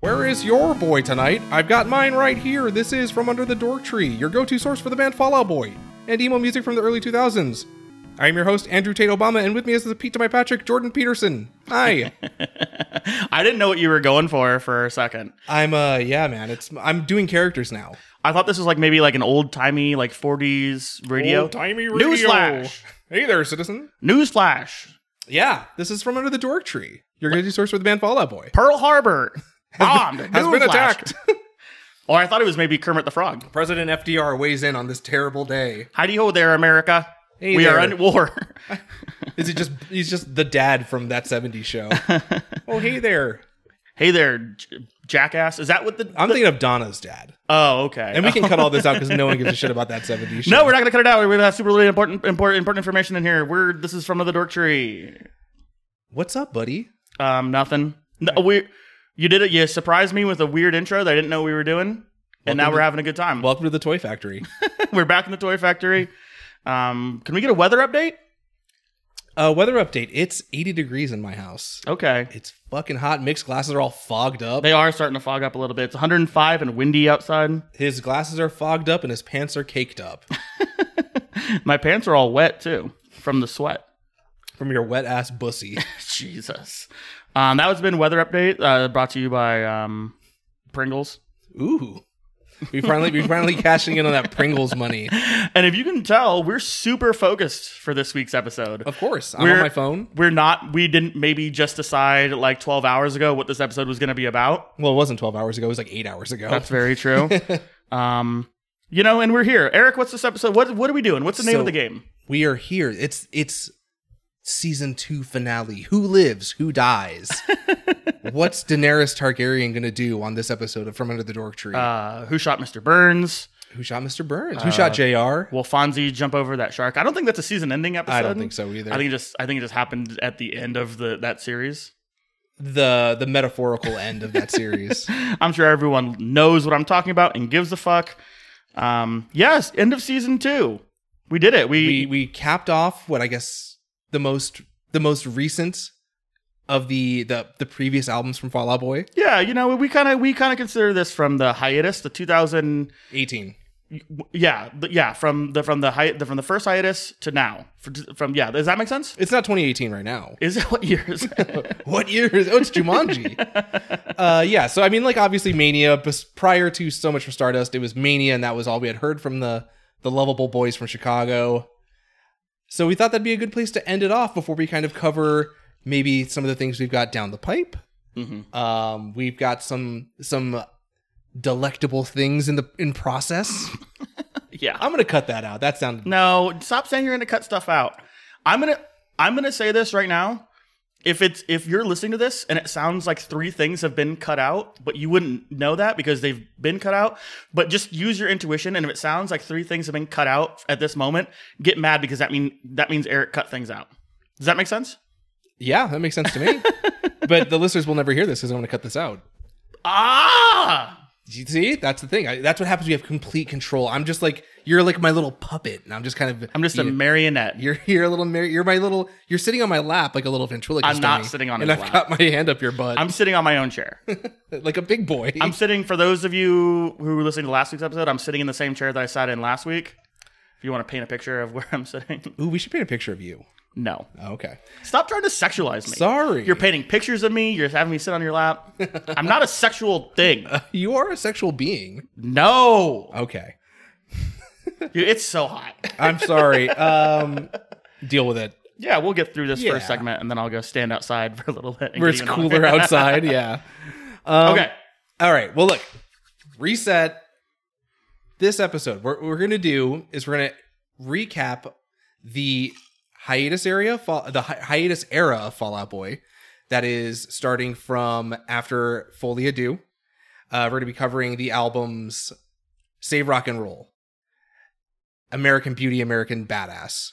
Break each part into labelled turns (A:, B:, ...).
A: Where is your boy tonight? I've got mine right here. This is From Under the Dork Tree, your go to source for the band Fallout Boy and emo music from the early 2000s. I am your host, Andrew Tate Obama, and with me is the Pete to my Patrick, Jordan Peterson. Hi.
B: I didn't know what you were going for for a second.
A: I'm, uh, yeah, man. It's I'm doing characters now.
B: I thought this was like maybe like an old timey like 40s radio.
A: Old-timey
B: Newsflash.
A: Hey there, citizen.
B: Newsflash.
A: Yeah, this is From Under the Dork Tree, your go to source for the band Fallout Boy.
B: Pearl Harbor. Bombed.
A: Has been
B: Newsflash.
A: attacked.
B: Or I thought it was maybe Kermit the Frog.
A: President FDR weighs in on this terrible day.
B: Heidi ho there, America.
A: Hey
B: we
A: there.
B: are in war.
A: Is he just he's just the dad from that 70s show? oh, hey there.
B: hey there, j- jackass. Is that what the.
A: I'm thinking of Donna's dad.
B: oh, okay.
A: And we can cut all this out because no one gives a shit about that 70s show.
B: No, we're not going to cut it out. We have super really important, important, important information in here. We're this is from the Dork Tree.
A: What's up, buddy?
B: Um, nothing. No, we, you did it. You surprised me with a weird intro that I didn't know we were doing, and now
A: Welcome
B: we're
A: to-
B: having a good time. Well,
A: Welcome to the Toy Factory.
B: we're back in the toy factory. Um, can we get a weather update?
A: Uh, weather update. It's 80 degrees in my house.
B: Okay,
A: It's fucking hot. Mick's glasses are all fogged up.
B: they are starting to fog up a little bit. It's 105 and windy outside.
A: His glasses are fogged up and his pants are caked up
B: My pants are all wet too from the sweat.
A: from your wet ass bussy.
B: Jesus. Um, that was been weather update uh, brought to you by um, Pringles.
A: Ooh. We finally we finally cashing in on that Pringles money.
B: And if you can tell, we're super focused for this week's episode.
A: Of course. I'm on
B: We're-
A: my phone.
B: we're not we didn't maybe just decide like 12 hours ago what this episode was going to be about
A: Well, it wasn't 12 hours ago. It was like 8 hours ago.
B: that's very true um you know and we're here eric what's this episode what what are we doing what's the name
A: So-
B: of the game
A: we are here. It's it's season two finale. Who lives? Who dies? What's Daenerys Targaryen gonna do on this episode of From Under the Dork Tree?
B: uh who shot mr burns
A: Who shot Mr. Burns? Who shot Jr.
B: will fonzie jump over that shark i don't think that's a season ending episode
A: I don't think so either.
B: i think it just i think it just happened at the end of the that series
A: the the metaphorical end of that series.
B: i'm sure everyone knows what i'm talking about and gives a fuck um yes end of season two we did it we,
A: we we capped off what I guess the most the most recent of the the the previous albums from Fall Out Boy.
B: yeah you know we kind of we kind of consider this from the hiatus the 2000-
A: 18.
B: yeah, th- yeah, from the from the, hi- the from the first hiatus to now. For, from yeah, does that make sense?
A: It's not 2018 right now.
B: Is it what years?
A: What year is oh it's Jumanji? uh yeah, so I mean like obviously Mania, but prior to So Much for Stardust, it was Mania and that was all we had heard from the the lovable boys from Chicago. So we thought that'd be a good place to end it off before we kind of cover maybe some of the things we've got down the pipe.
B: Mhm.
A: Um we've got some some delectable things in the in process.
B: yeah.
A: I'm going to cut that out. That sounded
B: No, stop saying you're gonna cut stuff out. I'm gonna I'm gonna say this right now. If it's if you're listening to this and it sounds like three things have been cut out, but you wouldn't know that because they've been cut out. But just use your intuition, and if it sounds like three things have been cut out at this moment, get mad because that mean that means Eric cut things out. Does that make sense?
A: Yeah, that makes sense to me. but the listeners will never hear this cuz I'm going to cut this out.
B: Ah.
A: You see, that's the thing. I, that's what happens. when You have complete control. I'm just like you're like my little puppet, and I'm just kind of.
B: I'm just a
A: You,
B: marionette.
A: you're you're a little. Mar- you're my little. You're sitting on my lap like a little ventriloquist.
B: I'm not
A: dummy,
B: sitting on
A: And
B: his
A: I've
B: lap.
A: got my hand up your butt,
B: I'm sitting on my own chair.
A: like a big boy.
B: I'm sitting, for those of you who were listening to last week's episode, I'm sitting in the same chair that I sat in last week. If you want to paint a picture of where I'm sitting,
A: Ooh, we should paint a picture of you.
B: no.
A: Oh, okay,
B: Stop trying to sexualize me.
A: sorry.
B: You're painting pictures of me. You're having me sit on your lap. I'm not a sexual thing.
A: you are a sexual being.
B: No.
A: Okay,
B: Dude, it's so hot.
A: I'm sorry. um, deal with it.
B: Yeah, we'll get through this
A: Yeah.
B: first segment and then I'll go stand outside for a little bit. and
A: Where
B: get
A: it's
B: even
A: cooler
B: hotter.
A: outside. Yeah.
B: okay.
A: All right. Well, look, reset this episode. What we're going to do is we're going to recap the hiatus area, fall, the hi- hiatus era of Fallout Boy that is starting from after Folia Do. Uh, we're going to be covering the albums Save Rock and Roll, American Beauty, American Badass,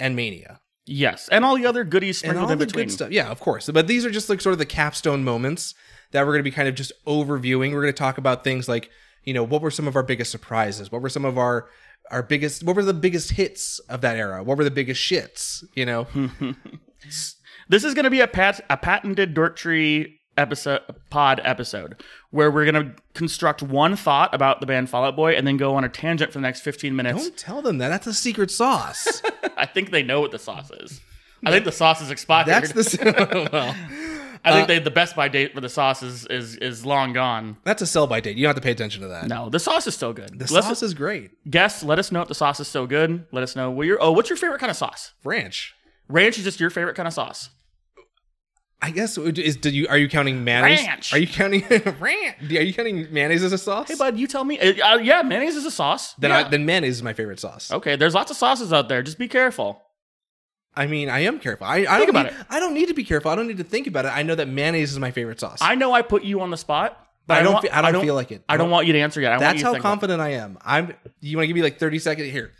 A: and Mania.
B: Yes. And all the other goodies
A: And all
B: sprinkled
A: the
B: in between.
A: good stuff. Yeah, of course. But these are just like sort of the capstone moments that we're going to be kind of just overviewing. We're going to talk about things like, you know, what were some of our biggest surprises? What were some of our our biggest what were the biggest hits of that era? What were the biggest
B: Hmm.
A: shits, you know?
B: This is going to be a pat a patented dork tree episode pod episode where we're gonna construct one thought about the band Fallout Boy and then go on a tangent for the next 15 minutes.
A: Don't tell them that. That's a secret sauce.
B: I think they know what the sauce is. I think the sauce is expired.
A: That's the uh, well.
B: I think they, the Best Buy date for the sauce is is, is long gone.
A: That's a sell by date. You don't have to pay attention to that.
B: No, the sauce is still good.
A: The
B: Let's-
A: sauce is great.
B: guests, let us know if the sauce is still good. Let us know what your oh, what's your favorite kind of sauce?
A: Ranch.
B: Ranch is just your favorite kind of sauce.
A: I guess it is do you are you counting mayonnaise?
B: Ranch.
A: Are you counting ranch? Are you counting mayonnaise as a sauce?
B: Hey, bud, you tell me. Uh, uh, yeah, mayonnaise is a sauce.
A: Then
B: yeah.
A: I, then mayonnaise is my favorite sauce.
B: okay, there's lots of sauces out there. Just be careful.
A: I mean, I am careful. I, I
B: Think
A: don't
B: about
A: need,
B: it.
A: I don't need to be careful. I don't need to think about it. I know that mayonnaise is my favorite sauce.
B: I know I put you on the spot, but
A: I don't.
B: want-
A: fe- I don't feel like it.
B: I don't want you to answer yet. I want
A: That's
B: you to
A: how
B: think about-
A: confident I am. I'm. You want to give me like thirty seconds here?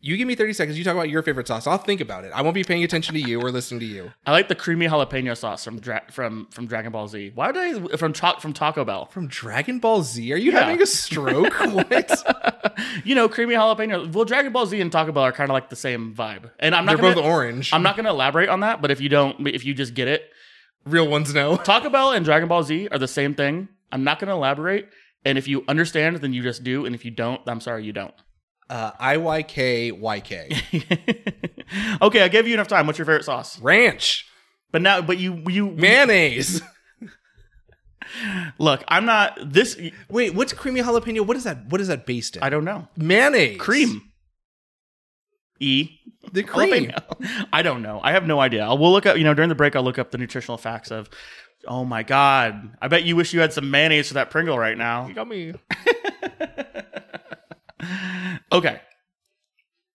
A: You give me thirty seconds. You talk about your favorite sauce. I'll think about it. I won't be paying attention to you or listening to you.
B: I like the creamy jalapeno sauce from Dra- from from Dragon Ball Z. Why did I from Ta- from Taco Bell?
A: From Dragon Ball Z? Are you having a stroke? what?
B: You know, creamy jalapeno. Well, Dragon Ball Z and Taco Bell are kind of like the same vibe. And I'm
A: They're
B: not gonna,
A: both orange.
B: I'm not going to elaborate on that, but if you don't if you just get it,
A: Real ones know.
B: Taco Bell and Dragon Ball Z are the same thing. I'm not going to elaborate. And if you understand, then you just do. And if you don't, I'm sorry, you don't.
A: Uh, I Y K Y K.
B: okay, I gave you enough time. What's your favorite sauce?
A: Ranch
B: But now, but you, you
A: mayonnaise.
B: look. I'm not this.
A: Wait, what's creamy jalapeno? What is that? What is that based in?
B: I don't know.
A: mayonnaise
B: Cream. E.
A: The cream.
B: Jalapeno. I don't know. I have no idea. I'll, we'll look up. You know, during the break, I'll look up the nutritional facts of. Oh my god! I bet you wish you had some mayonnaise for that Pringle right now.
A: Got me.
B: Okay.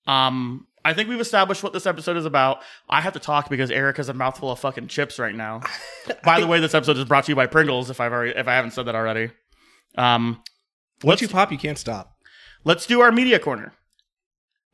B: Um, I think we've established what this episode is about. I have to talk because Eric has a mouthful of fucking chips right now. by the way, this episode is brought to you by Pringles. If I've already, if I haven't said that already, um,
A: Once you pop, you can't stop.
B: let's do our media corner.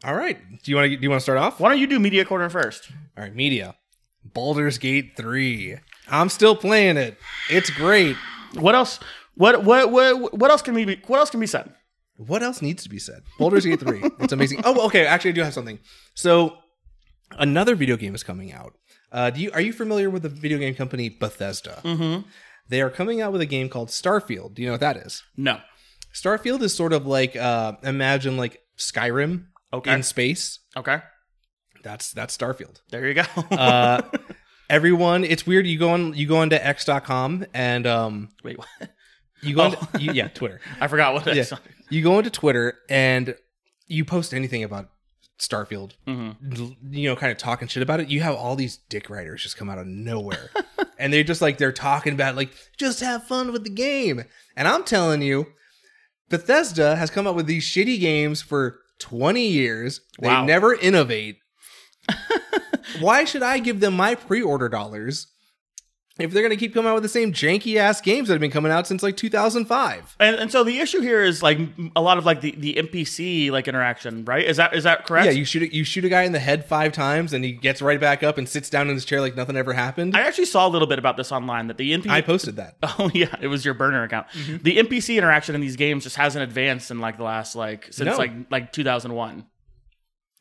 A: All right. Do you want to? Do you want to start off?
B: Why don't you do media corner first?
A: All right, media. Baldur's Gate 3. I'm still playing it. It's great.
B: What else? What what what what else can we be? What else can be said?
A: What else needs to be said? Baldur's Gate 3. It's amazing. Oh, okay. Actually, I do have something. So, another video game is coming out. Uh, do you are you familiar with the video game company Bethesda?
B: Mm-hmm.
A: They are coming out with a game called Starfield. Do you know what that is?
B: No.
A: Starfield is sort of like uh, imagine like Skyrim
B: Okay.
A: in space.
B: Okay.
A: That's that's Starfield.
B: There you go.
A: Uh, everyone, it's weird. You go on you go into x.com and um,
B: Wait, what?
A: you go
B: Oh.
A: into, you, yeah Twitter.
B: I forgot what that's.
A: Yeah. you go into Twitter and you post anything about Starfield,
B: hmm
A: l- you know, kind of talking shit about it, you have all these dick writers just come out of nowhere. and they're just like, they're talking about, like, just have fun with the game. And I'm telling you, Bethesda has come up with these shitty games for 20 years. They
B: Wow.
A: never innovate. Why should I give them my pre order dollars? If they're gonna keep coming out with the same janky ass games that have been coming out since like 2005,
B: And, and so the issue here is like m- a lot of like the, the NPC like interaction, right? Is that is that correct?
A: yeah, you shoot a- you shoot a guy in the head five times and he gets right back up and sits down in his chair like nothing ever happened.
B: I
A: I,
B: actually saw a little bit about this online that the NPC.
A: posted that.
B: oh yeah, it was your burner account.
A: Mm-hmm.
B: The NPC interaction in these games just hasn't advanced in like the last like since
A: No.
B: like like 2001.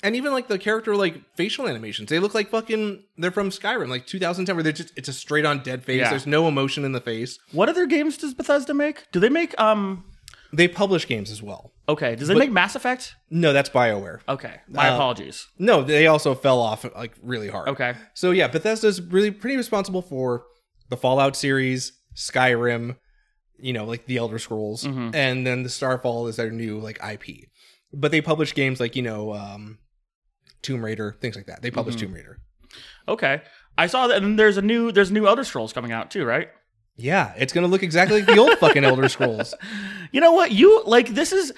A: and even like the character like facial animations they look like fucking they're from skyrim like 2010 where they're just it's a straight on dead face
B: Yeah.
A: there's no emotion in the face
B: What other games does Bethesda make? Do they make um?
A: they publish games as well
B: Okay, does they make Mass Effect?
A: no that's bioware
B: Okay, my
A: Uh,
B: apologies.
A: no they also fell off like really hard
B: Okay,
A: so yeah bethesda's really pretty responsible for the fallout series skyrim you know like the elder scrolls
B: Mhm.
A: and then the starfall is their new like ip but they publish games like you know um tomb raider things like that they publish
B: Mhm.
A: tomb raider
B: okay. I saw that, and there's a new there's new Elder Scrolls coming out too, right?
A: yeah it's gonna look exactly like the old fucking elder scrolls
B: You know what? You like this is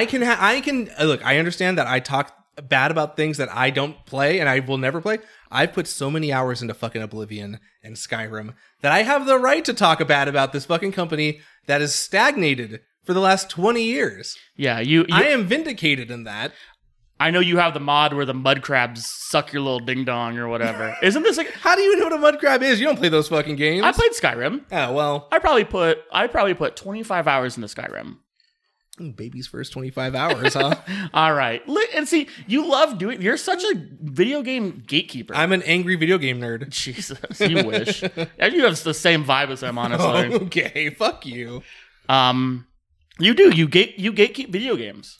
A: I can ha- I can uh, look. I understand that I talk bad about things that I don't play and I will never play. I've put so many hours into fucking Oblivion and Skyrim that I have the right to talk bad about this fucking company that has stagnated for the last twenty years.
B: yeah you. you
A: I am vindicated in that.
B: I know you have the mod where the mud crabs suck your little ding dong or whatever. Isn't this like
A: How do you know what a mud crab is? You don't play those fucking games.
B: I played Skyrim.
A: oh well,
B: I probably put I probably put 25 hours into Skyrim.
A: Ooh, baby's first 25 hours, huh?
B: All right. Li- And see, you love doing you're such a video game gatekeeper.
A: I'm an angry video game nerd.
B: Jesus, you wish. And you have the same vibe as him, honestly.
A: Okay, fuck you.
B: Um you do. You gate you gatekeep video games.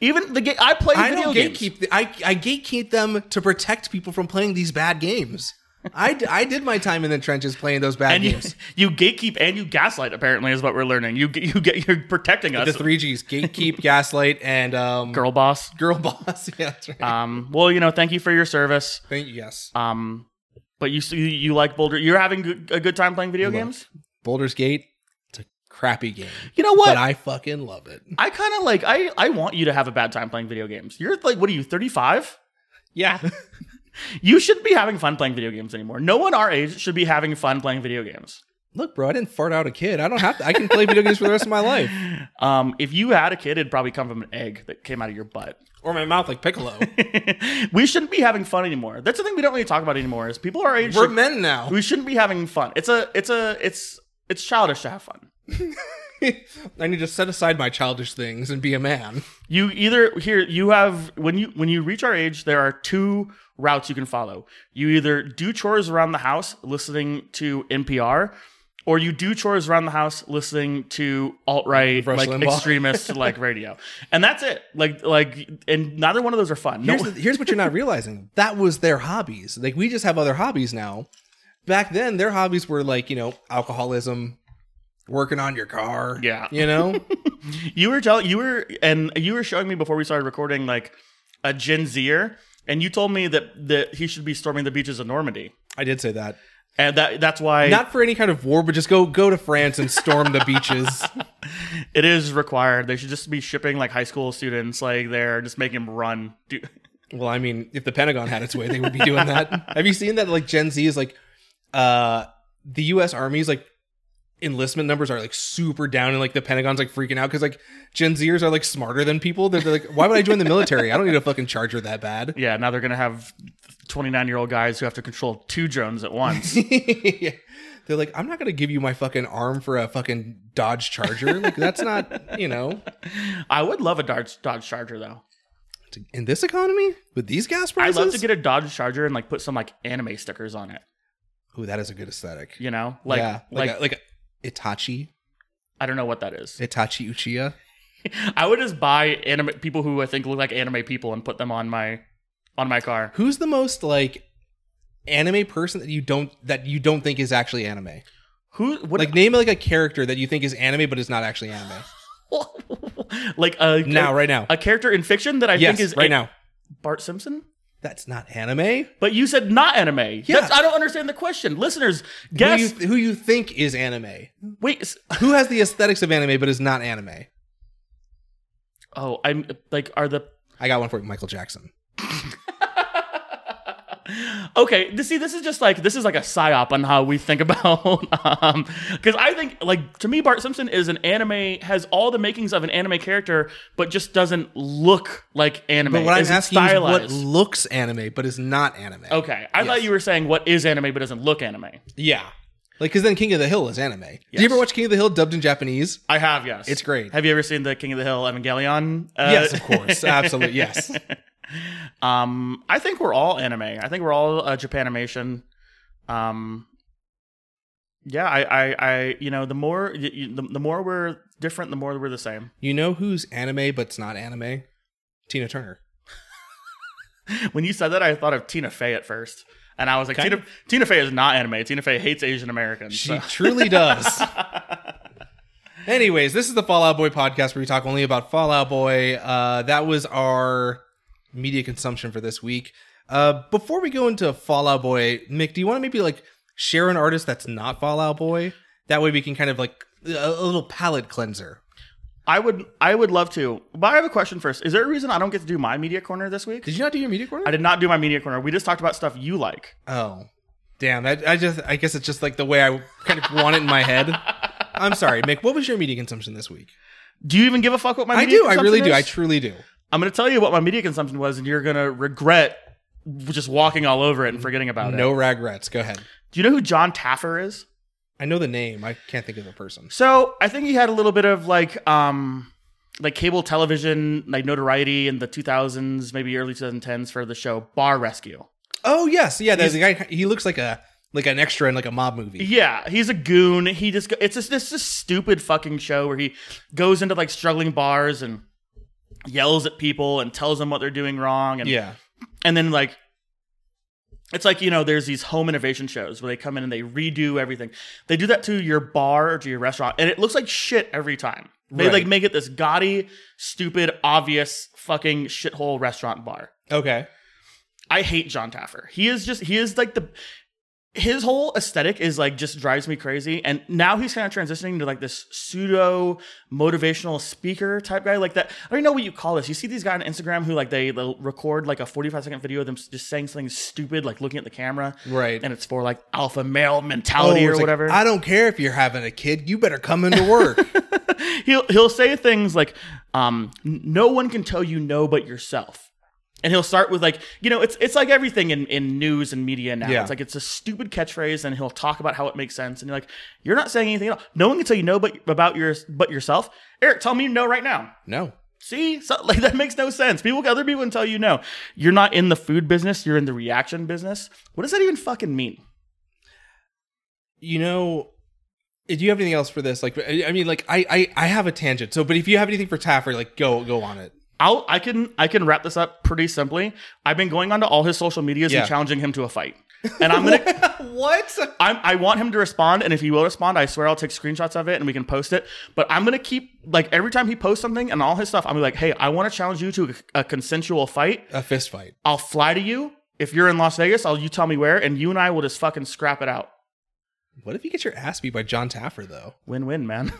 B: Even the game I play
A: I
B: video
A: don't
B: games.
A: gatekeep. th- I I gatekeep them to protect people from playing these bad games. I, d- I did my time in the trenches playing those bad
B: and you,
A: games.
B: you gatekeep and you gaslight apparently is what we're learning. You you get you're protecting us.
A: the three G's: gatekeep, gaslight, and um, girl. Uh,
B: girl boss.
A: boss. yeah, that's right.
B: Um well, you know, thank you for your service.
A: Thank you. Yes,
B: Um but you you, you like Boulder. You're having good, a good time playing video games?
A: Boulder's Gate. It's a crappy game,
B: You know what?
A: but I fucking love it.
B: I kind of like I I want you to have a bad time playing video games. You're like what are you 35?
A: Yeah,
B: You shouldn't be having fun playing video games anymore. No one our age should be having fun playing video games.
A: look, bro, I didn't fart out a kid. I don't have to. I can play video games for the rest of my life,
B: Um, if you had a kid, it'd probably come from an egg that came out of your butt.
A: or my mouth like Piccolo.
B: we shouldn't be having fun anymore. That's the thing we don't really talk about anymore. Is people our age
A: We're
B: should-
A: men now.
B: we shouldn't be having fun. It's a it's a it's it's childish to have fun.
A: I need to set aside my childish things and be a man.
B: You either here you have when you when you reach our age, there are two routes you can follow. You either do chores around the house listening to NPR, or you do chores around the house listening to alt right
A: Rush
B: like
A: Limbaugh.
B: extremist like radio, and that's it. Like like and neither one of those are fun. No,
A: here's, the- here's what you're not realizing that was their hobbies like we just have other hobbies now back then their hobbies were like you know alcoholism working on your car
B: Yeah.
A: you know
B: you were telling you were and you were showing me before we started recording like a Gen Zer, and you told me that that he should be storming the beaches of Normandy,
A: i did say that
B: and that that's why
A: not for any kind of war but just go go to france and storm the beaches
B: It is required. They should just be shipping like high school students like they're just making them run. Do-
A: well i mean if the pentagon had its way they would be doing that have you seen that like gen z is like uh the us army's like enlistment numbers are like super down and like the pentagon's like freaking out because like gen zers are like smarter than people they're, they're like why would i join the military i don't need a fucking charger that bad
B: yeah, now they're gonna have twenty nine year old guys who have to control two drones at once.
A: Yeah. They're like, I'm not gonna give you my fucking arm for a fucking Dodge Charger. Like that's not, you know,
B: I would love a Dodge Dodge Charger though.
A: in this economy with these gas
B: I
A: prices.
B: love to get a Dodge Charger and like put some like anime stickers on it.
A: Ooh, that is a good aesthetic.
B: You know, like
A: yeah,
B: like,
A: like a, like a Itachi,
B: I don't know what that is.
A: Itachi Uchiha.
B: I would just buy anime people who I think look like anime people and put them on my on my car.
A: Who's the most like anime person that you don't that you don't think is actually anime?
B: Who what
A: Like name like a character that you think is anime but is not actually anime.
B: like a
A: now, right now.
B: a character in fiction that I
A: yes,
B: think is
A: right
B: a-
A: now.
B: Bart Simpson.
A: That's not anime.
B: But you said not anime.
A: Yeah.
B: That's, I don't understand the question. Listeners, guess.
A: Who you, who you think is anime?
B: wait. s-
A: Who has the aesthetics of anime but is not anime?
B: Oh, I'm like, are the.
A: I got one for you, Michael Jackson.
B: Okay, this, see, this is just like this is like a psyop on how we think about. Um, because I think like to me, Bart Simpson is an anime has all the makings of an anime character, but just doesn't look like anime.
A: But what I'm
B: Isn't
A: asking you is what
B: stylized. Oh,
A: looks anime but is not anime.
B: okay, I thought
A: Yes.
B: you were saying what is anime but doesn't look anime.
A: Yeah. Like, because then King of the Hill is anime. Do you ever watch King of the Hill dubbed in Japanese?
B: I have, yes.
A: It's great.
B: Have you ever seen the King of the Hill Evangelion? Uh,
A: yes, of course. Absolutely. Yes.
B: Um, I think we're all anime. I think we're all uh, Japanimation. Um, yeah, I, I, I, you know, the more, y y- the, the more we're different, the more we're the same.
A: You know who's anime but's not anime? Tina Turner.
B: When you said that, I thought of Tina Fey at first, and I was like,
A: Kind
B: Tina, Tina Fey is not anime. Tina Fey hates Asian Americans.
A: She
B: so-
A: truly does. Anyways, this is the Fallout Boy podcast where we talk only about Fallout Boy. Uh, that was our media consumption for this week. Uh, before we go into Fallout Boy, Mick, do you want to maybe like share an artist that's not Fallout Boy? That way we can kind of like a, a little palette cleanser.
B: I would, I would love to. But I have a question first. Is there a reason I don't get to do my media corner this week?
A: Did you not do your media corner?
B: I did not do my media corner. We just talked about stuff you like.
A: oh, damn! I, I just I guess it's just like the way I kind of want it in my head. I'm sorry, Mick. What was your media consumption this week?
B: Do you even give a fuck what my
A: I
B: media
A: do. I really
B: consumption
A: do. I
B: is?
A: truly do.
B: I'm going to tell you what my media consumption was, and you're going to regret just walking all over it and forgetting about it.
A: No regrets. Go ahead.
B: Do you know who John Taffer is?
A: I know the name. I can't think of the person.
B: So I think he had a little bit of like, um, like cable television like notoriety in the 2000s, maybe early 2010s for the show Bar Rescue.
A: Oh yes, yeah. There's a guy. He looks like a like an extra in like a mob movie.
B: Yeah, he's a goon. He just go- it's just this this stupid fucking show where he goes into like struggling bars and yells at people and tells them what they're doing wrong and
A: Yeah.
B: and then like it's like you know there's these home innovation shows where they come in and they redo everything they do that to your bar or to your restaurant and it looks like shit every time they
A: Right.
B: like make it this gaudy stupid obvious fucking shithole restaurant bar
A: Okay.
B: i hate john taffer he is just he is like the his whole aesthetic is like just drives me crazy and now he's kind of transitioning to like this pseudo motivational speaker type guy like that i don't know what you call this you see these guys on instagram who like they they'll record like a 45 second video of them s- just saying something stupid like looking at the camera
A: Right.
B: and it's for like alpha male mentality
A: Oh,
B: or
A: it's like,
B: whatever
A: I don't care if you're having a kid. You better come into work.
B: he'll he'll say things like, um, "N- "No one can tell you no but yourself," and he'll start with like, you know, it's it's like everything in in news and media now.
A: Yeah.
B: It's like it's a stupid catchphrase, and he'll talk about how it makes sense, and you're like, "You're not saying anything at all. No one can tell you no but about your but yourself." Eric, tell me no right now.
A: no.
B: See, so, like that makes no sense. People, other people can tell you no. You're not in the food business. You're in the reaction business. What does that even fucking mean?
A: You know. eh, Do you have anything else for this? Like, eh, I I mean, like, I, I, I have a tangent. So, but if you have anything for Taffer, like, go, go on it.
B: I'll, I can I can wrap this up pretty simply. I've been going onto all his social medias
A: Yeah.
B: and challenging him to a fight, and I'm gonna
A: what?
B: I'm, I want him to respond, and if he will respond, I swear I'll take screenshots of it and we can post it. But I'm gonna keep like every time he posts something and all his stuff, I'm like, hey, I want to challenge you to a, a consensual fight.
A: A fist fight.
B: I'll fly to you if you're in Las Vegas. I'll you tell me where, and you and I will just fucking scrap it out.
A: What if you get your ass beat by John Taffer though?
B: Win win, man.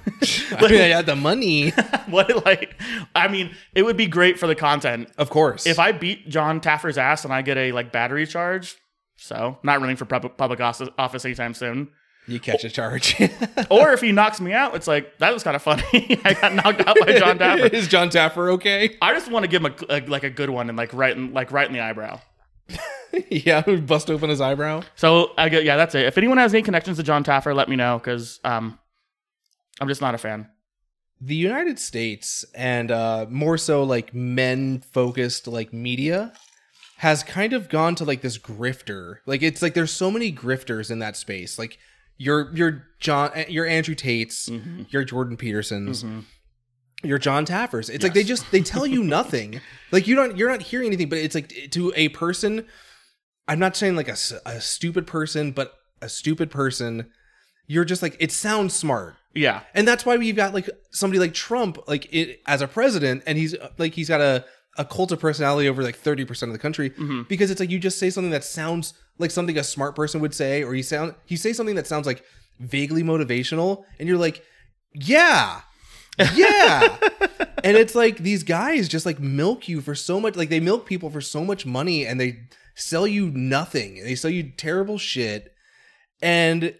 A: I mean, I had the money,
B: what like? I mean, it would be great for the content.
A: of course.
B: If I beat John Taffer's ass and I get a like battery charge, so not running for pub- public office, office anytime soon.
A: you catch a charge,
B: Or if he knocks me out, it's like that was kind of funny. I got knocked out by John Taffer.
A: is John Taffer okay?
B: I just want to give him a, a- like a good one and like right in like right in the eyebrow.
A: yeah, bust open his eyebrow.
B: So I go yeah, that's it. If anyone has any connections to John Taffer, let me know because um, I'm just not a fan.
A: the United States and uh, more so like men focused like media has kind of gone to like this grifter. Like it's like there's so many grifters in that space. Like your your John eh, your Andrew Tates, your Jordan Petersons, your John Taffers. It's like they just they tell you nothing. like you don't you're not hearing anything, but it's like eh, to a person I'm not saying like a, s- a stupid person, but a stupid person you're just like it sounds smart
B: Yeah,
A: and that's why we've got like somebody like Trump, like it, as a president, and he's uh, like he's got a a cult of personality over like thirty percent of the country because it's like you just say something that sounds like something a smart person would say, or you sound you say something that sounds like vaguely motivational, and you're like, yeah, yeah. and it's like these guys just like milk you for so much like they milk people for so much money and they sell you nothing they sell you terrible shit and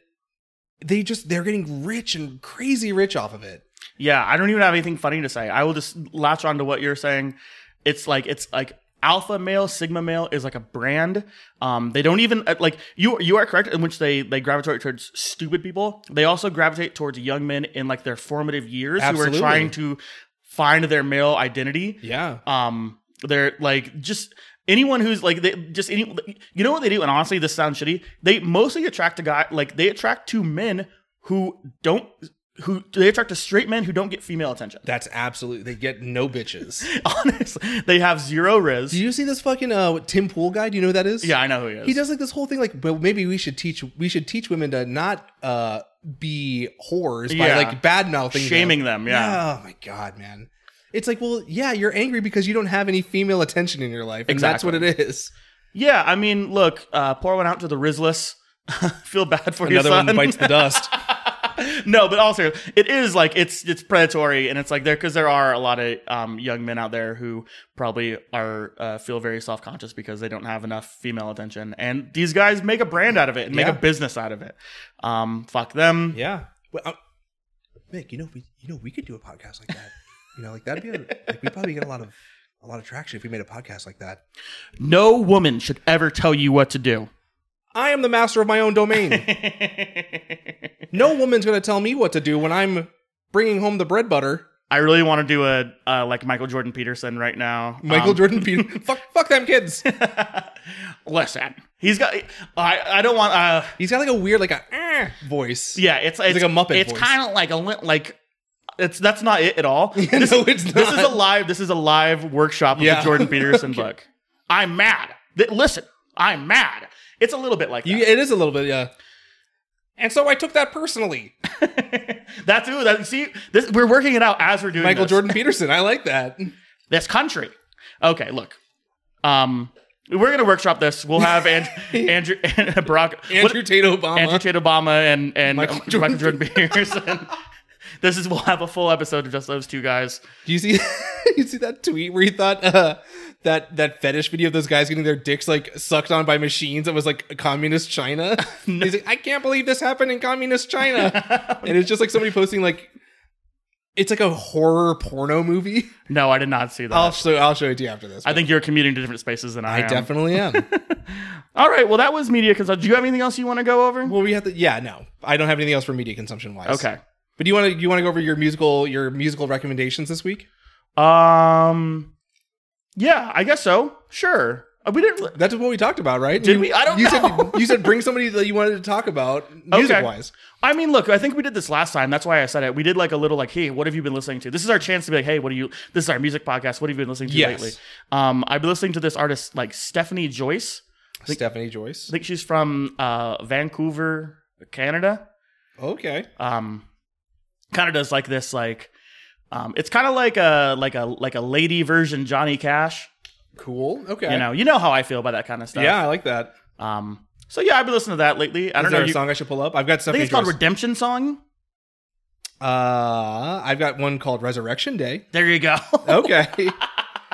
A: they just they're getting rich and crazy rich off of it
B: yeah. I don't even have anything funny to say. I will just latch on to what you're saying. It's like it's like alpha male, sigma male is like a brand. Um, they don't even uh, like you. You are correct in which they they gravitate towards stupid people. They also gravitate towards young men in like their formative years who
A: Absolutely.
B: are trying to find their male identity.
A: yeah
B: Um, they're like just anyone who's like they just any you know what they do, and honestly, this sounds shitty. They mostly attract a guy like they attract to men who don't who they attract to straight men who don't get female attention.
A: that's absolutely they get no bitches
B: Honestly, they have zero
A: do
B: riz.
A: you see this fucking uh tim pool guy do you know who that is
B: Yeah, I know who he is.
A: he does like this whole thing like well maybe we should teach we should teach women to not uh be whores by
B: Yeah.
A: like bad mouthing
B: shaming them. Yeah.
A: Oh my god, man. It's like, well, yeah, you're angry because you don't have any female attention in your life, and that's what it is.
B: yeah, I mean, look, uh, pour one out to the rizless. Feel bad for
A: Another
B: your son.
A: one bites the dust.
B: no, but also it is like it's it's predatory and it's like there because there are a lot of um, young men out there who probably are uh, feel very self conscious because they don't have enough female attention, and these guys make a brand out of it and
A: Yeah.
B: make a business out of it. Um, fuck them.
A: yeah. Well, uh, Mick, you know, we you know we could do a podcast like that. You know, like that'd be a, like we probably get a lot of a lot of traction if we made a podcast like that.
B: No woman should ever tell you what to do.
A: I am the master of my own domain.
B: yeah,
A: No woman's gonna tell me what to do when I'm bringing home the bread butter.
B: I really want to do a uh, like Michael Jordan Peterson right now.
A: Michael
B: Um,
A: Jordan Peterson. fuck, fuck them kids.
B: Listen, he's got. I I don't want. Uh,
A: He's got like a weird, like a "Eh" voice.
B: yeah, it's it's,
A: like a Muppet
B: It's
A: voice.
B: kind of like a li- like. It's that's not it at all.
A: no, it's not.
B: This is a live. This is a live workshop of
A: Yeah.
B: the Jordan Peterson book. I'm mad. Th- listen, I'm mad. It's a little bit like
A: You,
B: that.
A: it is a little bit, yeah. And so I took that personally.
B: that's ooh, that, see. This we're working it out as we're doing
A: Michael
B: this.
A: Jordan Peterson. I like that.
B: This country. Okay, look. Um, we're gonna workshop this. We'll have and, Andrew and Barack
A: Andrew
B: what-
A: Tate Obama.
B: Andrew Tate Obama and and
A: Michael
B: Michael Jordan, Peterson. this is we'll have a full episode of just those two guys.
A: Do you see? you see that tweet where he thought uh, that that fetish video of those guys getting their dicks like sucked on by machines? It was like communist China. He's like, I can't believe this happened in communist China, and it's just like somebody posting like, it's like a horror porno movie.
B: No, I did not see that.
A: I'll show I'll show it to you after this.
B: I
A: but
B: think you're commuting to different spaces than I,
A: I
B: am.
A: definitely am.
B: All right. Well, that was media consult. Do you have anything else you want to go over?
A: well, we have to. Yeah, no, I don't have anything else for media consumption wise.
B: Okay.
A: but do you want to you want to go over your musical your musical recommendations this week?
B: Um. Yeah, I guess so. Sure. Uh, We didn't.
A: That's what we talked about, right?
B: Did
A: You-
B: we? I don't
A: you
B: know.
A: Said, you said bring somebody that you wanted to talk about music wise.
B: I mean, look, I think we did this last time. That's why I said it. We did like a little like, hey, what have you been listening to? This is our chance to be like, hey, what do you? This is our music podcast. What have you been listening to
A: Yes.
B: lately? Um, I've been listening to this artist like Stephanie Joyce.
A: Stephanie Joyce.
B: I think she's from uh, Vancouver, Canada.
A: Okay.
B: Um, kind of does like this like, um, it's kind of like a like a like a lady version Johnny Cash.
A: Cool. Okay.
B: You know, you know how I feel about that kind of stuff.
A: yeah, I like that.
B: Um. So yeah, I've been listening to that lately. I
A: Is
B: don't
A: there
B: know.
A: a
B: You, I
A: song I should pull up? I've got
B: think
A: Stephanie
B: it's called
A: Joyce.
B: Redemption Song.
A: uh, I've got one called Resurrection Day.
B: There you go.
A: Okay.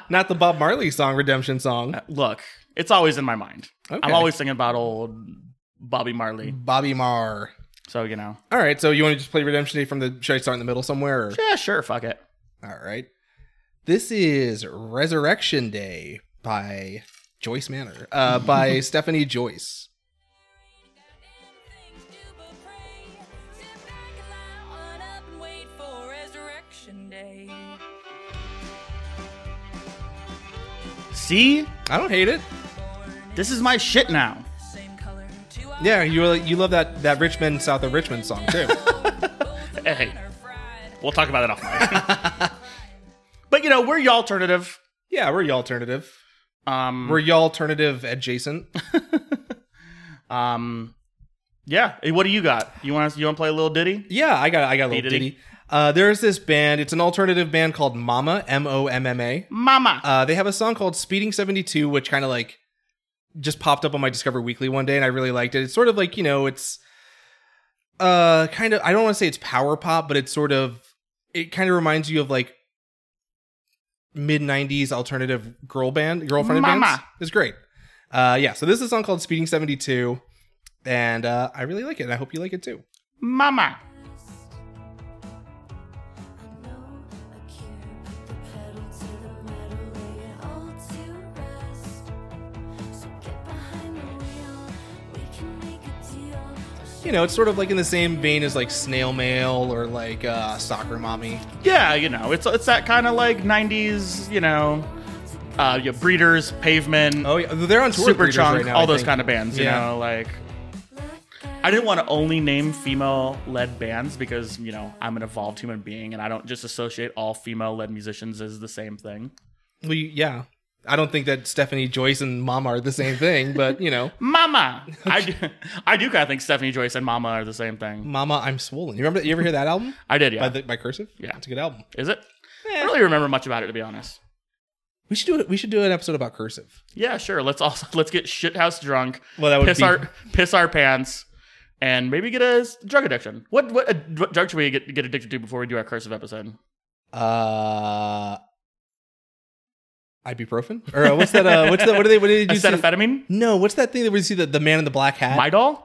A: Not the Bob Marley song, Redemption Song.
B: Look, it's always in my mind.
A: Okay.
B: I'm always thinking about old Bobby Marley.
A: Bobby Marr.
B: So you know,
A: All right, so you want to just play Redemption Day from the? Should I start in the middle somewhere? Or?
B: yeah, sure, fuck it.
A: All right. This is Resurrection Day by Joyce Manor, uh, by Stephanie Joyce.
B: See,
A: I don't hate it.
B: this is my shit now.
A: Yeah, you really- you love that that Richmond south of Richmond song too.
B: Hey, we'll talk about that offline. but you know, we're your alternative.
A: yeah, we're y'all alternative.
B: Um,
A: We're y'all alternative adjacent.
B: um, yeah. Hey, What do you got? You want you want to play a little ditty?
A: Yeah, I got I got a little
B: Hey, Diddy.
A: ditty. Uh, there's this band. It's an alternative band called Mama M O M M A.
B: Mama.
A: Uh, they have a song called "Speeding 72," which kind of like just popped up on my Discover Weekly one day, and I really liked it. It's sort of like you know, it's uh kind of I don't want to say it's power pop, but it's sort of it kind of reminds you of like mid 90s alternative girl band girlfriend
B: Mama.
A: bands it's great uh yeah so this is a song called speeding 72 and uh i really like it and i hope you like it too
B: Mama.
A: you know it's sort of like in the same vein as like snail mail or like uh soccer mommy
B: Yeah, you know, it's it's that kind of like '90s, you know, uh, your breeders, pavement,
A: oh yeah they're on tour with
B: super
A: Breeders
B: chunk,
A: right now,
B: all
A: I
B: those
A: think.
B: kind of bands. You
A: Yeah.
B: know, like I didn't want to only name female-led bands because you know I'm an evolved human being and I don't just associate all female-led musicians as the same thing.
A: Well, you- yeah. I don't think that Stephanie Joyce and Mama are the same thing, but you know,
B: Mama, I do, I do kind of think Stephanie Joyce and Mama are the same thing.
A: Mama, I'm swollen. You remember? You ever hear that album
B: I did,
A: by
B: yeah.
A: the, by Cursive?
B: Yeah.
A: it's a good album.
B: Is it? I don't really remember much about it to be honest.
A: We should do it. We should do an episode about Cursive.
B: Yeah, sure. Let's also let's get shithouse drunk.
A: Well, that would
B: piss
A: be-
B: our piss our pants, and maybe get a s- drug addiction. What what, uh, what drug should we get, get addicted to before we do our cursive episode?
A: Uh, ibuprofen or uh, what's that? Uh, what's that? What do they? What did you see?
B: Acetaminophetamine,
A: No, what's that thing that we see the, the man in the black hat?
B: Midol.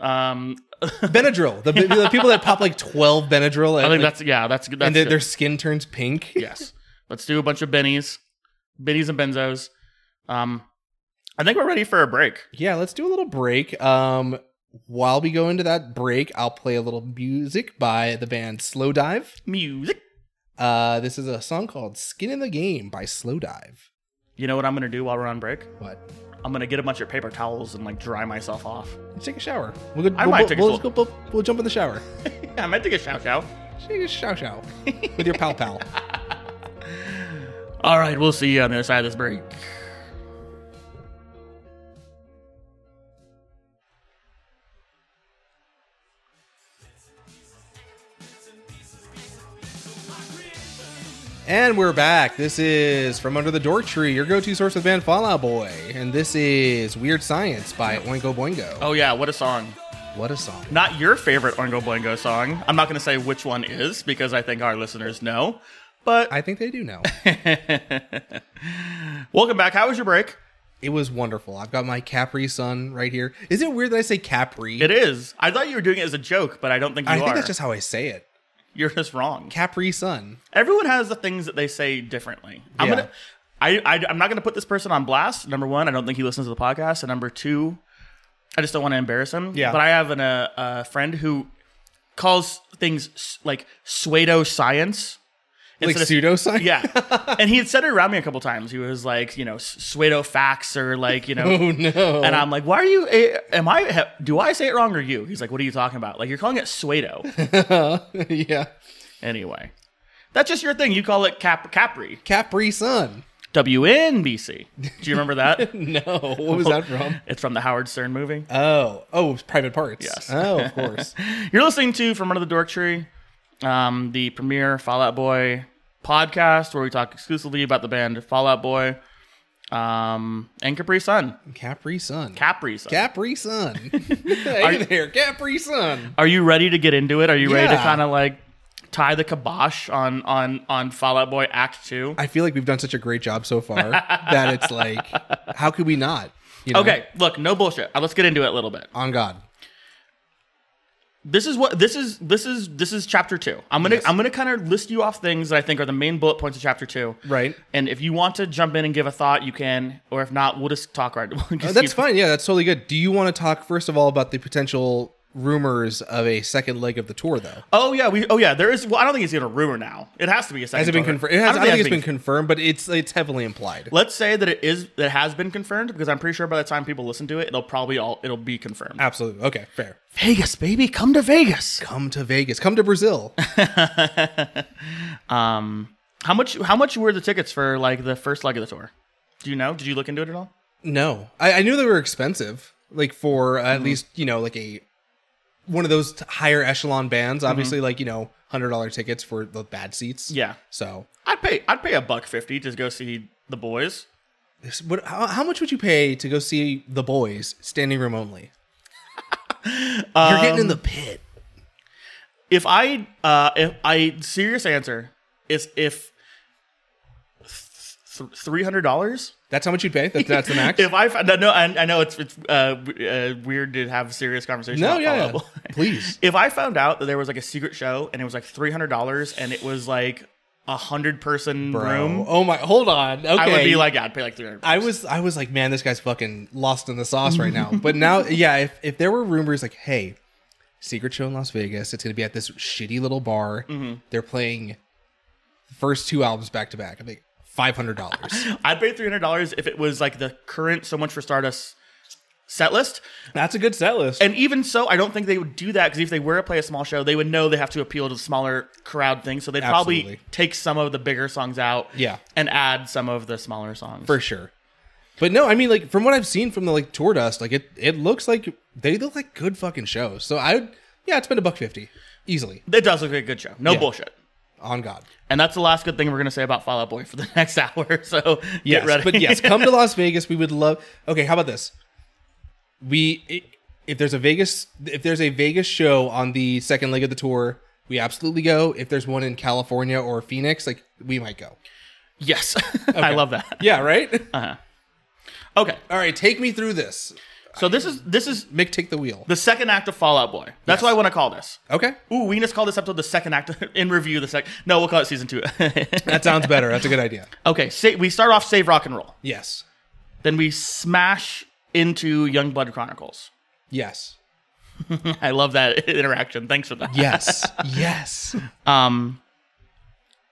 B: Um,
A: Benadryl. The, the people that pop like twelve Benadryl,
B: I
A: and,
B: think
A: like,
B: that's yeah, that's good. That's
A: and their,
B: good.
A: their skin turns pink.
B: yes. Let's do a bunch of bennies, bennies and benzos. Um, I think we're ready for a break.
A: Yeah, let's do a little break. Um, while we go into that break, I'll play a little music by the band Slow Dive.
B: Music.
A: Uh, this is a song called Skin in the Game by Slow Dive.
B: You know what I'm gonna do while we're on break?
A: What?
B: I'm gonna get a bunch of paper towels and like dry myself off.
A: Let's take a shower. We'll go,
B: I
A: we'll,
B: might take a
A: we'll, we'll, we'll, we'll jump in the shower.
B: I might take a shout out.
A: Take a shower shower with your pal pal.
B: All right, we'll see you on the other side of this break.
A: And we're back. This is From Under the Dork Tree, your go to source of band Fallout Boy. And this is Weird Science by Oingo Boingo.
B: Oh yeah, what a song!
A: What a song.
B: Not your favorite Oingo Boingo song. I'm not gonna say which one is because I think our listeners know. But
A: I think they do know.
B: welcome back. How was your break?
A: it was wonderful. I've got my Capri Sun right here. Is it weird that I say Capri?
B: It is. I thought you were doing it as a joke, but I don't think you
A: I
B: are.
A: think that's just how I say it.
B: You're just wrong.
A: Capri Sun.
B: Everyone has the things that they say differently. I'm
A: Yeah.
B: gonna. I, I I'm not gonna put this person on blast. Number one, I don't think he listens to the podcast. And number two, I just don't want to embarrass him.
A: Yeah.
B: But I have an, uh, a friend who calls things s- like pseudo science.
A: Like pseudoscience?
B: yeah. and he had said it around me a couple times. He was like, you know, pseudo facts or like, you know,
A: Oh no.
B: and I'm like, why are you? eh, Am I? ha- Do I say it wrong or you? He's like, what are you talking about? Like you're calling it suedo.
A: yeah.
B: anyway, that's just your thing. You call it cap capri.
A: Capri Sun.
B: WNBC. Do you remember that?
A: No. What was that from?
B: It's from the Howard Stern movie.
A: Oh. Oh, it's private parts.
B: Yes.
A: Oh, of course.
B: You're listening to From Under the Dork Tree, um, the premier Fallout Boy podcast where we talk exclusively about the band Fallout Boy um, and Capri Sun.
A: Capri Sun.
B: Capri Sun.
A: Capri Sun. hey
B: Are-
A: there, Capri Sun.
B: Are you ready to get into it? Are you ready to
A: Yeah.
B: kind of like tie the kibosh on on on Fallout Boy Act Two?
A: I feel like we've done such a great job so far that it's like, how could we not? You know?
B: Okay, look, no bullshit. Uh, Let's get into it a little bit.
A: On God.
B: This is what this is. This is this is chapter two. I'm gonna
A: Yes.
B: I'm gonna kind of list you off things that I think are the main bullet points of chapter two.
A: Right.
B: And if you want to jump in and give a thought, you can. Or if not, we'll just talk right. We'll
A: Oh,
B: just
A: that's
B: keep-
A: fine. Yeah, that's totally good. Do you want to talk, first of all, about the potential rumors of a second leg of the tour, though?
B: Oh yeah, we. Oh yeah, there is. Well, I don't think it's even a rumor now. It has to be a second.
A: Has it been
B: tour.
A: confirmed? It has, I,
B: don't
A: don't think it's
B: it
A: been confirmed, but it's it's heavily implied.
B: Let's say that it is. That has been confirmed because I'm pretty sure by the time people listen to it, it'll probably all it'll be confirmed.
A: Absolutely. Okay, fair.
B: Vegas, baby, come to Vegas.
A: Come to Vegas. Come to Brazil.
B: How much? How much were the tickets for like the first leg of the tour? Do you know? Did you look into it at all?
A: No, I, I knew they were expensive. Like for uh, at least you know like a one of those t- higher echelon bands. Obviously, like you know hundred dollar tickets for the bad seats.
B: Yeah,
A: So
B: I'd pay. I'd pay a buck fifty to go see the boys.
A: this- what? How, how much would you pay to go see the boys standing room only? You're getting in the pit.
B: If I, uh, if I serious answer is if th- three hundred dollars.
A: That's how much you'd pay. That, that's the max.
B: If I found, no, I, I know it's it's uh, w- uh, weird to have serious conversation.
A: no,
B: about
A: yeah,
B: Fallout
A: yeah.
B: Boy.
A: please.
B: If I found out that there was like a secret show and it was like three hundred dollars and it was like a hundred person room,
A: Oh my, hold on. Okay.
B: I would be like, yeah, I'd pay like three hundred.
A: I was I was like, man, this guy's fucking lost in the sauce right now. But now, yeah, if, if there were rumors like, hey, secret show in Las Vegas, it's gonna be at this shitty little bar.
B: Mm-hmm.
A: They're playing the first two albums back to back. I think five hundred dollars.
B: I'd pay three hundred dollars if it was like the current "So Much for Stardust" set list.
A: That's a good set list.
B: And even so, I don't think they would do that because if they were to play a small show, they would know they have to appeal to the smaller crowd thing. So they'd probably
A: Absolutely.
B: take some of the bigger songs out,
A: Yeah.
B: and add some of the smaller songs.
A: for sure. But no, I mean, like from what I've seen from the like tour dust, like it it looks like they look like good fucking shows. So I would, yeah, I'd spend a buck fifty easily
B: it does look like a good show. No
A: Yeah.
B: bullshit.
A: on God.
B: And that's the last good thing we're gonna say about Fall Out Boy for the next hour. So get
A: yes,
B: ready.
A: but yes, come to Las Vegas. We would love. Okay, how about this? We i- if there's a Vegas if there's a Vegas show on the second leg of the tour, we absolutely go. If there's one in California or Phoenix, like we might go.
B: yes, I love that.
A: Yeah, right.
B: Okay,
A: All right, take me through this.
B: so this is this is
A: Mick, take the wheel.
B: the second act of Fall Out Boy. That's
A: Yes.
B: what I want to call this.
A: Okay,
B: Ooh, we can just call this episode the second act in review. The second, no, we'll call it season two.
A: that sounds better. That's a good idea.
B: okay, sa- we start off save rock and roll,
A: Yes,
B: then we smash into Youngblood Chronicles.
A: yes,
B: I love that interaction. Thanks for that.
A: yes, yes.
B: Um,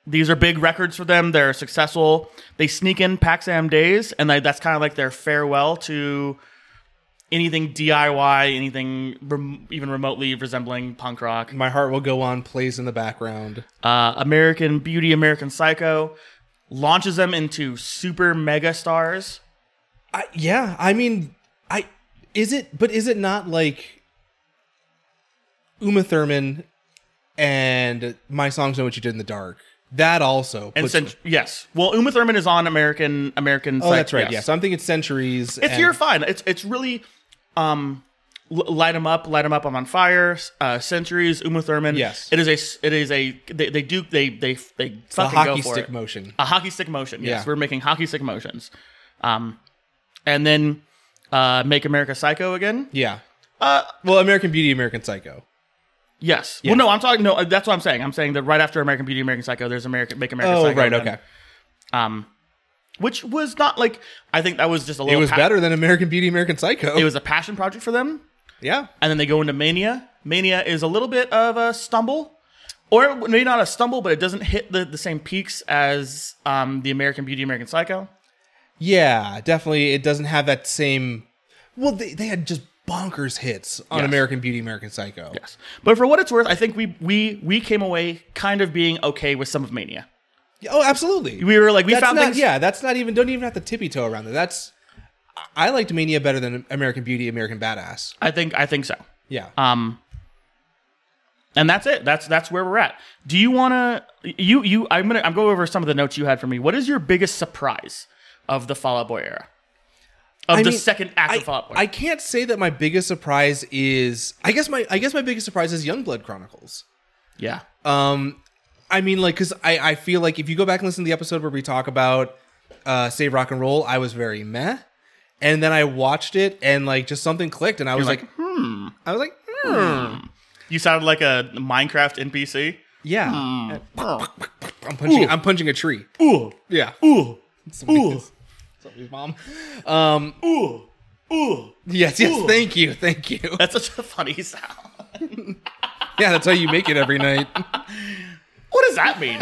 B: These are big records for them. They're successful. They sneak in Pax Am days, and they, that's kind of like their farewell to anything DIY, anything rem- even remotely resembling punk rock.
A: My Heart Will Go On plays in the background.
B: Uh, American Beauty, American Psycho launches them into super mega stars.
A: I, yeah, I mean, I is it, but is it not like Uma Thurman and My Songs Know What You Did in the Dark? That also
B: And
A: puts-
B: cent- yes, well, Uma Thurman is on American American.
A: oh,
B: Psych-
A: that's right. Yeah, so I'm thinking Centuries.
B: it's
A: and-
B: you're fine. It's it's really, um, l- light them up, light them up. I'm on fire. Uh, centuries, Uma Thurman.
A: Yes.
B: it is a s- it is a they, they do they they they
A: the
B: fucking
A: hockey
B: go for
A: stick
B: it. Uh,
A: motion.
B: a hockey stick motion. Yes,
A: Yeah.
B: we're making hockey stick motions, um, and then uh, make America Psycho again.
A: Yeah.
B: Uh,
A: Well, American Beauty, American Psycho.
B: Yes. Well, no, I'm talking. No, uh, that's what I'm saying. I'm saying that right after American Beauty, American Psycho, there's American Make America
A: Oh,
B: Psycho.
A: right.
B: then.
A: Okay.
B: Um, which was not like I think that was just a
A: It
B: little.
A: was
B: pa-
A: better than American Beauty, American Psycho.
B: It was a passion project for them,
A: yeah.
B: and then they go into Mania. Mania is a little bit of a stumble, or maybe not a stumble, but it doesn't hit the, the same peaks as um, the American Beauty, American Psycho.
A: Yeah, definitely. It doesn't have that same. Well, they, they had just bonkers hits on
B: Yes.
A: American Beauty, American Psycho.
B: Yes. But for what it's worth, I think we we we came away kind of being okay with some of Mania.
A: Oh, absolutely.
B: We were like we
A: that's
B: found
A: not,
B: things.
A: yeah, that's not even. Don't even have to tippy toe around that. That's. I liked Mania better than American Beauty, American Badass.
B: I think I think so.
A: Yeah.
B: Um, and that's it. That's that's where we're at. Do you want to? You you. I'm gonna. I'm going over some of the notes you had for me. What is your biggest surprise of the Fall Out Boy era? Of
A: I
B: the
A: mean,
B: second act
A: I,
B: of Fall Out Boy.
A: I can't say that my biggest surprise is. I guess my I guess my biggest surprise is Youngblood Chronicles.
B: yeah.
A: Um, I mean, like, because I, I feel like if you go back and listen to the episode where we talk about uh, Save Rock and Roll, I was very meh. And then I watched it and, like, just something clicked and I was like, hmm. I was like, hmm.
B: You sounded like a Minecraft NPC.
A: Yeah. I'm punching, I'm punching a tree.
B: Hmm. Ooh
A: Yeah.
B: ooh ooh
A: Somebody's mom. Um,
B: ooh ooh.
A: yes, yes.
B: Ooh.
A: Thank you. Thank you.
B: That's such a funny sound.
A: Yeah, that's how you make it every night.
B: What does that mean?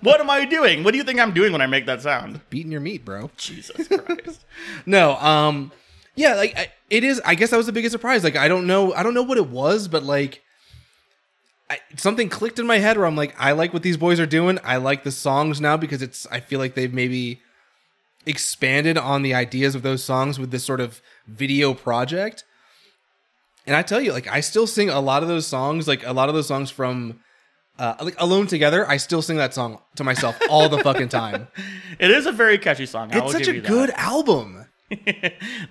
B: what am I doing? What do you think I'm doing when I make that sound?
A: Beating your meat, bro.
B: Jesus Christ.
A: No, um yeah, like I, it is I guess that was the biggest surprise. Like I don't know I don't know what it was, but like I, something clicked in my head where I'm like I like what these boys are doing. I like the songs now because it's I feel like they've maybe expanded on the ideas of those songs with this sort of video project. And I tell you like I still sing a lot of those songs, like a lot of those songs from uh, like alone together, I still sing that song to myself all the fucking time.
B: It is a very catchy song. I will
A: It's such
B: give
A: a
B: you that.
A: good album.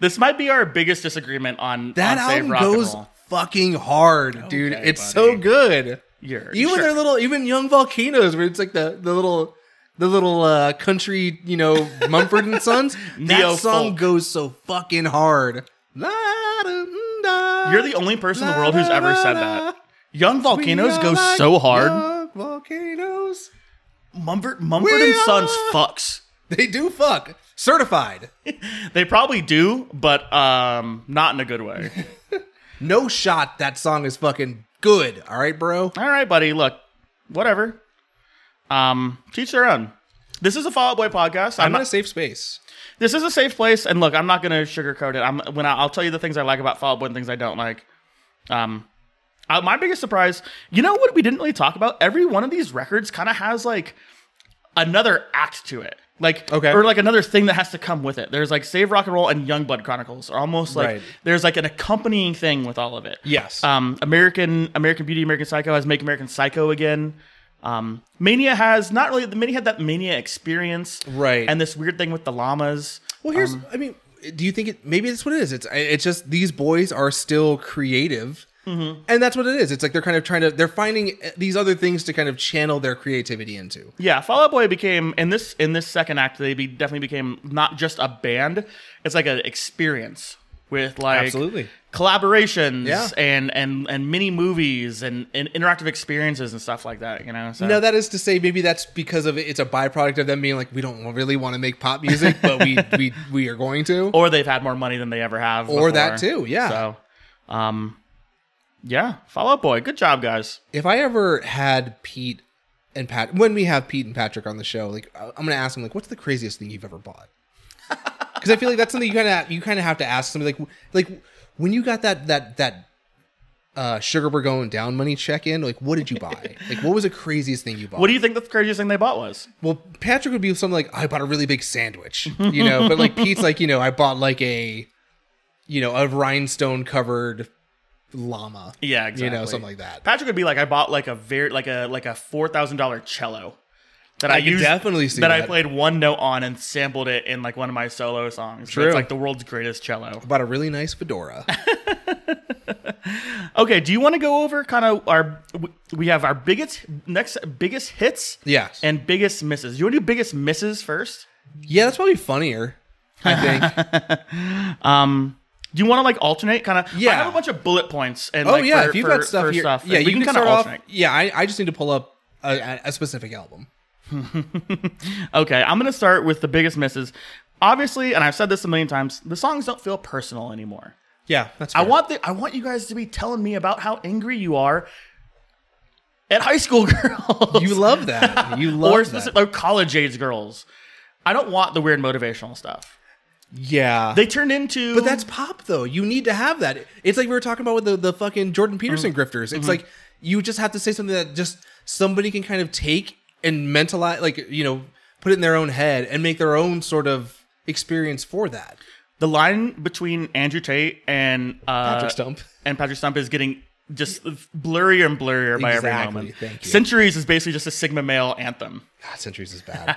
B: this might be our biggest disagreement on
A: That
B: on Save
A: album
B: rock
A: goes
B: And roll.
A: fucking hard, dude.
B: Okay,
A: it's so
B: buddy.
A: good.
B: You're,
A: Even
B: sure.
A: their little, even Young Volcanoes, where it's like the the little, the little uh, country, you know, Mumford and Sons. that
B: Neo-folk.
A: song goes so fucking hard. You're
B: You're
A: the
B: the only person in the world who's ever said that. Young Volcanoes goes so hard.
A: Volcanoes,
B: Mumford, Mumford
A: We
B: and Sons
A: are-
B: fucks.
A: they do fuck. Certified,
B: They probably do, but um, not in a good way.
A: no shot. That song is fucking good. All right, bro.
B: All right, buddy. Look, whatever. Um, teach their own. This is a Fall Out Boy podcast. I'm,
A: I'm in
B: not,
A: a safe space.
B: this is a safe place, and look, I'm not gonna sugarcoat it. I'm when I, I'll tell you the things I like about Fall Out Boy and things I don't like. Um, uh, my biggest surprise, you know what we didn't really talk about? Every one of these records kind of has like another act to it. Like
A: Okay.
B: or like another thing that has to come with it. There's like Save Rock and Roll and Youngblood Chronicles are almost like
A: Right.
B: there's like an accompanying thing with all of it.
A: Yes.
B: Um American American Beauty, American Psycho has Make American Psycho again. Um Mania has not really the Mania had that Mania experience.
A: Right.
B: And this weird thing with the llamas.
A: Well, here's I mean, do you think it? Maybe that's what it is. It's it's just these boys are still creative, and that's what it is. It's like they're kind of trying to they're finding these other things to kind of channel their creativity into.
B: Yeah, Fall Out Boy became in this in this second act. They be, definitely became not just a band; it's like an experience with like
A: Absolutely.
B: collaborations
A: Yeah.
B: and and and mini movies and, and interactive experiences and stuff like that. You know, so
A: Now that is to say, maybe that's because of it's a byproduct of them being like, we don't really want to make pop music, but we we we are going to.
B: or they've had more money than they ever have,
A: Or that
B: before.
A: too, yeah.
B: So, um, yeah, Fall Out Boy, good job, guys.
A: If I ever had Pete and Pat when we have Pete and Patrick on the show, like I- I'm gonna ask them like, what's the craziest thing you've ever bought? Because I feel like that's something you kind of you kind of have to ask somebody like like when you got that that that uh, sugar we're going down money check in like what did you buy like what was the craziest thing you bought
B: What do you think the craziest thing they bought was?
A: well Patrick would be something like I bought a really big sandwich you know but like Pete's like you know I bought like a you know a rhinestone covered llama
B: Yeah, exactly.
A: you know something like that
B: Patrick would be like, I bought like a very like a like a four thousand dollar cello that I,
A: I could
B: used
A: definitely see
B: that, I
A: that.
B: played one note on and sampled it in like one of my solo songs.
A: True.
B: It's like the world's greatest cello.
A: I bought a really nice fedora
B: Okay, do you want to go over kind of our w- we have our biggest next biggest hits
A: yes
B: and biggest misses. Do you want to do biggest misses first?
A: Yeah, that's probably funnier. I think.
B: Um do you want to like alternate kind of? I
A: Yeah.
B: have a bunch of bullet points and
A: oh
B: like
A: yeah,
B: for,
A: if you've
B: for,
A: got stuff
B: for
A: here,
B: stuff.
A: yeah,
B: we
A: you can,
B: can kind of
A: start
B: alternate.
A: off. Yeah, I, I just need to pull up a- a, a specific album.
B: Okay, I'm gonna start with the biggest misses. Obviously, and I've said this a million times, the songs don't feel personal anymore.
A: Yeah, that's.
B: I
A: fair.
B: want the I want you guys to be telling me about how angry you are at high school girls.
A: You love that. You love
B: or,
A: that.
B: specific, or college age girls. I don't want the weird motivational stuff.
A: yeah,
B: They turned into
A: but that's pop though. You need to have that. It's like we were talking about with the the fucking Jordan
B: Mm-hmm.
A: Peterson grifters. It's like you just have to say something that just somebody can kind of take and mentalize, like you know, put it in their own head and make their own sort of experience for that.
B: the line between Andrew Tate and uh,
A: Patrick Stump.
B: and Patrick Stump is getting just blurrier and blurrier by every
A: Exactly,
B: moment.
A: thank you.
B: Centuries is basically just a Sigma male anthem.
A: God, Centuries is bad.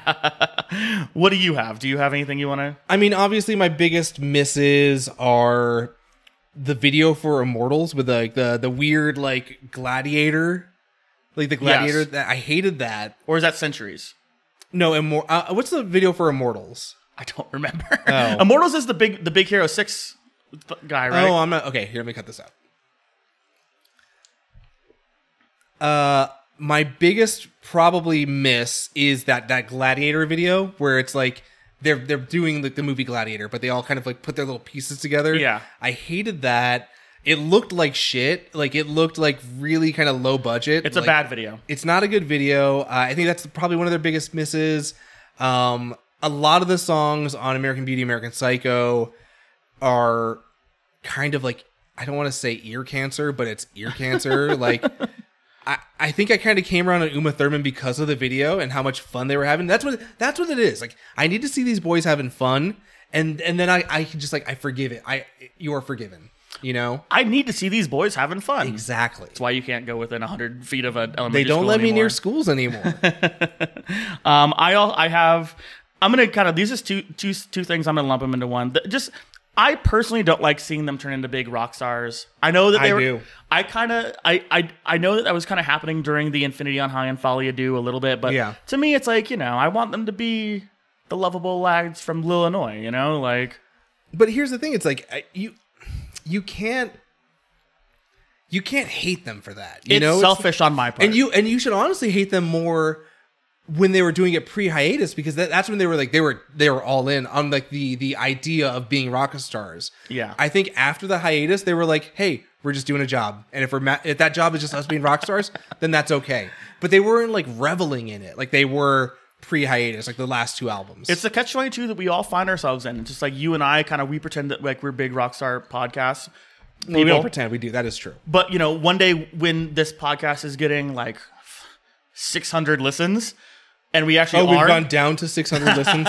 B: What do you have? Do you have anything you want to?
A: I mean, obviously, my biggest misses are the video for Immortals with like the the weird like gladiator, like the gladiator
B: Yes.
A: that I hated that.
B: Or is that Centuries?
A: No, immor- uh, What's the video for Immortals?
B: I don't remember.
A: Oh.
B: Immortals is the big the big hero six th- guy, right?
A: Oh, I'm not okay. Here, let me cut this out. Uh, my biggest probably miss is that that gladiator video where it's like they're they're doing like the movie Gladiator, but they all kind of like put their little pieces together.
B: Yeah.
A: I hated that. It looked like shit. Like it looked like really kind of low budget.
B: it's a
A: Like,
B: bad video.
A: It's not a good video. Uh, I think that's probably one of their biggest misses. Um, a lot of the songs on American Beauty, American Psycho are kind of like I don't want to say ear cancer, but it's ear cancer. like I, I think I kind of came around on Uma Thurman because of the video and how much fun they were having. That's what that's what it is. Like I need to see these boys having fun, and and then I I can just like I forgive it. I you are forgiven. You know
B: I need to see these boys having fun. Hmm. That's
A: exactly.
B: why you can't go within hundred feet of an elementary.
A: They don't
B: school
A: let me
B: anymore.
A: near schools anymore.
B: Um, I al- I have. I'm gonna kind of these is two two two things. I'm gonna lump them into one. The- just I personally don't like seeing them turn into big rock stars. I know that they
A: I
B: were.
A: do.
B: I kind of I, I I know that that was kind of happening during the Infinity on High and Folly Ado a little bit, but
A: Yeah.
B: to me it's like you know I want them to be the lovable lads from Illinois. You know, like
A: but here's the thing it's like I- you you can't you can't hate them for that you
B: it's
A: know It's-
B: selfish on my part.
A: and you and you should honestly hate them more when they were doing it pre-hiatus because that, that's when they were like they were they were all in on like the the idea of being rock stars
B: Yeah.
A: i think after the hiatus they were like hey we're just doing a job and if we're ma- if that job is just us being rock stars then that's okay but they weren't like reveling in it like they were pre-hiatus like the last two albums
B: It's the catch twenty two that we all find ourselves in. It's just like you and I kind of we pretend that like we're big rock star podcasts.
A: we
B: people.
A: don't pretend we do that is true
B: But you know, one day when this podcast is getting like six hundred listens, and we actually
A: oh we've
B: are,
A: gone down to 600 listens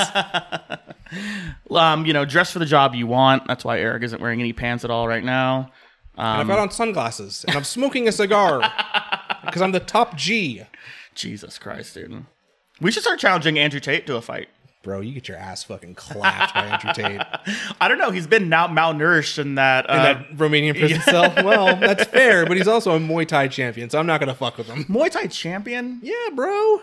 B: um, you know, dress for the job you want. That's why Eric isn't wearing any pants at all right now.
A: I've got on sunglasses and I'm smoking a cigar because I'm the top G.
B: Jesus Christ, dude. We should start challenging Andrew Tate to a fight.
A: Bro, you get your ass fucking clapped by Andrew Tate in
B: I don't know. He's been now malnourished in that. Uh,
A: that Romanian prison cell. Well, that's fair, but he's also a Muay Thai champion, so I'm not gonna fuck with him.
B: Muay Thai champion?
A: Yeah, bro.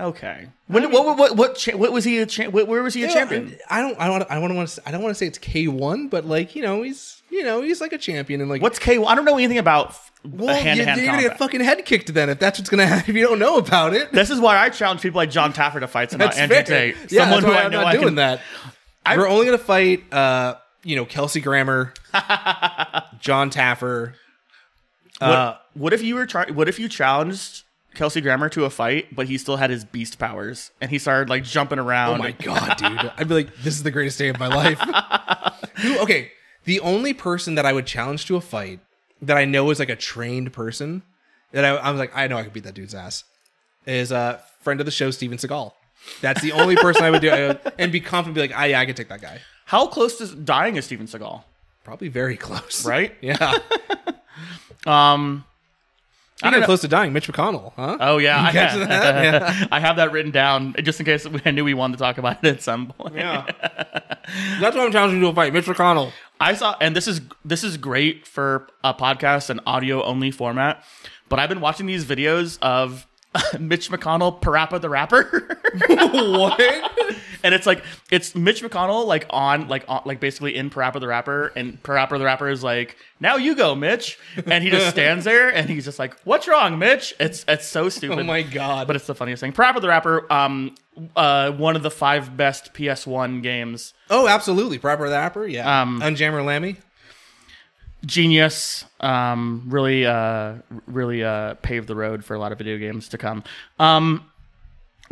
B: Okay. When, what, what, what, cha- what was he a cha- wh- Where was he a champion?
A: I don't. I don't. I want to. I don't want to say it's K1, but like you know, he's you know, he's like a champion and like
B: What's K? I don't know anything about
A: Well,
B: hand to
A: you're,
B: hand
A: you're
B: combat.
A: gonna get fucking head kicked then if that's what's gonna happen. If you don't know about it,
B: This is why I challenge people like John Taffer to fights and not
A: that's
B: Andrew
A: fair.
B: Tate.
A: Yeah,
B: Someone
A: that's why
B: who I
A: I'm
B: know
A: not
B: I
A: doing
B: can
A: that. We're only gonna fight, uh, you know, Kelsey Grammer, John Taffer.
B: What, what if you were try- What if you challenged Kelsey Grammer to a fight, but he still had his beast powers, and he started like jumping around.
A: Oh my god, dude! I'd be like, this is the greatest day of my life. Who- okay, the only person that I would challenge to a fight that I know is like a trained person that I, I was like, I know I could beat that dude's ass is a uh, friend of the show, Steven Seagal. That's the only person I would do I would- and be confident, be like, ah, yeah, I could take that guy.
B: How close to dying is Steven Seagal?
A: Probably very close,
B: Right?
A: Yeah,
B: Um,
A: I
B: don't
A: don't
B: know.
A: close to dying. Mitch McConnell, huh?
B: oh yeah, I,
A: catch that? Yeah.
B: I have that written down just in case I knew we wanted to talk about it at some point.
A: yeah, that's what I'm challenging you to a fight, Mitch McConnell.
B: I saw, and this is this is great for a podcast and audio only format. But I've been watching these videos of Mitch McConnell, Parappa the Rapper,
A: what? Oh
B: and it's like it's Mitch McConnell like on like on, like basically in Parappa the Rapper, and Parappa the Rapper is like, "Now you go, Mitch," and he just stands there and he's just like, "What's wrong, Mitch?" It's it's so stupid.
A: Oh my god!
B: But it's the funniest thing. Parappa the Rapper, um, uh, one of the five best PS1 games.
A: oh, absolutely, proper rapper. Yeah,
B: Um,
A: Unjammer Lammy.
B: Genius. Um, really, uh, really uh, paved the road for a lot of video games to come. Um,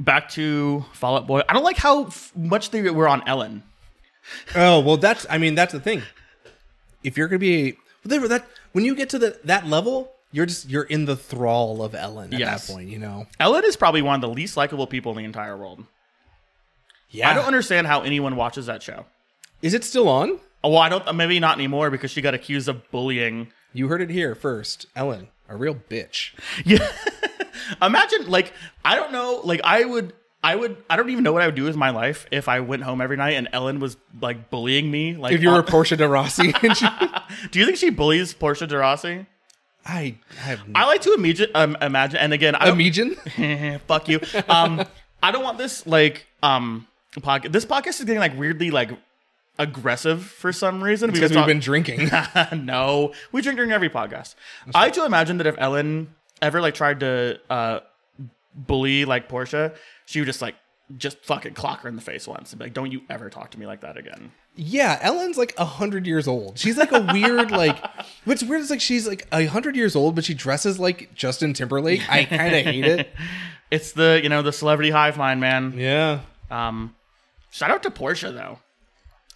B: back to Fallout Boy. I don't like how f- much they were on Ellen.
A: Oh well, that's I mean that's the thing. If you're gonna be whatever that when you get to the that level, you're just you're in the thrall of Ellen at
B: Yes.
A: that point. You know.
B: Ellen is probably one of the least likable people in the entire world.
A: Yeah.
B: I don't understand how anyone watches that show. Oh,
A: Is it still on?
B: Well, I don't. Maybe not anymore because she got accused of bullying
A: You heard it here first. Ellen, a real bitch.
B: Yeah. Imagine like I don't know, like I would I would I don't even know what I would do with my life if I went home every night and Ellen was like bullying me. Like
A: If you were
B: on-
A: Portia de Rossi, and she,
B: Do you think she bullies Portia de Rossi?
A: I have
B: I like to imagine um, imagine and again I don't,
A: Imogen.
B: fuck you. Um I don't want this like um podcast this podcast is getting like weirdly like aggressive for some reason
A: because
B: not-
A: we've been drinking.
B: no, we drink during every podcast. I like to imagine that if Ellen ever like tried to uh, bully like Portia, she would just like just fucking clock her in the face once and be like, "Don't you ever talk to me like that again."
A: Yeah, Ellen's like a hundred years old. She's like a weird like. What's weird is like she's like a hundred years old, but she dresses like Justin Timberlake. I kind of hate it.
B: It's the you know the celebrity hive mind, man.
A: Yeah.
B: Um, shout out to Portia though.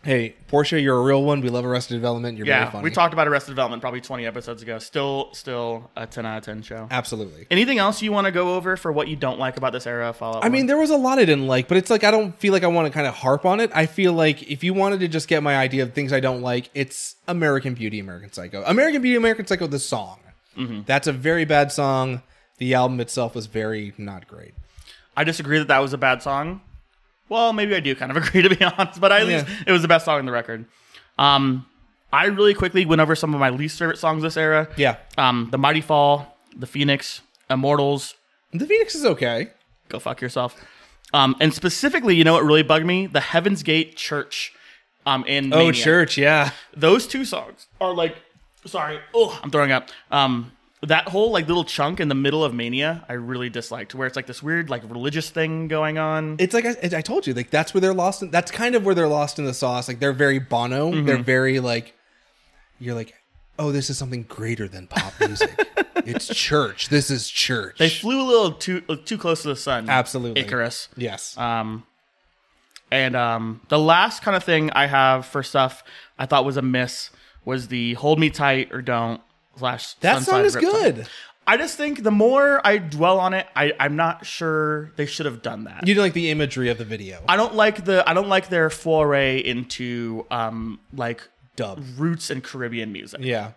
A: Hey, Portia, you're a real one. We love Arrested Development. You're very
B: Yeah,
A: funny.
B: we talked about Arrested Development probably 20 episodes ago. Still, still a 10 out of 10 show.
A: Absolutely.
B: Anything else you want to go over for what you don't like about this era of Fallout?
A: I mean, there was a lot I didn't like, but it's like I don't feel like I want to kind of harp on it. I feel like if you wanted to just get my idea of things I don't like, it's American Beauty, American Psycho. American Beauty, American Psycho, the song. That's a very bad song. The album itself was very not great.
B: I disagree that that was a bad song. Well, maybe I do kind of agree to be honest, but I at least
A: Yeah.
B: it was the best song on the record. Um, I really quickly went over some of my least favorite songs this era.
A: Yeah.
B: Um, the Mighty Fall, The Phoenix, Immortals,
A: The Phoenix is okay.
B: go fuck yourself. Um, and specifically, you know what really bugged me? The Heaven's Gate Church. Um, in
A: Oh,
B: Maniac.
A: church, yeah.
B: Those two songs are like, sorry, oh, I'm throwing up. Um, that whole like little chunk in the middle of Mania, I really disliked, where it's like this weird like religious thing going on.
A: It's like I, I told you, like that's where they're lost. In, that's kind of where they're lost in the sauce. Like they're very Bono. They're very like you're like, oh, this is something greater than pop music. it's church. This is church.
B: They flew a little too uh, too close to the sun.
A: Absolutely.
B: Icarus.
A: yes.
B: Um, and um, the last kind of thing I have for stuff I thought was a miss was the "Hold Me Tight or Don't" slash.
A: That
B: Sunside
A: song is
B: Riptide.
A: good.
B: I just think the more I dwell on it, I, I'm not sure they should have done that.
A: You didn't like the imagery of the video.
B: I don't like the I don't like their foray into um like
A: Dub.
B: roots and Caribbean music.
A: Yeah.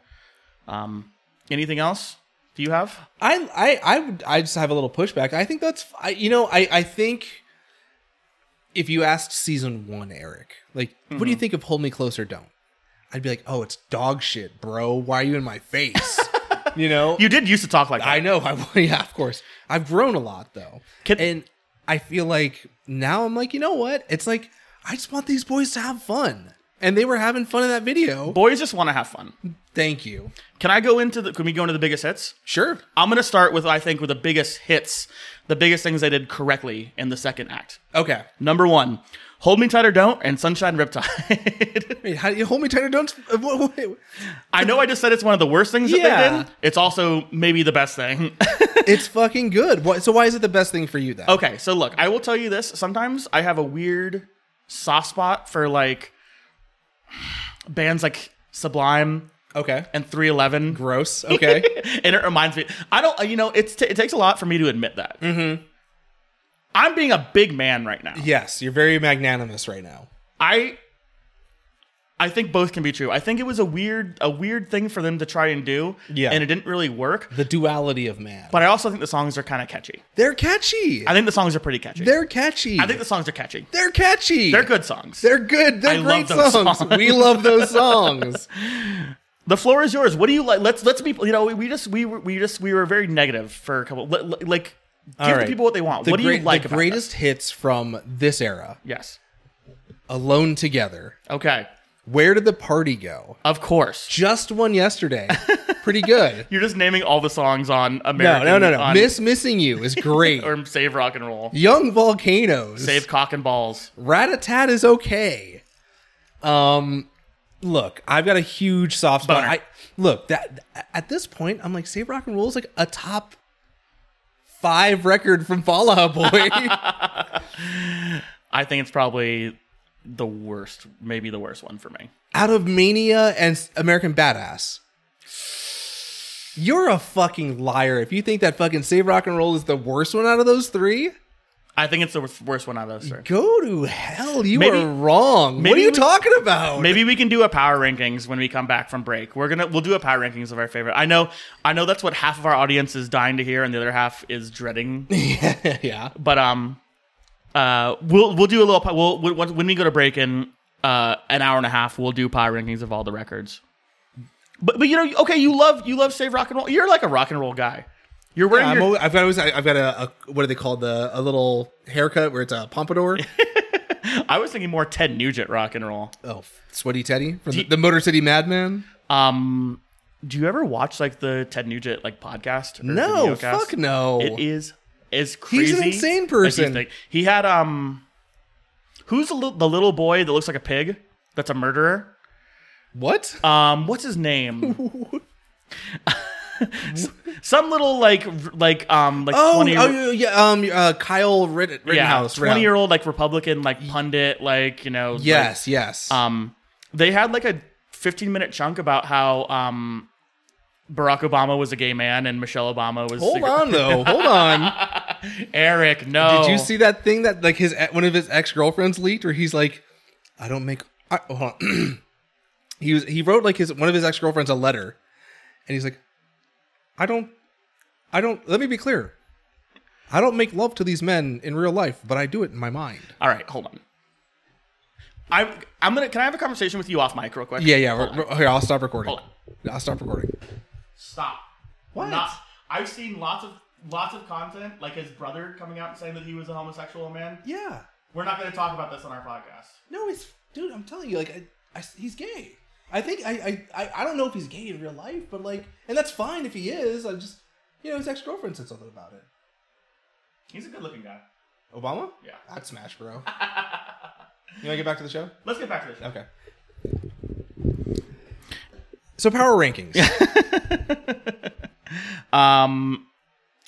B: Um, anything else? Do you have?
A: I I I would I just have a little pushback. I think that's I, you know I I think if you asked season one Eric like what
B: Mm-hmm.
A: do you think of Hold Me Closer Don't I'd be like oh it's dog shit bro why are you in my face you know
B: You did used to talk like that.
A: I know I yeah of course I've grown a lot though
B: Can-
A: and I feel like now I'm like you know what it's like I just want these boys to have fun and they were having fun in that video.
B: Boys just want to have fun.
A: Thank you.
B: Can I go into the? Can we go into the biggest hits?
A: Sure.
B: I'm gonna start with I think with the biggest hits, the biggest things they did correctly in the second act.
A: Okay.
B: Number one, Hold Me Tight or Don't, and Sunshine Riptide.
A: Wait, how do you hold me tight or don't? What, what-
B: I know I just said it's one of the worst things that they
A: Yeah.
B: did. It's also maybe the best thing.
A: It's fucking good. Why so why is it the best thing for you then?
B: okay, so look, I will tell you this. Sometimes I have a weird soft spot for like bands like Sublime
A: Okay.
B: and 311.
A: Gross. Okay.
B: and it reminds me. I don't. You know, it's t- it takes a lot for me to admit that. Mm-hmm. I'm being a big man right now.
A: yes, you're very magnanimous right now.
B: I. I think both can be true. I think it was a weird, a weird thing for them to try and do,
A: Yeah.
B: and it didn't really work.
A: The duality of man.
B: But I also think the songs are kind of catchy.
A: They're catchy.
B: I think the songs are pretty catchy.
A: They're catchy.
B: I think the songs are catchy.
A: They're catchy.
B: They're good songs.
A: They're good. They're
B: I love
A: great
B: those
A: songs.
B: songs.
A: We love those songs.
B: the floor is yours. What do you like? Let's let's be. You know, we, we just we were- we just we were very negative for a couple. Let, let- like, give the
A: right.
B: people what they want.
A: The
B: what do
A: great-
B: you like?
A: The
B: about
A: greatest hits from this era:
B: this? Yes.
A: "Alone Together,"
B: Okay.
A: "Where Did the Party Go,"
B: Of course.
A: just one yesterday. Pretty good.
B: You're just naming all the songs on
A: No,
B: American.
A: no, no, no.
B: on-
A: Miss missing you is great.
B: or Save Rock and Roll.
A: Young volcanoes.
B: Save Cock and Balls.
A: Rat-a-tat is okay. Um, look, I've got a huge soft spot.
B: Boner.
A: I look that at this point, I'm like, Save Rock and Roll is like a top five record from Fallout Boy.
B: I think it's probably the worst, maybe the worst one for me.
A: Out of Mania and American Badass. You're a fucking liar if you think that fucking Save Rock and Roll is the worst one out of those three.
B: I think it's the worst- worst one out of those three.
A: Go to hell. You
B: Maybe-
A: are wrong. What are
B: maybe
A: you
B: we-
A: talking about?
B: Maybe we can do a power rankings when we come back from break. We're gonna we'll do a power rankings of our favorite. I know I know that's what half of our audience is dying to hear, and the other half is dreading.
A: yeah.
B: But um, uh, we'll we'll do a little. po- We'll, we'll when we go to break in uh an hour and a half, we'll do power rankings of all the records. But but you know okay, you love you love save rock and roll. You're like a rock and roll guy. You're wearing
A: I'm
B: your,
A: always, I've got always, I've got a, a what are they called the a little haircut where it's a pompadour.
B: I was thinking more Ted Nugent rock and roll.
A: oh, sweaty Teddy from the, the Motor City Madman.
B: Um, do you ever watch like the Ted Nugent like podcast? Or
A: No,
B: videocast?
A: fuck no.
B: It is as crazy.
A: He's an insane
B: as you
A: person.
B: think. He had um, who's the, lit- the little boy that looks like a pig? That's a murderer.
A: What?
B: Um, what's his name? S- Some little like r- like um like
A: oh,
B: twenty
A: oh, yeah, yeah, um, uh, Kyle Ritt-
B: yeah
A: Rittenhouse.
B: twenty year old like Republican like pundit like you know like,
A: Yes, yes.
B: um, they had like a 15 minute chunk about how um, Barack Obama was a gay man and Michelle Obama was.
A: hold on though, hold on.
B: Eric, no.
A: Did you see that thing that like his e, one of his ex girlfriends leaked, where he's like, I don't make. I, oh, hold on. he was he wrote like his one of his ex girlfriends a letter, and he's like, I don't, I don't. Let me be clear. I don't make love to these men in real life, but I do it in my mind.
B: All right, hold on. I'm I'm gonna. Can I have a conversation with you off mic real quick?
A: Yeah, yeah. we're- we're- Here, I'll stop recording.
B: Hold
A: I'll stop recording.
B: Stop.
A: What?
B: Not, I've seen lots of lots of content, like his brother coming out and saying that he was a homosexual man.
A: Yeah.
B: We're not gonna talk about this on our podcast.
A: No, it's dude. I'm telling you, like, I, I, he's gay. I think I, I, I, I don't know if he's gay in real life, but like, and that's fine if he is. I just, you know, his ex girlfriend said something about it.
B: He's a good looking guy.
A: Obama?
B: Yeah.
A: I'd smash, bro. you want to get back to the show?
B: Let's get back to this.
A: Okay. So power rankings.
B: Um,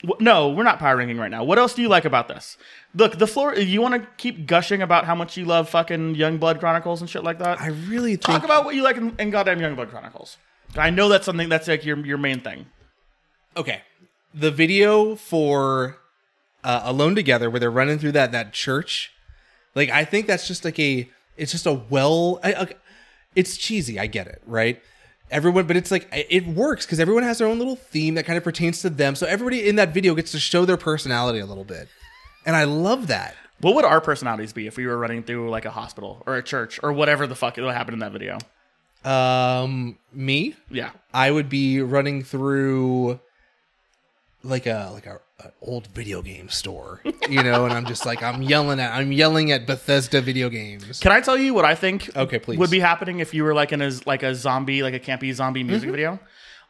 B: w- no, we're not power ranking right now. What else do you like about this? Look, the floor. You want to keep gushing about how much you love fucking Youngblood Chronicles and shit like that.
A: I really think
B: Talk about what you like in, in goddamn Youngblood Chronicles. I know that's something that's like your your main thing.
A: okay. The video for uh, Alone Together, where they're running through that that church, like I think that's just like a it's just a well, I, okay, it's cheesy. I get it, right? Everyone, but it's like it it works because everyone has their own little theme that kind of pertains to them. So everybody in that video gets to show their personality a little bit, and I love that.
B: What would our personalities be if we were running through like a hospital or a church or whatever the fuck that happened in that video?
A: Um, me,
B: Yeah,
A: I would be running through like a like a an old video game store, you know, and I'm just like I'm yelling at I'm yelling at Bethesda video games.
B: Can I tell you what I think?
A: Okay, please.
B: Would be happening if you were like in a like a zombie, like a campy zombie music
A: Mm-hmm.
B: video.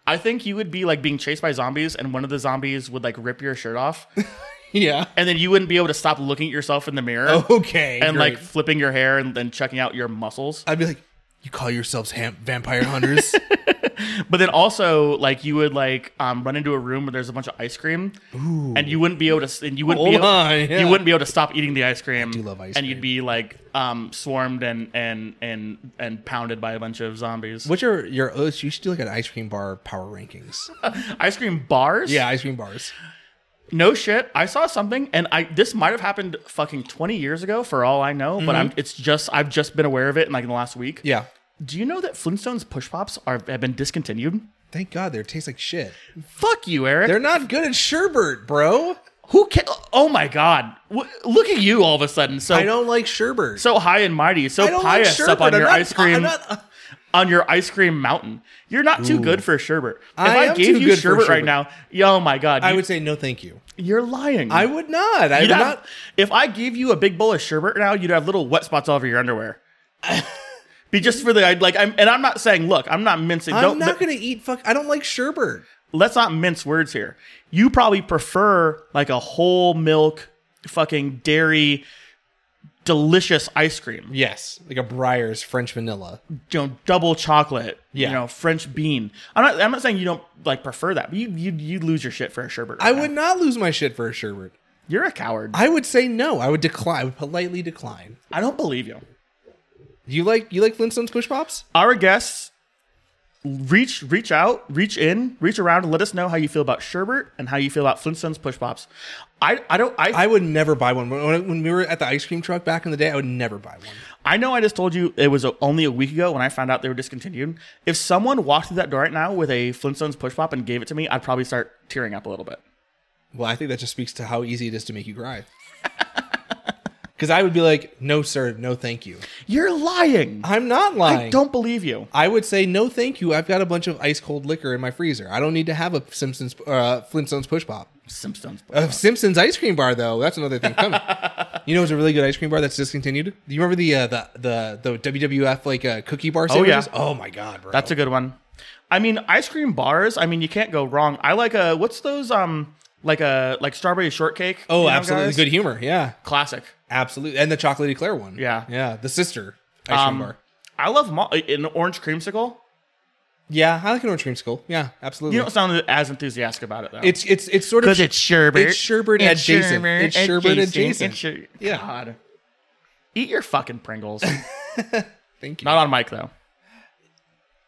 B: I think you would be like being chased by zombies, and one of the zombies would like rip your shirt off,
A: Yeah.
B: and then you wouldn't be able to stop looking at yourself in the mirror
A: Oh, Okay.
B: and
A: great.
B: like flipping your hair and then checking out your muscles.
A: I'd be like, you call yourselves ham- vampire hunters?
B: But then also like you would like um, run into a room where there's a bunch of ice cream, and you wouldn't be able to. And you wouldn't be
A: Hold
B: able,
A: on, yeah.
B: you wouldn't be able to stop eating the ice cream.
A: do love ice
B: and you'd
A: cream.
B: be like um, swarmed and and and and pounded by a bunch of zombies.
A: What's your your? oh, You should do like an ice cream bar power rankings.
B: ice cream bars?
A: Yeah, ice cream bars.
B: No shit. I saw something and I this might have happened fucking 20 years ago for all I know, but I'm it's just I've just been aware of it in like in the last week.
A: Mm-hmm. Yeah.
B: Do you know that Flintstones push pops are have been discontinued?
A: Thank God they taste like shit.
B: Fuck you, Eric.
A: They're not good at sherbet, bro.
B: Who can Oh my god. W- look at you all of a sudden. So
A: I don't like sherbet.
B: so high and mighty, so
A: I don't
B: pious up on
A: I'm
B: your
A: not-
B: ice cream
A: I'm not-
B: on your ice cream mountain. You're not too good for sherbet. If
A: I
B: I,
A: am
B: gave
A: too
B: you
A: good for
B: sherbet, right
A: sherbet.
B: now, yo, oh my god,
A: I
B: you,
A: would say no, thank you.
B: you're lying.
A: I would not. I would
B: You'd have-
A: not.
B: if I gave you a big bowl of sherbet now, you'd have little wet spots all over your underwear. Be just for the I'd like, I'm, and I'm not saying. Look, I'm not mincing.
A: I'm
B: don't
A: not
B: but
A: gonna eat fuck. I don't like sherbet.
B: let's not mince words here. You probably prefer like a whole milk, fucking dairy, delicious ice cream.
A: Yes, like a Briar's French vanilla.
B: You know, double chocolate.
A: Yeah.
B: You know, French bean. I'm not. I'm not saying you don't like prefer that, but you you you lose your shit for a sherbet.
A: I
B: right now.
A: would not lose my shit for a sherbet.
B: You're a coward. I,
A: I would say no. I would decline. I would politely decline.
B: don't believe you.
A: You like you like Flintstones push pops?
B: our guests reach reach out reach in reach around and let us know how you feel about sherbet and how you feel about flintstones push pops i i don't i
A: I would never buy one. When, when we were at the ice cream truck back in the day, I would never buy one.
B: i know i just told you it was a, only a week ago when i found out they were discontinued if someone walked through that door right now with a flintstones push pop and gave it to me i'd probably start tearing up a little bit
A: Well, I think that just speaks to how easy it is to make you cry. Because I would be like, no, sir, no, thank you.
B: you're lying i,
A: I'm not lying.
B: don't believe you
A: I would say no, thank you. I've got a bunch of ice cold liquor in my freezer. I don't need to have a Simpsons, uh, Flintstones push pop.
B: simpsons push
A: A Simpsons ice cream bar, though, that's another thing coming. you know, it's a really good ice cream bar that's discontinued. Do you remember the uh, the the the WWF like uh, cookie bar?
B: yeah.
A: Sandwiches? Oh my god, bro.
B: that's a good one i mean ice cream bars i mean you can't go wrong i like a what's those um like a like strawberry shortcake
A: oh,
B: you know,
A: absolutely
B: guys?
A: good humor. Yeah,
B: classic
A: absolutely. And the chocolatey Eclair one.
B: Yeah.
A: yeah. The sister ice
B: Um,
A: cream bar.
B: I love mal- an orange creamsicle.
A: Yeah, I like an orange creamsicle. Yeah, absolutely.
B: You don't sound as enthusiastic about it though.
A: it's it's it's sort of
B: it's sherbet.
A: it's sherbet adjacent. It's sherbet adjacent.
B: It's sher-
A: Yeah.
B: God. Eat your fucking Pringles.
A: thank you.
B: Not on mic though.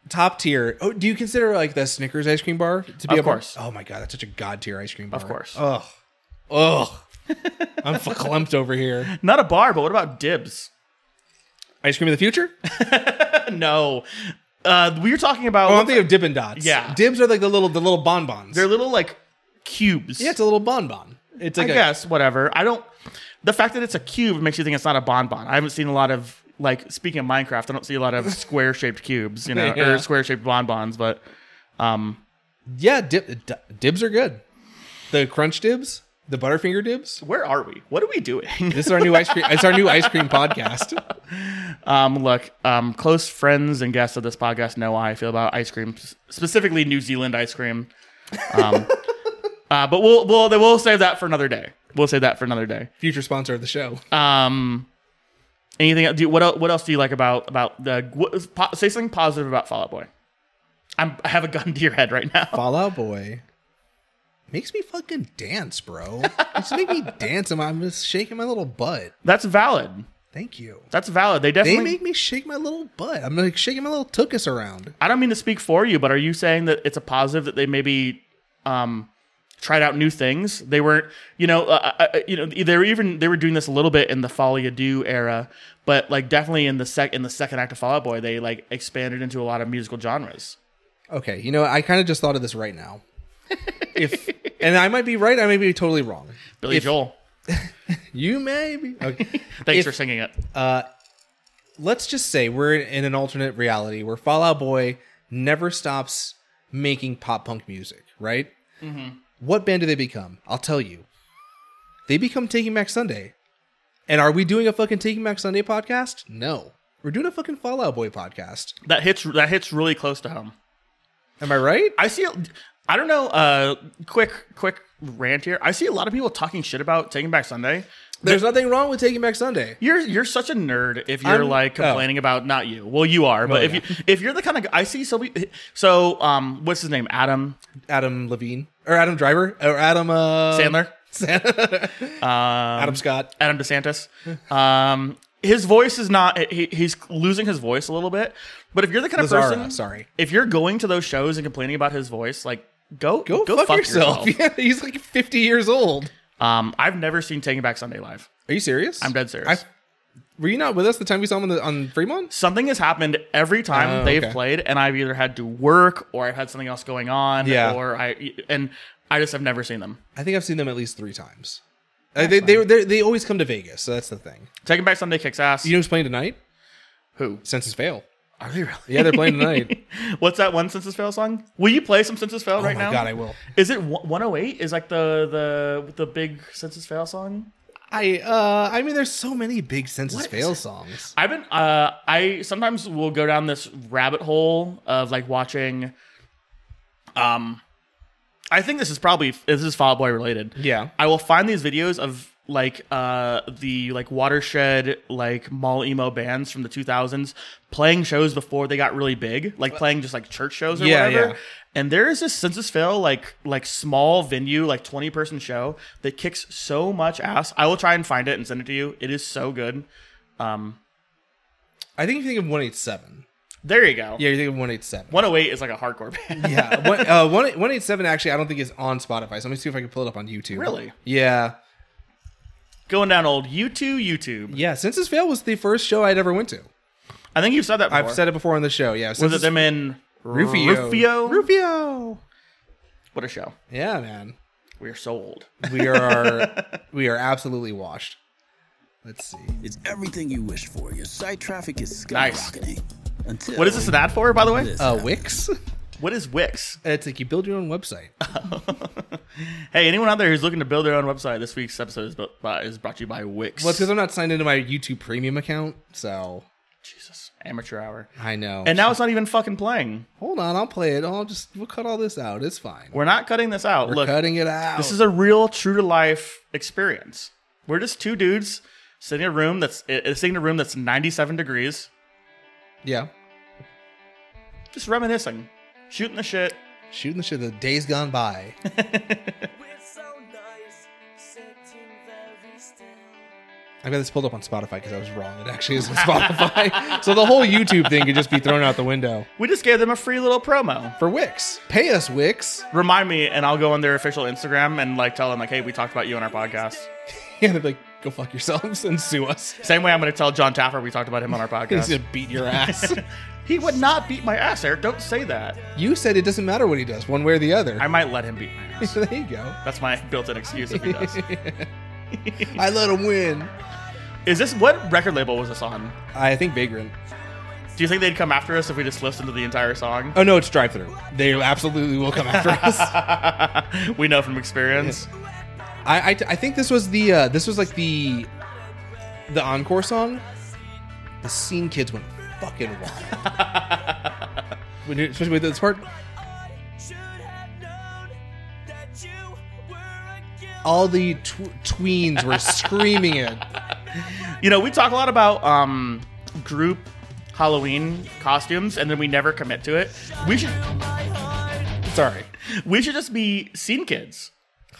A: top tier. Oh, do you consider like the Snickers ice cream bar to be
B: Of
A: a bar?
B: course.
A: Oh my god, that's such a god tier ice cream bar.
B: Of course.
A: Ugh. Ugh. I'm f- clumped over here.
B: Not a bar, but what about dibs?
A: Ice cream of the future?
B: no. Uh, we were talking about
A: Oh, I'm thinking of Dippin' Dots.
B: Yeah.
A: Dibs are like the little the little bonbons.
B: they're little like cubes.
A: yeah, it's a little bonbon. It's
B: I
A: like a-
B: guess whatever. I don't. The fact that it's a cube makes you think it's not a bonbon. I haven't seen a lot of like speaking of Minecraft. I don't see a lot of square shaped cubes, you know,
A: Yeah.
B: or square shaped bonbons. But um,
A: yeah, dip, d- dibs are good. The crunch dibs, the butterfinger dibs.
B: where are we? What are we doing?
A: This is our new ice cream. It's our new ice cream podcast.
B: um, look, um, close friends and guests of this podcast know how I feel about ice cream, s- specifically New Zealand ice cream. Um, uh, but we'll we'll we'll save that for another day. We'll save that for another day.
A: Future sponsor of the show.
B: Um, anything? el- Do what? el- What else do you like about about the? What, is po- say something positive about Fallout Boy. I'm, I have a gun to your head right now.
A: Fallout Boy makes me fucking dance, bro. It's make me dance. and I'm just shaking my little butt.
B: That's valid.
A: Thank you.
B: That's valid. They
A: They
B: definitely.
A: make me shake my little butt. I'm like shaking my little tuchus around.
B: I don't mean to speak for you, but are you saying that it's a positive that they maybe um, tried out new things? They weren't, you know, uh, uh, uh, you know, they were even they were doing this a little bit in the Folly Ado era, but like definitely in the sec in the second act of Fallout Boy, they like expanded into a lot of musical genres.
A: Okay, you know, what? I kind of just thought of this right now. if and I might be right, I may be totally wrong.
B: Billy
A: If-
B: Joel,
A: You may be. Okay.
B: thanks
A: if-
B: for singing it.
A: Let's just say we're in an alternate reality where Fallout Boy never stops making pop punk music, right? What band do they become? I'll tell you. They become Taking Back Sunday. And are we doing a fucking Taking Back Sunday podcast? No. We're doing a fucking Fallout Boy podcast.
B: That hits that hits really close to home.
A: Am I right?
B: I see. I don't know. Uh, quick, quick rant here. I see a lot of people talking shit about Taking Back Sunday.
A: There's nothing wrong with Taking Back Sunday.
B: You're you're such a nerd if you're
A: I'm-
B: like
A: oh.
B: complaining about not you. Well, you are,
A: Well,
B: but if you if you're the kind of I see so we, so um what's his name Adam
A: Adam Levine or Adam Driver or Adam uh,
B: Sandler
A: Um, Adam Scott.
B: Adam DeSantis. Um, his voice is not he, he's losing his voice a little bit. But if you're the kind of
A: Lazara,
B: person,
A: sorry.
B: if you're going to those shows and complaining about his voice, like go
A: Go, fuck, yourself. Yeah, he's like 50 years old.
B: Um, I've never seen Taking Back Sunday live.
A: Are you serious?
B: I'm dead serious.
A: I- were you not with us the time we saw him on, the, on Fremont?
B: something has happened every time
A: Oh,
B: they've
A: okay.
B: played and i've either had to work or i've had something else going on
A: Yeah.
B: or i and i just have never seen them
A: I think I've seen them at least three times. Uh, they, they, they they always come to Vegas, so that's the thing.
B: taking back sunday kicks ass
A: You know who's playing tonight?
B: who
A: Census Fail.
B: are they really
A: Yeah, they're playing tonight.
B: what's that one census fail song will you play some census fail
A: oh
B: right
A: my
B: now
A: god, I will.
B: is it one- 108 is like the the the big census fail song
A: I uh I mean there's so many big Census
B: What is
A: Fail
B: it?
A: songs.
B: I've been uh I sometimes will go down this rabbit hole of like watching um I think this is probably this is Fall Out Boy related.
A: Yeah.
B: I will find these videos of like uh the like watershed like mall emo bands from the 2000s playing shows before they got really big, like playing just like church shows or
A: Yeah,
B: whatever.
A: yeah.
B: And there is this census fail like like small venue like 20 person show that kicks so much ass. I will try and find it and send it to you. It is so good. Um
A: I think you think of 187.
B: there you go.
A: Yeah, you think of 187.
B: 108 is like a hardcore band.
A: yeah, one, uh, one one eight seven. Actually, I don't think is on Spotify. So let me see if I can pull it up on YouTube.
B: Really?
A: Yeah,
B: Going down old U2 YouTube.
A: yeah. Census Fail was the first show I'd ever went to.
B: I think you've said that before.
A: I've said it before on the show. Yeah,
B: Was it
A: Census-
B: them in
A: Rufio?
B: Rufio?
A: Rufio.
B: What a show.
A: Yeah, man.
B: We're so old.
A: We are we are absolutely washed. Let's see.
C: It's everything you wished for. Your site traffic is
B: Nice.
C: skyrocketing. Until
B: What is this an ad for, by the way?
C: This.
A: Uh, Wix.
B: What is Wix?
A: It's like you build your own website.
B: Hey, anyone out there who's looking to build their own website, this week's episode is, bu- by, is brought to you by Wix.
A: Well, it's because I'm not signed into my YouTube Premium account, so
B: Jesus. Amateur hour.
A: I know.
B: And now it's not even fucking playing.
A: hold on, I'll play it. I'll just we'll cut all this out. It's fine. We're,
B: We're not cutting this out. Look,
A: cutting it out.
B: this is a real true to life experience. We're just two dudes sitting in a room that's uh, sitting in a room that's 97 degrees.
A: yeah.
B: just reminiscing, shooting the shit.
A: Shooting the shit. The days gone by.
D: We're so nice, sitting very still.
A: I've got this pulled up on Spotify because I was wrong. It actually is on Spotify. so the whole YouTube thing could just be thrown out the window.
B: We just gave them a free little promo.
A: For Wix, pay us Wix.
B: Remind me, and I'll go on their official Instagram and like tell them like, hey, we talked about you on our podcast.
A: And they'd be like, go fuck yourselves and sue us.
B: Same way I'm going to tell John Taffer we talked about him on our
A: He's
B: podcast.
A: gonna beat your ass.
B: he would not beat my ass, Eric. Don't say that.
A: you said it doesn't matter what he does, one way or the other.
B: I might let him beat my ass.
A: so there you go.
B: That's my built-in excuse if he does.
A: I let him win.
B: Is this what record label was this on?
A: I think Vagrant.
B: Do you think they'd come after us if we just listened to the entire song?
A: Oh no, it's drive through. They absolutely will come after us.
B: we know from experience.
A: I, I, I think this was the uh, this was like the the encore song. The scene kids went fucking wild. when you, especially with this part. All the tw- tweens were screaming it.
B: You know, we talk a lot about um, group Halloween costumes, and then we never commit to it. We should
A: Sorry.
B: we should just be scene kids.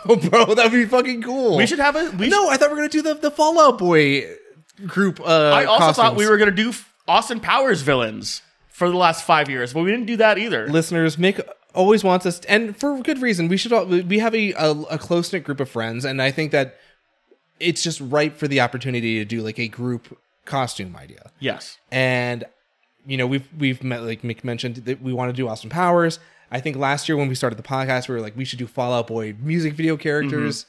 A: Oh, bro, that'd be fucking cool.
B: We should have a we
A: No, I thought we were gonna do the the Fallout Boy group. Uh,
B: I also thought we
A: costumes.
B: were gonna do f- Austin Powers villains for the last five years, but we didn't do that either.
A: listeners Mick always wants us and for good reason we should all we have a, a, a close-knit group of friends and i think that it's just ripe for the opportunity to do like a group costume idea
B: yes,
A: and you know we've we've met like mick mentioned that we want to do austin powers i think last year when we started the podcast we were like we should do fallout boy music video characters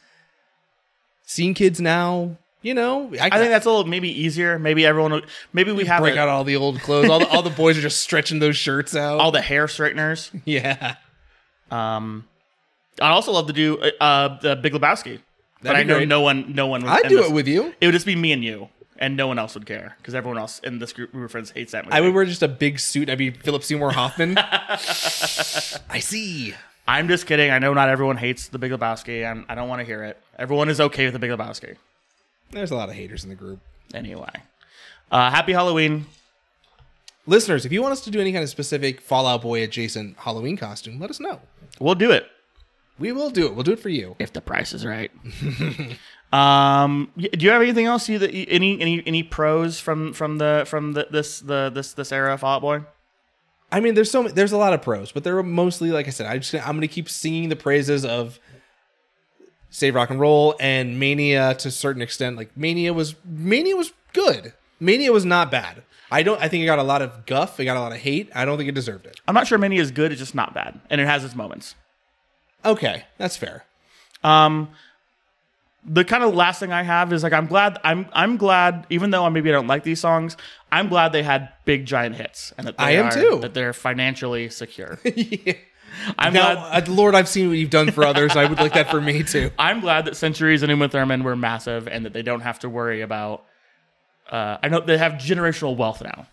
A: Scene kids now you know
B: I think that's a little maybe easier. Maybe everyone, will, maybe we have
A: break
B: a-
A: out all the old clothes all the, all the boys are just stretching those shirts out
B: all the hair straighteners.
A: yeah
B: Um, I'd also love to do uh, the Big Lebowski, but
A: be
B: I know
A: great.
B: no one, no one. would-
A: I'd
B: in
A: do
B: this-
A: it with you.
B: It would just be me and you, and no one else would care because everyone else in this group group of friends hates that movie.
A: I would wear just a big suit. I'd be Philip Seymour Hoffman. I see.
B: I'm just kidding. I know not everyone hates the Big Lebowski, and I don't want to hear it. Everyone is okay with the Big Lebowski.
A: There's a lot of haters in the group.
B: Anyway, uh, happy Halloween.
A: Listeners, if you want us to do any kind of specific Fallout Boy adjacent Halloween costume, let us know.
B: We'll do it
A: We will do it. We'll do it for you.
B: if the price is right. um, y- do you have anything else? You that you- any any any pros from from the from the, this the this this era of Fallout Boy?
A: I mean, there's so ma- there's a lot of pros, but they're mostly like I said. I just I'm gonna keep singing the praises of Save Rock and Roll and Mania to a certain extent. Like Mania was Mania was good. Mania was not bad. I don't. I think it got a lot of guff. It got a lot of hate. I don't think it deserved it.
B: I'm not sure many is good. It's just not bad, and it has its moments.
A: Okay, that's fair.
B: Um, the kind of last thing I have is like I'm glad I'm I'm glad even though I maybe I don't like these songs, I'm glad they had big giant hits and that they
A: I am
B: are-
A: too.
B: that they're financially secure.
A: yeah.
B: I'm
A: Now,
B: glad
A: uh, Lord, I've seen what you've done for others. I would like that for me too.
B: I'm glad that Centuries and Uma Thurman were massive and that they don't have to worry about. Uh, I know they have generational wealth now.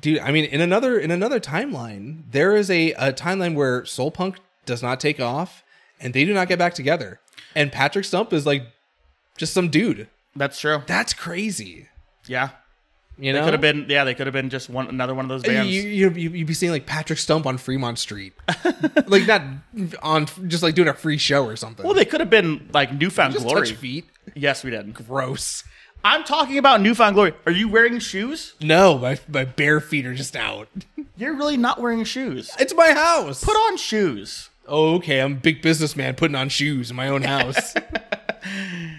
A: dude i mean in another in another timeline there is a, a timeline where soul punk does not take off and they do not get back together and patrick stump is like just some dude
B: That's true.
A: that's crazy
B: Yeah,
A: you
B: they
A: know
B: could have been. Yeah, they could have been just one another one of those
A: you,
B: bands.
A: you, you, you'd be seeing like patrick stump on fremont street like not on just like doing a free show or something
B: well, they could have been like Newfound
A: just
B: Glory.
A: touch feet
B: Yes, we did.
A: gross
B: I'm talking about Newfound Glory. Are you wearing shoes?
A: no my, my bare feet are just out
B: You're really not wearing shoes.
A: it's my house
B: Put on shoes.
A: okay i'm a big businessman putting on shoes in my own house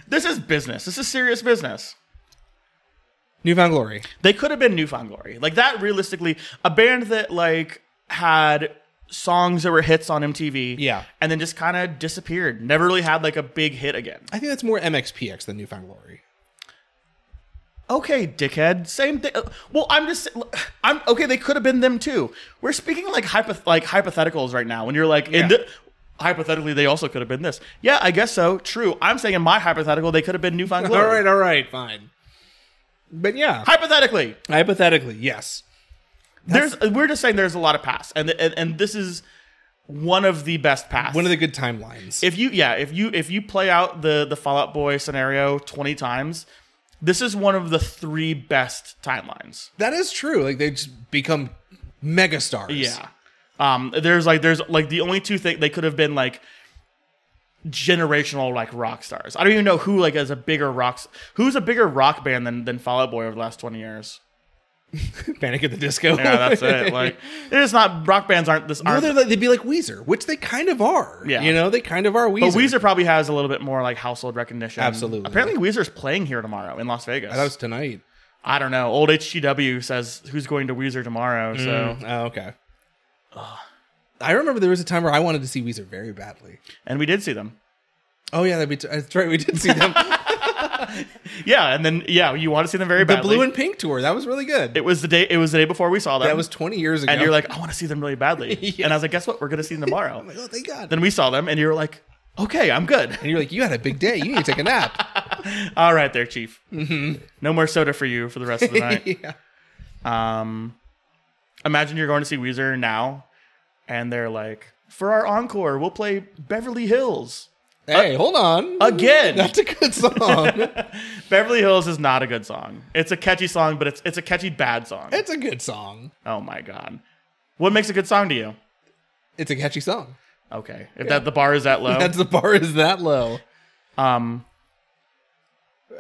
B: This is business. This is serious business.
A: newfound glory
B: They could have been Newfound Glory. Like that realistically, a band that like had songs that were hits on MTV.
A: Yeah.
B: And then just kind of disappeared. Never really had like a big hit again.
A: I think that's more MXPX than Newfound Glory.
B: Okay, dickhead. Same thing. Well, I'm just I'm okay, they could have been them too. We're speaking like hypo- like hypotheticals right now. When you're like in
A: Yeah.
B: the Hypothetically, they also could have been this. Yeah, I guess so. True. I'm saying in my hypothetical, they could have been Newfound Glory.
A: All right, all right, fine. But yeah,
B: Hypothetically,
A: hypothetically, yes.
B: there's we're just saying there's a lot of paths, and and, and this is one of the best paths.
A: One of the good timelines.
B: if you yeah if you if you play out the the Fallout Boy scenario twenty times, this is one of the three best timelines.
A: that is true. Like they just become megastars.
B: Yeah. Um, there's like there's like the only two thing they could have been like generational like rock stars. I don't even know who like is a bigger rocks who's a bigger rock band than than Fallout Boy over the last twenty years.
A: Panic at the Disco.
B: Yeah, that's it. Like it's not rock bands aren't this
A: or
B: aren't
A: they're like, they'd be like Weezer, which they kind of are.
B: Yeah.
A: you know, they kind of are Weezer.
B: But Weezer probably has a little bit more like household recognition.
A: Absolutely.
B: Apparently, Weezer's playing here tomorrow in Las Vegas.
A: that was tonight.
B: I don't know. Old HGW says who's going to Weezer tomorrow. So,
A: Oh, okay. I remember there was a time where I wanted to see Weezer very badly.
B: and we did see them.
A: Oh yeah, that'd be t- that's right. We did see them. the
B: Yeah, and then yeah, you want to see them very badly.
A: Blue and Pink tour. That was really good.
B: it was the day. It was the day before we saw them.
A: that was twenty years ago.
B: and you're like, I want to see them really badly. And I was like, guess what? We're gonna see them tomorrow.
A: oh thank God.
B: then we saw them, and you were like, okay, I'm good.
A: And you're like, you had a big day. You need to take a nap.
B: All right, there, Chief.
A: Mm-hmm.
B: No more soda for you for the rest of the night.
A: yeah.
B: Um, imagine you're going to see Weezer now, and they're like, "For our encore, we'll play Beverly Hills."
A: Hey, hold on.
B: again.
A: That's a good song.
B: Beverly Hills is not a good song. It's a catchy song, but it's it's a catchy bad song.
A: it's a good song.
B: oh my god, what makes a good song to you?
A: It's a catchy song.
B: Okay, if that the bar is that low,
A: That's the bar is that low.
B: Oh. um,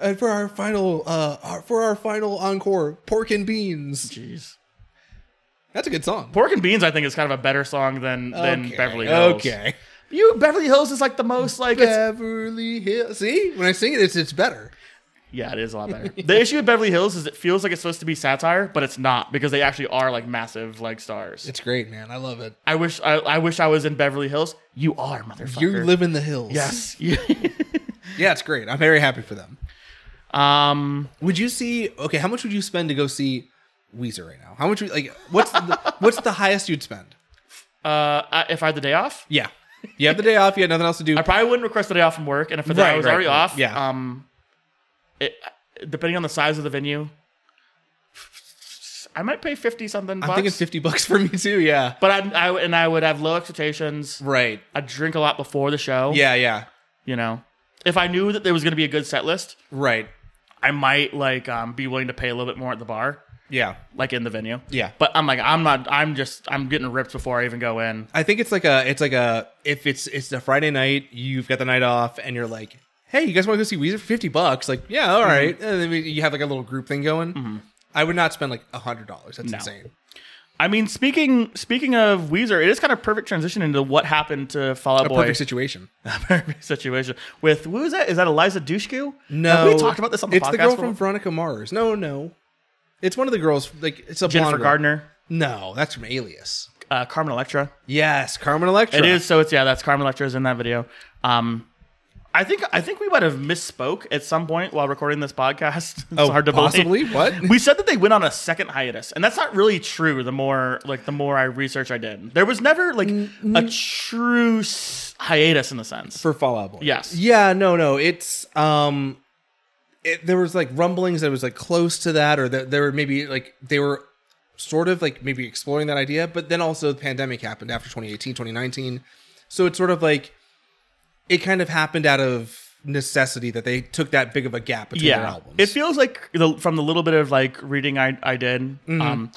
A: And for our final, uh, our, for our final encore, pork and beans.
B: jeez,
A: That's a good song.
B: Pork and Beans, I think is kind of a better song than than
A: Okay,
B: Beverly Hills.
A: Okay.
B: you Beverly Hills is like the most like it's,
A: Beverly Hills. See, when I sing it, it's it's better.
B: yeah, it is a lot better. the issue with Beverly Hills is it feels like it's supposed to be satire, but it's not because they actually are like massive like stars.
A: It's great, man. I love it.
B: I wish I, I wish I was in Beverly Hills. You are, motherfucker.
A: You live in the hills.
B: Yes.
A: Yeah, it's great. I'm very happy for them.
B: um.
A: Would you see? Okay, how much would you spend to go see Weezer right now? How much? would- Like, what's the, what's the highest you'd spend?
B: Uh. I- If I had the day off,
A: Yeah. You have the day off. You had nothing else to do.
B: I probably wouldn't request a day off from work, and if
A: Right,
B: I was
A: right,
B: already
A: right.
B: off,
A: Yeah.
B: um, it, depending on the size of the venue, I might pay fifty something. Bucks,
A: I think it's fifty bucks for me too. Yeah.
B: But I, I and I would have low expectations.
A: Right.
B: I'd drink a lot before the show.
A: Yeah. Yeah.
B: you know, if I knew that there was going to be a good set list,
A: Right.
B: I might like um, be willing to pay a little bit more at the bar,
A: Yeah.
B: like in the venue.
A: Yeah.
B: But I'm like, I'm not. I'm just. I'm getting ripped before I even go in.
A: I think it's like a it's like a if it's it's a Friday night, you've got the night off, and you're like, hey, you guys want to go see Weezer for fifty bucks? Like, yeah, all right. And then you have like a little group thing going. I would not spend like a hundred dollars. That's insane.
B: I mean, speaking speaking of Weezer, it is kind of perfect transition into what happened to Fall Out
A: A
B: Boy.
A: perfect situation.
B: perfect situation with who is that? Is that Eliza Dushku?
A: No,
B: Have we talked about this on the
A: it's
B: podcast.
A: the girl
B: before?
A: from Veronica Mars. No, no, it's one of the girls. Like, it's a
B: Jennifer
A: blonde girl.
B: Gardner,
A: No, that's from Alias.
B: uh, Carmen Electra.
A: Yes, Carmen Electra.
B: It is so. It's yeah. That's Carmen Electra's in that video. Um, I think I think we might have misspoke at some point while recording this podcast. it's
A: Oh,
B: hard to believe.
A: possibly. What?
B: We said that they went on a second hiatus, and that's not really true. The more like the more I research I did, there was never like
A: Mm-hmm.
B: a true s- hiatus in the sense.
A: for Fallout Boy.
B: Yes.
A: Yeah, no, no. It's um it, there was like rumblings that was like close to that or that there were maybe like they were sort of like maybe exploring that idea, but then also the pandemic happened after 2018, 2019. So it's sort of like it kind of happened out of necessity that they took that big of a gap between their albums.
B: It feels like the, from the little bit of like reading I, I did,
A: Mm-hmm.
B: um,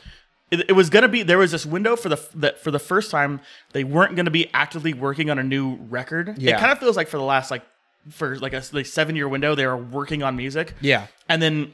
B: it, it was gonna be there was this window for the f- that for the first time they weren't gonna be actively working on a new record.
A: Yeah.
B: It kind of feels like for the last like for like a s- like seven year window they were working on music.
A: yeah.
B: and then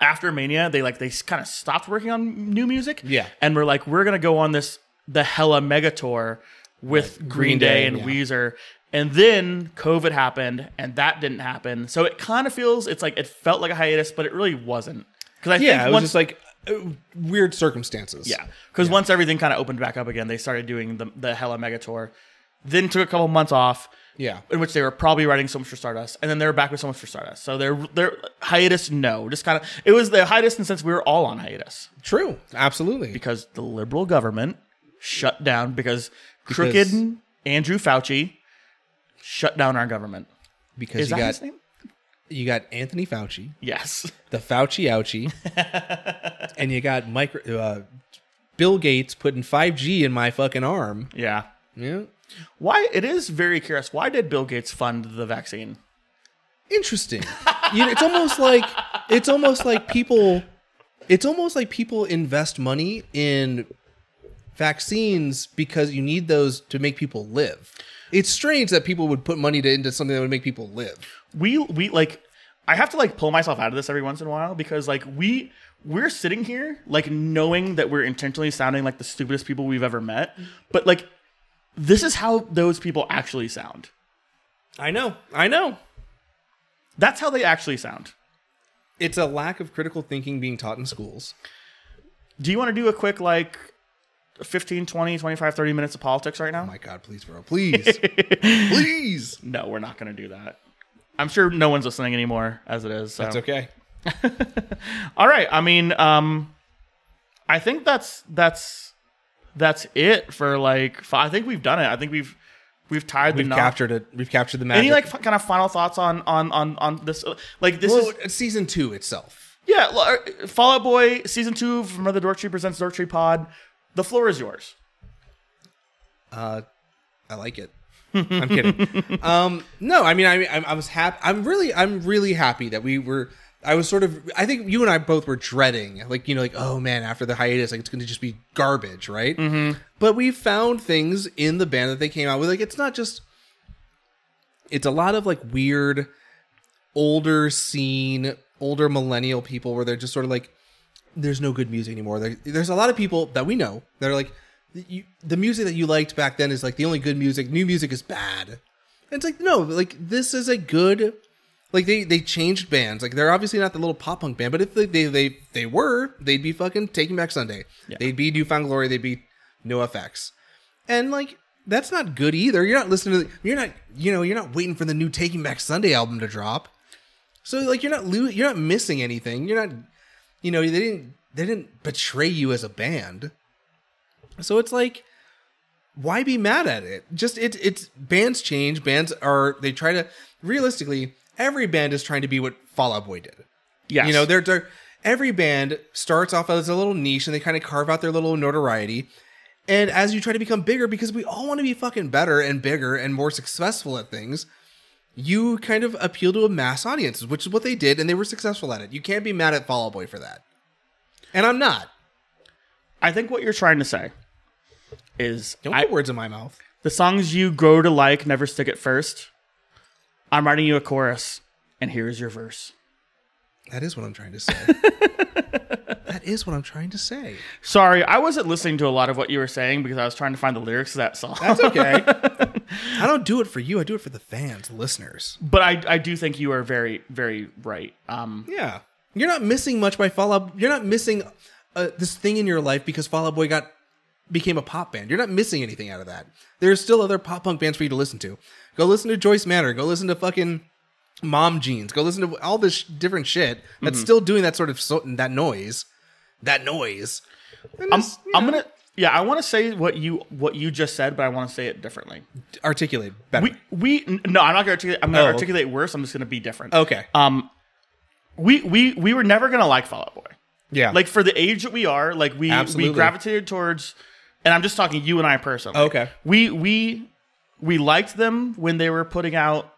B: after Mania they like they kind of stopped working on new music.
A: Yeah.
B: and we're like we're gonna go on this the hella mega tour with Green, Day,
A: Day,
B: and
A: yeah.
B: Weezer. Weezer. And then COVID happened and that didn't happen. So it kind of feels it's like it felt like a hiatus, but it really wasn't. Cuz I
A: Yeah,
B: think
A: it was
B: once
A: just like uh, weird circumstances.
B: yeah, cuz once everything kind of opened back up again, they started doing the the Hella Mega Tour. Then took a couple months off
A: Yeah.
B: in which they were probably writing so much for Stardust, and then they were back with so much for Stardust. So their their hiatus, no, just kind of it was the hiatus in the sense we were all on hiatus
A: True. Absolutely.
B: because the liberal government shut down because,
A: Because-
B: crooked Andrew Fauci shut down our government.
A: Because
B: Is
A: you
B: that
A: got
B: his name?
A: you got Anthony Fauci,
B: Yes.
A: the Fauci ouchie, and you got micro uh, Bill Gates putting 5G in my fucking arm.
B: Yeah.
A: Yeah,
B: Why it is very curious. Why did Bill Gates fund the vaccine?
A: interesting. you know, it's almost like it's almost like people, it's almost like people invest money in vaccines because you need those to make people live. It's strange that people would put money to, into something that would make people live.
B: We we like I have to like pull myself out of this every once in a while because like we we're sitting here like knowing that we're intentionally sounding like the stupidest people we've ever met, but like this is how those people actually sound.
A: I know. I know.
B: That's how they actually sound.
A: It's a lack of critical thinking being taught in schools.
B: Do you want to do a quick like 15, 20, 25, 30 minutes of politics right now?
A: Oh My God, please, bro, please, please.
B: No, we're not going to do that. I'm sure no one's listening anymore as it is. So.
A: That's okay.
B: All right. I mean, um, I think that's that's that's it for like. fi- I think we've done it. I think we've we've tied
A: We've
B: the knot.
A: captured it. We've captured the magic.
B: Any like f- kind of final thoughts on on on on this? Uh, Like this
A: well,
B: is
A: it's season two itself.
B: yeah. l- uh, Fallout Boy season two from the Dork Tree presents Dork Tree Pod. The floor is yours.
A: Uh, I like it. I'm kidding. um, no, I mean, I mean, I, I was happy. I'm really, I'm really happy that we were. I was sort of. I think you and I both were dreading, like you know, like oh man, after the hiatus, like it's going to just be garbage, right? But we found things in the band that they came out with. Like it's not just. It's a lot of like weird, older scene, older millennial people where they're just sort of like, there's no good music anymore. There, there's a lot of people that we know that are like, you, the music that you liked back then is like the only good music. New music is bad. And it's like no, like this is a good. Like they they changed bands. Like they're obviously not the little pop punk band, but if they they they, they were, they'd be fucking Taking Back Sunday. They'd be New Found Glory. They'd be No Effects. And like that's not good either. You're not listening to. The, you're not you know you're not waiting for the new Taking Back Sunday album to drop. So like you're not lo- you're not missing anything. You're not you know they didn't they didn't betray you as a band so it's like why be mad at it? Just it it's bands change. Bands are they try to realistically every band is trying to be what Fall Out Boy did.
B: Yes.
A: You know, they're, they're every band starts off as a little niche and they kind of carve out their little notoriety. And as you try to become bigger, because we all want to be fucking better and bigger and more successful at things, you kind of appeal to a mass audience, which is what they did, and they were successful at it. You can't be mad at Fall Out Boy for that. And I'm not.
B: I think what you're trying to say is
A: Don't
B: I-
A: put words in my mouth.
B: the songs you grow to like never stick at first. I'm writing you a chorus, and here is your verse.
A: That is what I'm trying to say. that is what I'm trying to say.
B: Sorry, I wasn't listening to a lot of what you were saying because I was trying to find the lyrics to that song.
A: That's okay. I don't do it for you. I do it for the fans, listeners.
B: but I, I do think you are very, very right. Um,
A: Yeah. You're not missing much by Fall Out. You're not missing uh, this thing in your life because Fall Out Boy got became a pop band. You're not missing anything out of that. There's still other pop punk bands for you to listen to. Go listen to Joyce Manor. Go listen to fucking Mom Jeans. Go listen to all this sh- different shit that's
B: Mm-hmm.
A: still doing that sort of so- that noise. That noise. And
B: I'm,
A: just, you
B: I'm
A: know,
B: gonna, yeah, I want to say what you what you just said, but I want to say it differently.
A: articulate better.
B: We we n- no, I'm not gonna articulate. I'm gonna
A: Oh.
B: articulate worse. I'm just gonna be different.
A: okay.
B: Um, we we we were never gonna like Fall Out Boy.
A: yeah.
B: Like for the age that we are, like we
A: Absolutely.
B: we gravitated towards, and I'm just talking you and I personally.
A: Okay.
B: we we we liked them when they were putting out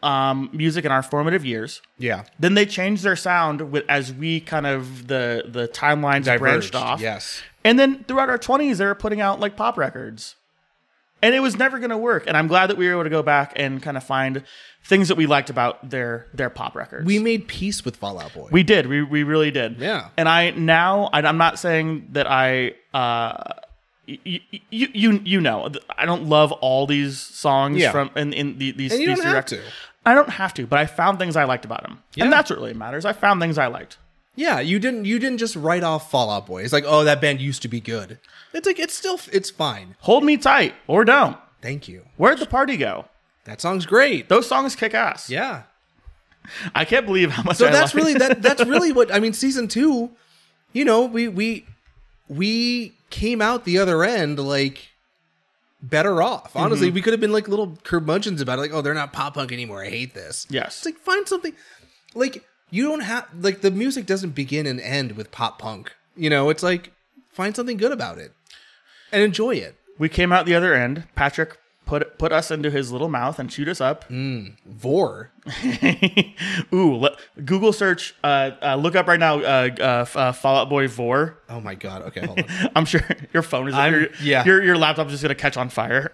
B: um music in our formative years.
A: yeah.
B: Then they changed their sound with as we kind of the the timelines branched
A: Diverged,
B: off.
A: Yes.
B: And then throughout our 20s, they were putting out like pop records. And it was never going to work. And I'm glad that we were able to go back and kind of find things that we liked about their their pop records.
A: We made peace with Fall Out Boy.
B: we did. We, we really did.
A: Yeah.
B: And I now, and I'm not saying that I, uh, you, you you you know I don't love all these songs
A: Yeah.
B: from in, in the, these
A: and you
B: these
A: don't have
B: direct-
A: to.
B: I don't have to but I found things I liked about them
A: Yeah.
B: and that's what really matters I found things I liked
A: Yeah, you didn't you didn't just write off Fall Out Boy. It's like, oh, that band used to be good. It's like it's still it's fine.
B: hold me tight or don't
A: Thank you.
B: where'd the party go
A: That song's great.
B: those songs kick ass
A: Yeah.
B: I can't believe how much.
A: So
B: I
A: that's
B: like-
A: really that that's really what I mean season 2, you know, we we we came out the other end like better off. Honestly, we could have been like little curmudgeons about it like, oh, they're not pop punk anymore. I hate this. It's
B: yes.
A: like find something like you don't have like the music doesn't begin and end with pop punk. You know, it's like find something good about it and enjoy it.
B: We came out the other end. Patrick put put us into his little mouth and chewed us up.
A: Vor.
B: Ooh, le- Google search. Uh, uh, look up right now. Uh, uh, f- uh, Fallout Boy Vor.
A: Oh my god. Okay, hold on.
B: I'm sure your phone is.
A: I'm-
B: Your,
A: yeah.
B: Your your laptop's just gonna catch on fire.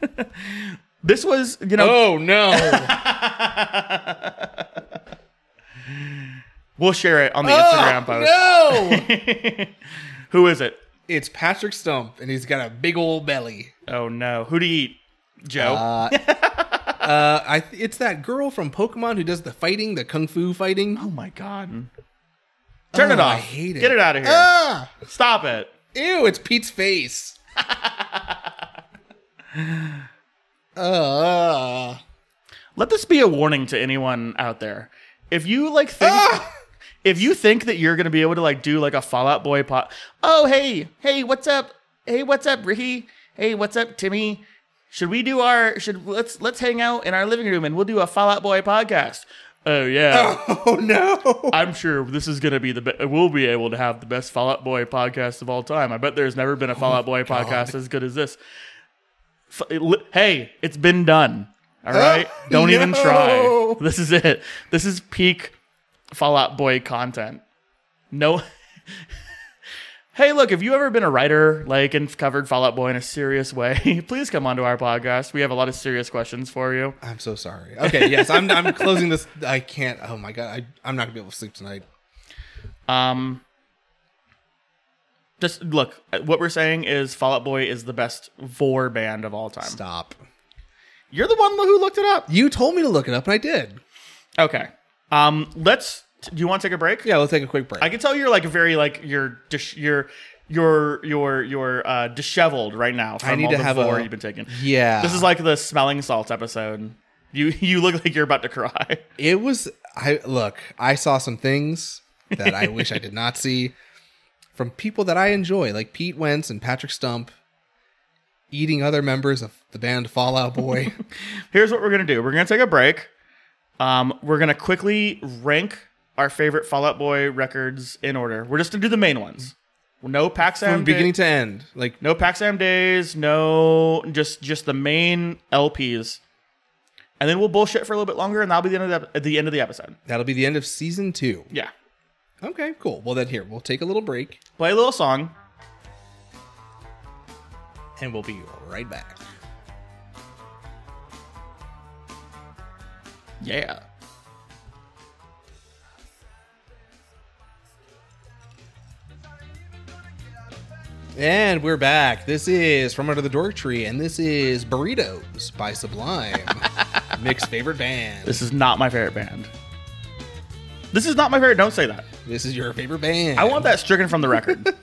B: this was you know
A: oh no.
B: we'll share it on
A: Oh,
B: the Instagram post.
A: no.
B: Who is it?
A: it's Patrick Stump and he's got a big old belly.
B: Oh no, who do you eat? Joe.
A: Uh, I th- it's that girl from Pokemon who does the fighting, the kung fu fighting.
B: oh my god. Turn it
A: hmm. Oh,
B: off.
A: I hate it.
B: Get it out of here.
A: Ah!
B: Stop it.
A: Ew, it's Pete's face. Ah! uh,
B: let this be a warning to anyone out there. If you like think
A: Ah.
B: if you think that you're gonna be able to like do like a Fallout Boy pot Oh hey, hey, what's up? Hey, what's up, Ricky? Hey, what's up, Timmy? Should we do our should let's let's hang out in our living room and we'll do a Fallout Boy podcast? Oh yeah.
A: oh no.
B: I'm sure this is going to be the be- we'll be able to have the best Fallout Boy podcast of all time. I bet there's never been a Fallout Boy podcast as good as this. F- li- hey, it's been done. All right, don't even
A: no.
B: try. This is it. This is peak Fallout Boy content. No. hey, look, if you ever been a writer like and covered Fallout Boy in a serious way, please come onto our podcast. We have a lot of serious questions for you.
A: I'm so sorry. Okay, yes, I'm I'm closing this. I can't. Oh my god, I I'm not gonna be able to sleep tonight.
B: Um, just look. What we're saying is Fall Out Boy is the best vor band of all time.
A: Stop.
B: You're the one who looked it up.
A: You told me to look it up, and I did.
B: Okay. Um, let's. Do you want to take a break?
A: Yeah, let's take a quick break.
B: I can tell you're like very like you're dis- you're you're you're you're uh, disheveled right now. From
A: I need
B: all
A: to
B: the
A: have
B: vor
A: a-
B: you've been taking.
A: yeah,
B: This is like the smelling salts episode. You you look like you're about to cry.
A: it was. I look. I saw some things that I wish I did not see from people that I enjoy, like Pete Wentz and Patrick Stump, eating other members of the band Fallout Boy.
B: Here's what we're gonna do. We're gonna take a break. Um, we're gonna quickly rank our favorite Fallout Boy records in order. We're just gonna do the main ones. No Pax Am
A: From beginning
B: day-
A: to end. Like
B: no Pax Am days. No, just just the main LPs. And then we'll bullshit for a little bit longer, and that'll be the end of the, at the end of the episode.
A: that'll be the end of season two.
B: Yeah,
A: Okay, cool. Well then here, we'll take a little break
B: play a little song.
A: and we'll be right back.
B: Yeah.
A: And we're back. This is From Under the Dork Tree, and this is Burritos by Sublime. Mick's favorite band.
B: This is not my favorite band. This is not my favorite. Don't say that.
A: This is your favorite band.
B: I want that stricken from the record.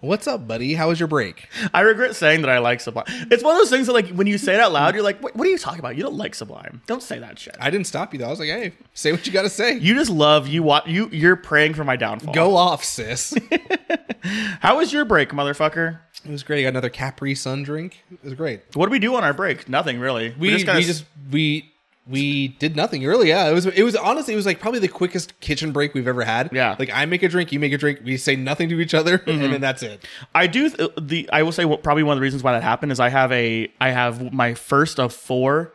A: What's up, buddy? How was your break?
B: I regret saying that I like Sublime. It's one of those things that, like, when you say it out loud, you're like, "What, what are you talking about? You don't like Sublime. Don't say that shit."
A: I didn't stop you though. I was like, hey, say what you gotta say.
B: you just love you. Wa- you you're praying for my downfall.
A: Go off, sis. it
B: How was your break, motherfucker?
A: was great. I got another Capri Sun drink. It was great.
B: What did we do on our break? Nothing really.
A: We we just,
B: kinda
A: we,
B: s-
A: we did nothing really. Yeah, it was it was honestly it was like probably the quickest kitchen break we've ever had.
B: Yeah. Mm-hmm.
A: like I make a drink, you make a drink, we say nothing to each other, and then that's it.
B: I do th- the. I will say what, probably one of the reasons why that happened is I have a. I have my first of four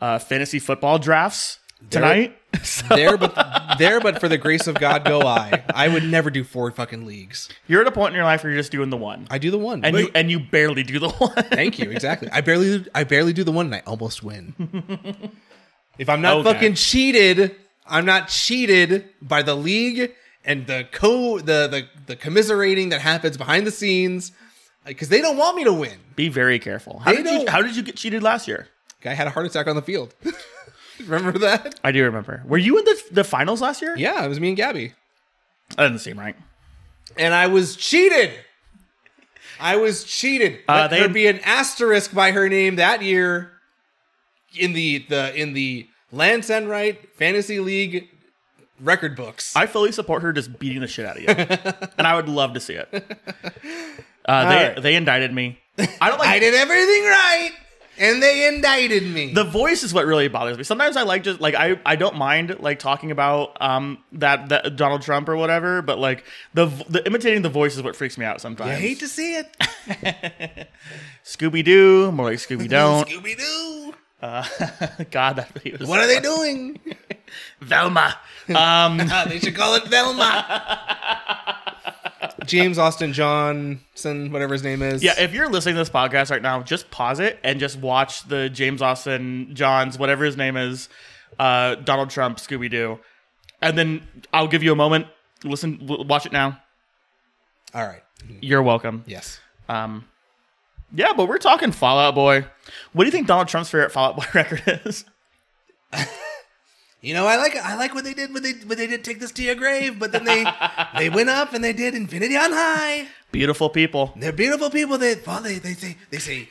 B: uh, fantasy football drafts tonight. So-
A: There, but there, but for the grace of God, go I. I would never do four fucking leagues.
B: You're at a point in your life where you're just doing the one,
A: I do the one,
B: and
A: But-
B: you and you barely do the one.
A: Thank you. Exactly. I barely I barely do the one and I almost win. Oh, if I'm not
B: Okay.
A: fucking cheated, I'm not cheated by the league and the co the the, the commiserating that happens behind the scenes because they don't want me to win.
B: Be very careful. How
A: They
B: did you,
A: don't-
B: How did you get cheated last year?
A: Guy had a heart attack on the field. Remember that?
B: I do remember. Were you in the the finals last year?
A: Yeah, it was me and Gabby.
B: That doesn't seem right.
A: And I was cheated. I was cheated.
B: Uh,
A: Let
B: they-
A: there be an asterisk by her name that year in the the in the Lance Enright Fantasy League record books.
B: I fully support her just beating the shit out of you, and I would love to see it. Uh, they
A: right.
B: they indicted me. I don't like.
A: I did everything right, and they indicted me.
B: the voice is what really bothers me. Sometimes I like just like I, I don't mind like talking about um that, that Donald Trump or whatever, but like the v- the imitating the voice is what freaks me out sometimes.
A: I hate to see it.
B: Scooby Doo, more like Scooby Don't.
A: Scooby Doo.
B: God, that video was
A: What are they doing?
B: Velma.
A: Ah, they should call it Velma. James Austin Johnson, whatever his name is.
B: Yeah, if you're listening to this podcast right now, just pause it and just watch the James Austin Johns, whatever his name is, uh, Donald Trump, Scooby Doo, and then I'll give you a moment. Listen, w- watch it now.
A: All right.
B: You're welcome.
A: Yes.
B: Um, yeah, but we're talking Fallout Boy. What do you think Donald Trump's favorite Fallout Boy record is?
A: You know, I like I like what they did when they when they did take this to your grave, but then they they went up and they did Infinity on High.
B: Beautiful people.
A: They're beautiful people. They well, they they say they say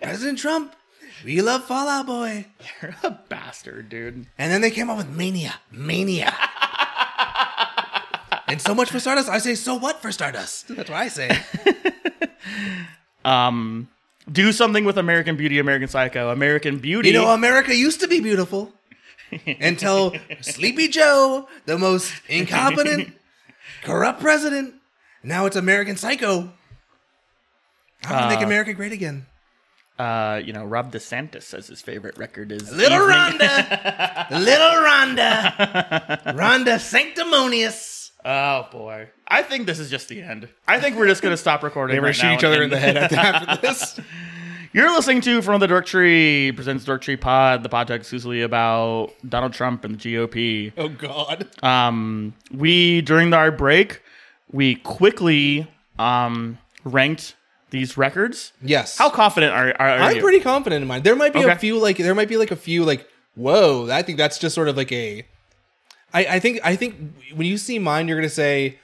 A: President Trump, we love Fallout Boy,
B: You're a bastard, dude.
A: and then they came up with Mania, Mania. And so much for Stardust. I say, so what for Stardust? That's what I say.
B: Um, do something with American Beauty, American Psycho, American Beauty.
A: You know, um, America used to be beautiful until Sleepy Joe, the most incompetent, corrupt president. Now it's American Psycho. How to make America great again?
B: uh, you know, Rob DeSantis says his favorite record is
A: Little
B: Evening-
A: Rhonda, little Rhonda, Rhonda sanctimonious.
B: Oh boy, I think this is just the end. I think we're just gonna stop recording. They
A: We're
B: right
A: shoot
B: now
A: each other
B: and-
A: in the head after this.
B: You're listening to From the Dork Tree presents Dork Tree Pod, the podcast exclusively about Donald Trump and the GOP.
A: Oh God!
B: Um, we during our break, we quickly um ranked these records.
A: Yes.
B: How confident are, are, are
A: I'm
B: you?
A: pretty confident in mine. There might be a
B: Okay.
A: few like there might be like a few like whoa. I think that's just sort of like a. I I think I think when you see mine, you're gonna say.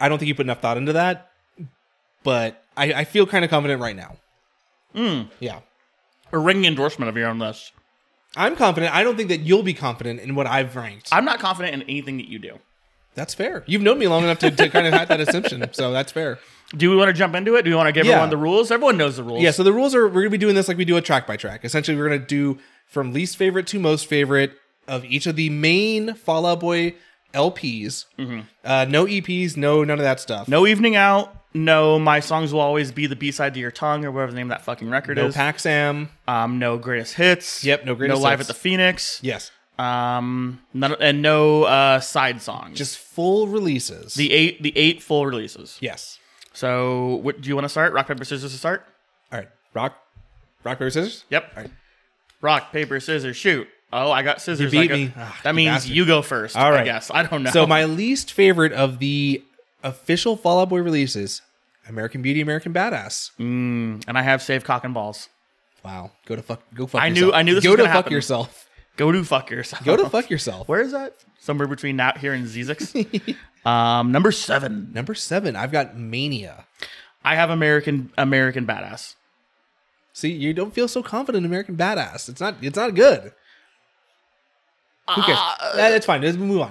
A: I don't think you put enough thought into that, but I, I feel kind of confident right now. Yeah,
B: a ringing endorsement of your own list.
A: I'm confident. I don't think that you'll be confident in what I've ranked.
B: I'm not confident in anything that you do.
A: That's fair. You've known me long enough to, to kind of have that assumption, so that's fair.
B: Do we want to jump into it? Do we want to give
A: Yeah.
B: everyone the rules? Everyone knows the rules.
A: Yeah, so the rules are we're gonna be doing this like we do a track by track. Essentially, we're gonna do from least favorite to most favorite of each of the main Fallout Boy LPs. Uh, no EPs, no none of that stuff.
B: Mm-hmm. No evening out. No, my songs will always be the B side to your tongue or whatever the name of that fucking record
A: no
B: is.
A: Pac Sam.
B: um, no greatest hits.
A: Yep, no greatest
B: No live
A: hits.
B: at the Phoenix.
A: Yes,
B: Um, none, and no uh, side songs.
A: just full releases.
B: the eight, the eight full releases.
A: yes.
B: So, what do you want to start? Rock paper scissors to start.
A: All right, rock, rock paper scissors.
B: Yep.
A: All right.
B: Rock paper scissors shoot. Oh, I got scissors.
A: You beat
B: I got-
A: me. Ah,
B: that
A: you
B: means
A: bastard.
B: you go first.
A: All
B: I
A: right.
B: guess I don't know.
A: So my least favorite of the official Fallout Boy releases, American Beauty, American Badass.
B: Mm. and I have save cock and balls.
A: Wow, go to fuck, go fuck.
B: I knew-
A: yourself.
B: I knew this
A: Go
B: was
A: to
B: gonna
A: fuck
B: happen.
A: yourself.
B: Go to fuck yourself.
A: Go to fuck yourself.
B: Where is that? Somewhere between out here and Zizix. um, number seven.
A: Number seven, I've got Mania.
B: I have American American badass.
A: See, you don't feel so confident, in American Badass. It's not. It's not good. Who cares?
B: Uh,
A: Eh, it's fine. Let's move on.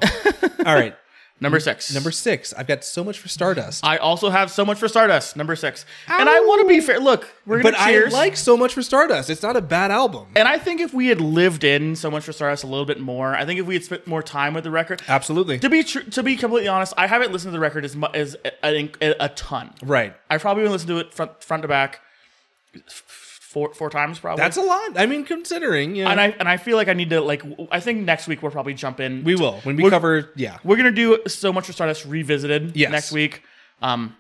A: All right.
B: Number six.
A: Number six, I've got so much for Stardust.
B: I also have so much for Stardust. Number six. And I want to be fair. Look, we're gonna
A: Oh. but
B: cheers.
A: I like so much for Stardust. It's not a bad album.
B: And I think if we had lived in so much for Stardust a little bit more, I think if we had spent more time with the record,
A: Absolutely.
B: to be true, to be completely honest, I haven't listened to the record as much as a, a, a ton.
A: Right.
B: I've probably been listening to it front front to back f- four four times probably.
A: That's a lot. I mean, considering. Yeah.
B: and I and I feel like I need to like w- I think next week we'll probably jump in.
A: we will when we
B: We're-
A: cover. Yeah.
B: We're gonna do so much for Stardust revisited
A: Yes.
B: next week, um,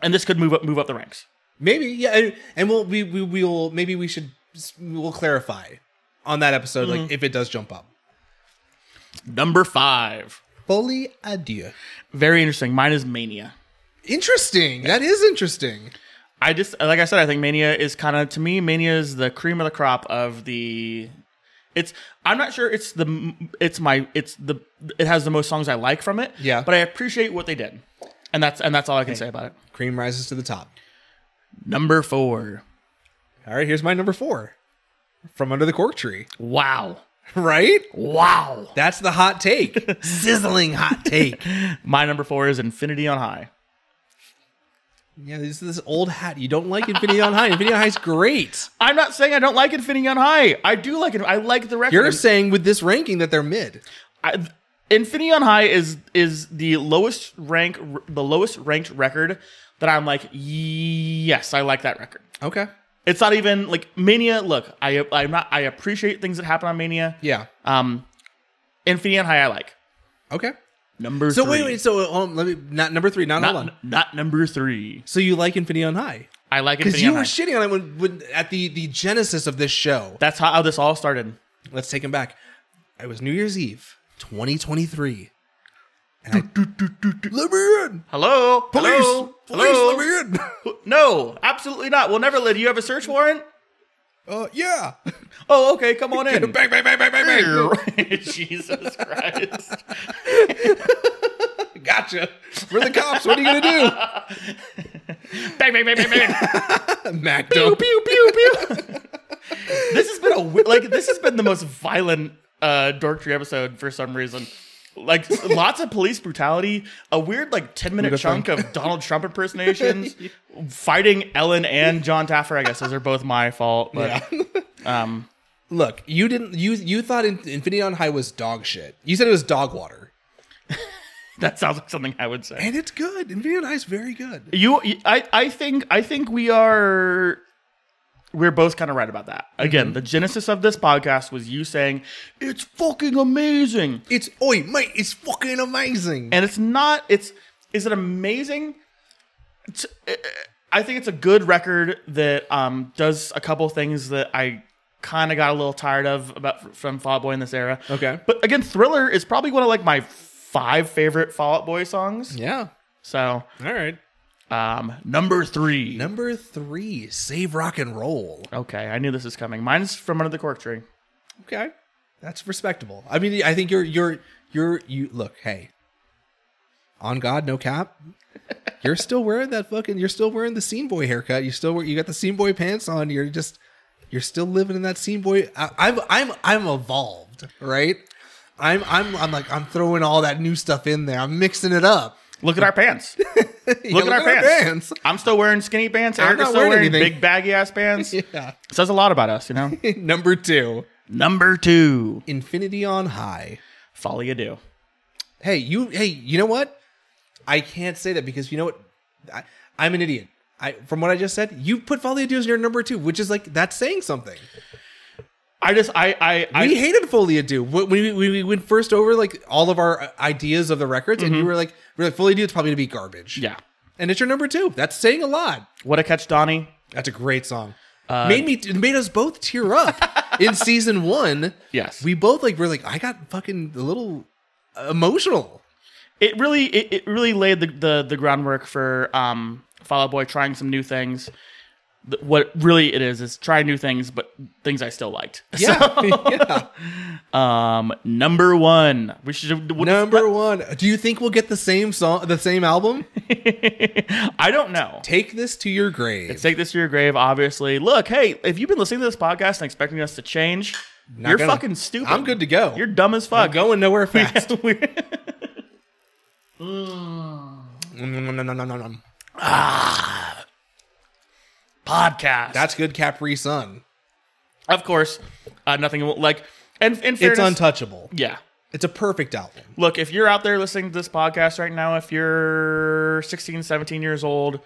B: and this could move up move up the ranks.
A: Maybe. Yeah. And, and we'll we we will maybe we should we'll clarify on that episode like
B: Mm-hmm.
A: if it does jump up.
B: Number five,
A: Fully adieu.
B: very interesting. Mine is Mania.
A: Interesting. That is interesting.
B: I just like I said, I think Mania is kind of to me, Mania is the cream of the crop of the. It's I'm not sure it's the it's my it's the it has the most songs I like from it.
A: Yeah.
B: but I appreciate what they did, and that's and that's all I can say about it.
A: Cream rises to the top.
B: Number four,
A: All right, here's my number four from under the cork tree.
B: wow,
A: Right?
B: wow.
A: That's the hot take. Sizzling hot take.
B: My number four is Infinity on High.
A: Yeah, this is this old hat. You don't like Infinity on High. Infinity on High's great.
B: I'm not saying I don't like Infinity on High. I do like it. I like the record.
A: You're saying with this ranking that they're mid.
B: I, Infinity on High is is the lowest rank the lowest ranked record that I'm like yes I like that record.
A: Okay.
B: It's not even like Mania. Look, I I'm not I appreciate things that happen on Mania.
A: Yeah.
B: Um, Infinity on High I like
A: Okay.
B: number.
A: So
B: three.
A: wait, wait. So um, let me not number three. Not,
B: not,
A: hold on.
B: not number three.
A: So you like Infinity on High
B: I like
A: because
B: Infinity
A: you
B: on
A: were
B: High.
A: shitting on it when, when at the the genesis of this show.
B: That's how, how this all started.
A: Let's take him back. It was New Year's Eve, 2023. And I, let me in.
B: Hello, hello,
A: Police,
B: hello.
A: let me in.
B: No, absolutely not. We'll never let you have a search warrant.
A: Uh, yeah.
B: Oh, okay, come on in.
A: bang, bang, bang, bang, bang,
B: Jesus Christ.
A: Gotcha. We're the cops. What are you gonna
B: bang, bang, bang, bang, bang.
A: do? Mac. Pew, pew,
B: this has been a wi- like this has been the most violent uh dork tree episode for some reason like s- lots of police brutality a weird like 10 minute
A: Beautiful.
B: chunk of donald trump impersonations fighting ellen and john taffer i guess those are both my fault but um
A: Look, you didn't. You you thought In- Infinity on High was dog shit. You said it was dog water,
B: that sounds like something i would say
A: and it's good. Infinity on High is very good.
B: you i i think i think we are we're both kind of right about that again the genesis of this podcast was you saying it's fucking amazing
A: It's oi mate. It's fucking amazing.
B: and it's not it's is it amazing It's- i think it's a good record that um does a couple things that i kind of got a little tired of about from fall Out boy in this era
A: Okay.
B: but again thriller is probably one of like my five favorite fall Out boy songs
A: yeah.
B: so
A: All right.
B: um number three
A: Number three, save rock and roll.
B: okay i knew this was coming mine's from under the cork tree
A: Okay, that's respectable. I mean, I think you're you're you're you look. Hey, on God, no cap. You're still wearing that fucking. You're still wearing the scene boy haircut. You still wear. You got the scene boy pants on. You're just. You're still living in that scene boy. I, I'm I'm I'm evolved, right? I'm I'm I'm like I'm throwing all that new stuff in there. I'm mixing it up.
B: look at our pants Look at our pants. I'm still wearing skinny pants.
A: I'm
B: Erica's
A: not
B: still
A: wearing
B: wearing,
A: anything.
B: big baggy ass pants.
A: Yeah.
B: Says a lot about us, you know.
A: Number two,
B: Number two,
A: Infinity on High.
B: follow you do.
A: Hey, you. Hey, you know what? I can't say that because you know what? I, I'm an idiot. I from what I just said, you put Folly Ado as your number two, which is like that's saying something.
B: I just I I I,
A: we hated Foley Ado when we, when we went first over like all of our uh, ideas of the records, and you were like, "We're like Foley Ado is probably gonna be garbage."
B: Mm-hmm. yeah.
A: and it's your number two. That's saying a lot.
B: What a catch, Donnie.
A: That's a great song.
B: Uh,
A: made me it made us both tear up in season one.
B: Yes.
A: we both like were like, I got fucking a little emotional.
B: it really it, it really laid the, the the groundwork for um Fall Out Boy trying some new things. Th- What really it is is try new things, but things I still liked.
A: Yeah, yeah.
B: So, um, number one, we should. what-
A: Number one. Do you think we'll get the same song, the same album?
B: I don't know.
A: Take this to your grave.
B: Take this to your grave. Obviously, look, hey, if you've been listening to this podcast and expecting us to change,
A: Not
B: you're
A: gonna-
B: fucking stupid.
A: I'm good to go.
B: You're dumb as fuck.
A: I'm going nowhere fast.
B: We're-
A: Mm-nom-nom-nom-nom-nom.
B: podcast.
A: That's good, Capri Sun.
B: of course uh, nothing will- like. And in fairness,
A: It's untouchable.
B: yeah.
A: It's a perfect album.
B: look if you're out there listening to this podcast right now if you're 16 17 years old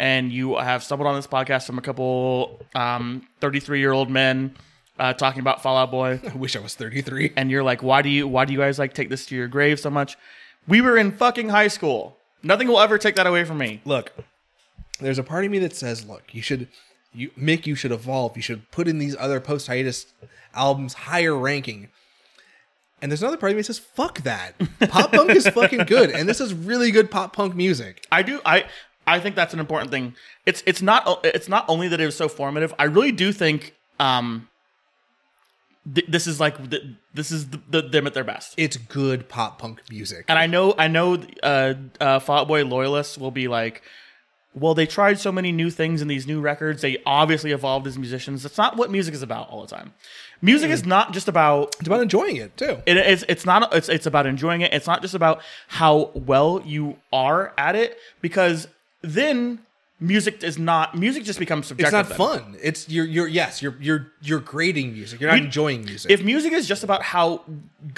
B: and you have stumbled on this podcast from a couple um, 33 year old men uh, talking about fallout boy
A: I wish I was 33.
B: and you're like why do you why do you guys like take this to your grave so much we were in fucking high school nothing will ever take that away from me
A: look, there's a part of me that says, look, you should, you Mick, you should evolve. You should put in these other post hiatus albums higher ranking. And there's another part of me that says, fuck that. Pop punk is fucking good, and this is really good pop punk music.
B: i do i i think that's an important thing it's it's not it's not only that it was so formative i really do think um th- this is like th- this is the, the, them at their best
A: It's good pop punk music.
B: And I know, I know, uh, uh, Fallout Boy loyalists will be like, "Well, they tried so many new things in these new records. They obviously evolved as musicians. That's not what music is about all the time. Music is not just about
A: It's about enjoying it too.
B: it, it's it's not it's it's about enjoying it. It's not just about how well you are at it because then music is not music just becomes subjective.
A: It's not
B: then.
A: fun. It's you're you're yes, you're you're you're grading music. You're not
B: You-
A: enjoying music.
B: If music is just about how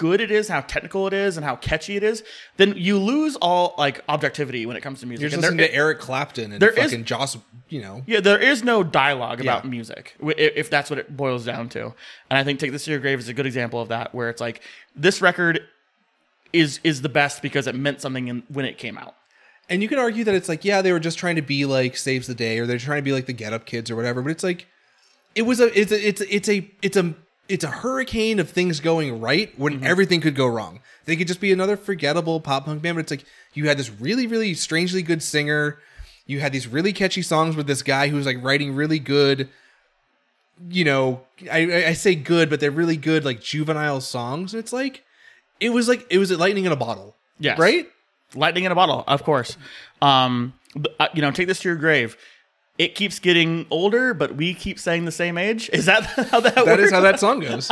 B: good it is, how technical it is, and how catchy it is, then you lose all like objectivity when it comes to music.
A: you're just
B: And there-
A: listening to Eric Clapton and
B: there is-
A: fucking Joss, you know.
B: Yeah, there is no dialogue about
A: Yeah.
B: music w- i- if that's what it boils down to. And I think Take This to Your Grave is a good example of that, where it's like this record is is the best because it meant something in, when it came out.
A: And you can argue that it's like, yeah, they were just trying to be like Saves the Day, or they're trying to be like the Get Up Kids, or whatever. But it's like, it was a, it's a, it's a, it's a, it's a, it's a hurricane of things going right when everything could go wrong. They could just be another forgettable pop punk band, but it's like you had this really, really strangely good singer. You had these really catchy songs with this guy who was like writing really good, you know, I, I- I say good, but they're really good like juvenile songs. And it's like, it was like it was lightning in a bottle.
B: Yes.
A: Right.
B: Lightning in a Bottle, of course. Um, but, uh, you know, Take This to Your Grave. It keeps getting older, but we keep saying the same age. Is that how that,
A: That
B: works?
A: is how that song goes.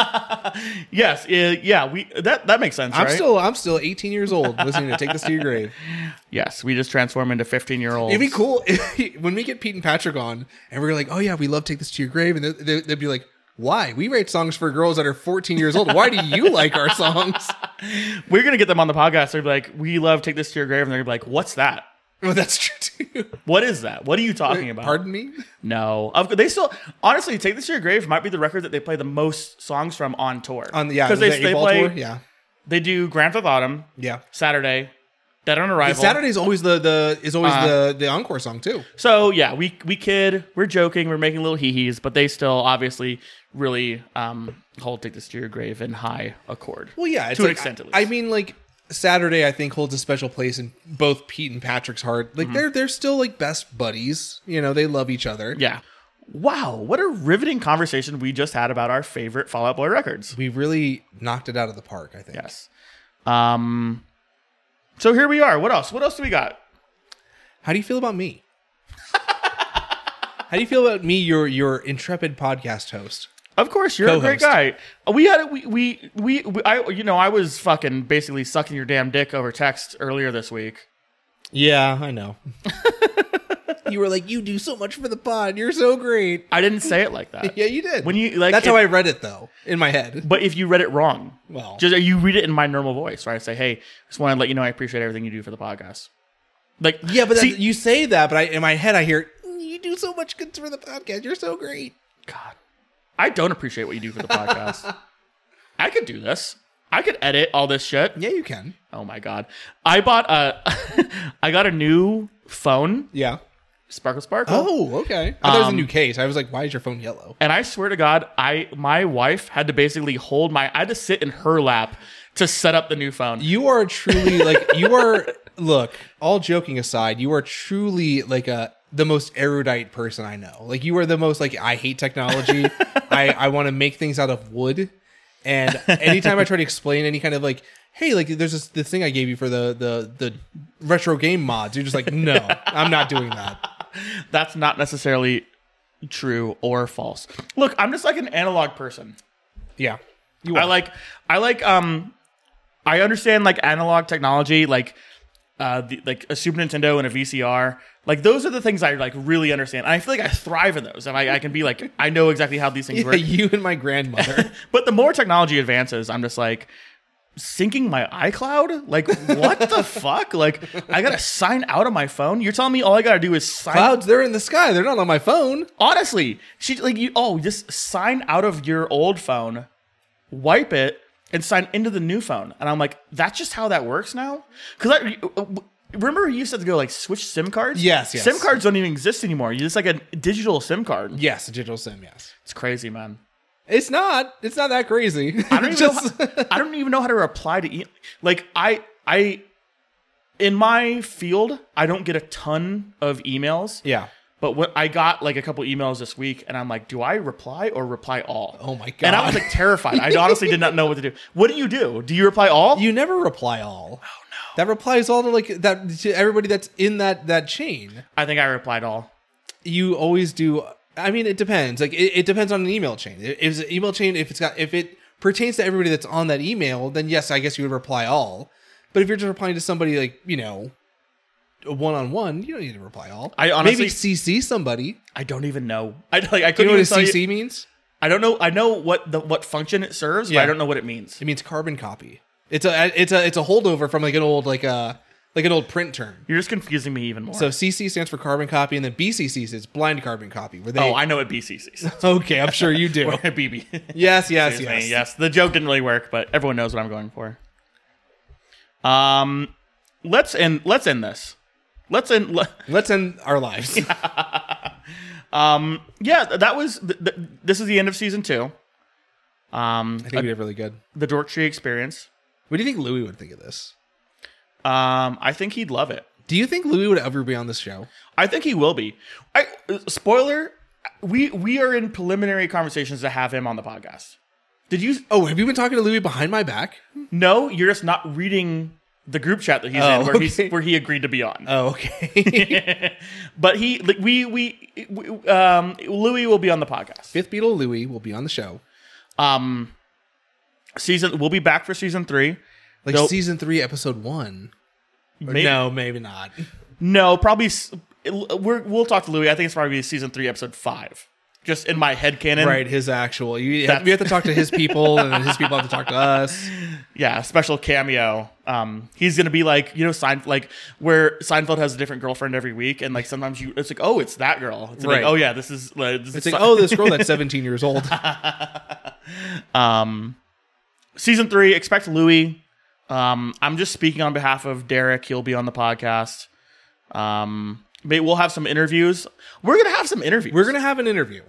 B: yes, uh, yeah. We that that makes sense,
A: I'm
B: right?
A: still I'm still 18 years old listening to Take This to Your Grave.
B: yes, we just transform into 15 year olds.
A: It'd be cool if- when we get Pete and Patrick on and we're like, oh yeah, we love Take This to Your Grave, and they- they- they'd be like, why? We write songs for girls that are 14 years old. Why do you like our songs?
B: We're gonna get them on the podcast. They're gonna be like, "We love Take This to Your Grave," and they're gonna be like, "What's that?"
A: Well, that's true too.
B: What is that? What are you talking about?
A: Pardon me.
B: No, of course they still honestly take this to your grave might be the record that they play the most songs from on tour.
A: On the yeah,
B: because they,
A: the
B: they
A: eight ball
B: play
A: tour? yeah,
B: they do Grand Theft Autumn
A: yeah.
B: Saturday, Dead on Arrival.
A: Saturday's always the the is always
B: Uh,
A: the the encore song too.
B: So yeah, we we kid, we're joking, we're making little hee hees, but they still obviously really um hold take this to your grave in high accord.
A: Well, yeah, it's
B: to an
A: like-
B: extent at least.
A: I mean, like Saturday, I think holds a special place in both Pete and Patrick's heart.
B: Mm-hmm.
A: Like they're they're still like best buddies. You know, they love each other.
B: yeah. Wow, what a riveting conversation we just had about our favorite Fallout Boy records.
A: we really knocked it out of the park. I think.
B: Yes. Um. So here we are. What else? What else do we got?
A: How do you feel about me? How do you feel about me, your your intrepid podcast host?
B: Of course, you're a
A: Co-host.
B: great guy. Uh, We had a, we, we we we I you know I was fucking basically sucking your damn dick over text earlier this week.
A: Yeah, I know. you were like, you do so much for the pod. You're so great.
B: I didn't say it like that.
A: Yeah, you did.
B: When you- like,
A: that's
B: it-
A: how I read it though in my head.
B: But if you read it wrong,
A: Well,
B: just you read it in my normal voice, right? I say, hey, just want to let you know I appreciate everything you do for the podcast. Like,
A: yeah, but that,
B: see-
A: you say that, but I, in my head I hear you do so much good for the podcast. You're so great.
B: God, I don't appreciate what you do for the podcast. I could do this. I could edit all this shit.
A: Yeah, you can.
B: Oh my god, I bought a, I got a new phone,
A: Yeah.
B: Sparkle Sparkle.
A: Oh, okay. I thought it was a
B: Um,
A: new case. I was like, why is your phone yellow?
B: And I swear to God, I my wife had to basically hold my. I had to sit in her lap to set up the new phone.
A: You are truly like you are. Look, all joking aside, you are truly like a the most erudite person I know. Like you are the most like I hate technology. I I want to make things out of wood. And anytime I try to explain any kind of like, hey, like there's this, this thing I gave you for the the the retro game mods, you're just like, no, I'm not doing that.
B: That's not necessarily true or false. Look, I'm just like an analog person.
A: Yeah, you
B: I like I like um I understand like analog technology like uh the, like a Super Nintendo and a VCR. Like those are the things I like really understand. And I feel like I thrive in those. And I, I can be like I know exactly how these things
A: Yeah,
B: work.
A: you and my grandmother.
B: But the more technology advances, I'm just like syncing my iCloud? Like what the fuck? Like I got to sign out of my phone? You're telling me all I got to do is sign
A: Clouds, they're in the sky. They're not on my phone.
B: Honestly, she like you. Oh, just sign out of your old phone, wipe it, and sign into the new phone. And I'm like, that's just how that works now. Because I remember you used to have to go like switch SIM cards.
A: Yes, yes.
B: SIM cards don't even exist anymore. You just like a digital SIM card.
A: Yes, a digital sim. Yes.
B: It's crazy, man.
A: It's not. It's not that crazy.
B: I don't even know how, I don't even know how to reply to e- like I I in my field I don't get a ton of emails.
A: yeah.
B: But when I got like a couple emails this week, and I'm like, do I reply or reply all?
A: Oh my
B: And I was
A: God.
B: like terrified. I honestly did not know what to do. What do you do? Do you reply all?
A: You never reply all. Oh no. That replies all to like that to everybody that's in that that chain.
B: I think I replied all.
A: You always do. I mean, it depends. Like it, it depends on an email chain. If it's an email chain, if it's got if it pertains to everybody that's on that email, then yes, I guess you would reply all. But if you're just replying to somebody like you know, one on one, you don't need to reply all.
B: I honestly-
A: maybe CC somebody.
B: I don't even know. I like
A: Do
B: I
A: you
B: couldn't
A: know what a
B: even tell
A: CC
B: you-
A: means?
B: I don't know. I know what the what function it serves, but
A: Yeah.
B: I don't know what it means.
A: It means carbon copy. It's a it's a it's a holdover from like an old like a like an old print term.
B: You're just confusing me even more.
A: So CC stands for carbon copy, and then BCC is blind carbon copy. Where they?
B: oh, I know what BCC stands.
A: okay, I'm sure you
B: for.
A: do.
B: BB.
A: yes, yes,
B: Excuse me,
A: yes,
B: yes. The joke didn't really work, but everyone knows what I'm going for. Um, let's end. Let's end this. Let's end. Let,
A: Let's end our lives.
B: Um, yeah, th- that was th- th- this is the end of season two. Um,
A: I think we did really good.
B: the Dork Tree Experience.
A: What do you think Louis would think of this?
B: Um, I think he'd love it.
A: Do you think Louis would ever be on this show?
B: I think he will be. I uh, spoiler. We we are in preliminary conversations to have him on the podcast. Did you?
A: Oh, have you been talking to Louis behind my back?
B: No, you're just not reading the group chat that he's
A: Oh,
B: in where
A: okay.
B: he's where he agreed to be on.
A: Oh, okay.
B: but he like we we, we um Louis will be on the podcast.
A: Fifth Beatle Louis will be on the show.
B: Um, season we'll be back for season three.
A: Like
B: Nope.
A: season three, episode one. Or
B: Maybe-
A: No, maybe not.
B: No, probably. s- We're, we'll talk to Louis. I think it's probably season three, episode five. Just in my head canon,
A: right, his actual. You have,
B: That's-
A: you have to talk to his people, and then his people have to talk to us.
B: Yeah, special cameo. Um, he's gonna be like you know, Sein, like where Seinfeld has a different girlfriend every week, and like sometimes you, it's like, oh, it's that girl. It's
A: Right.
B: like, oh yeah, this is. Like, this
A: It's
B: is
A: like, oh, this girl that's 17 years old.
B: Um, season three, expect Louis. Um, I'm just speaking on behalf of Derek. He'll be on the podcast. Um, maybe we'll have some interviews. We're gonna have some interviews.
A: We're gonna have an interview.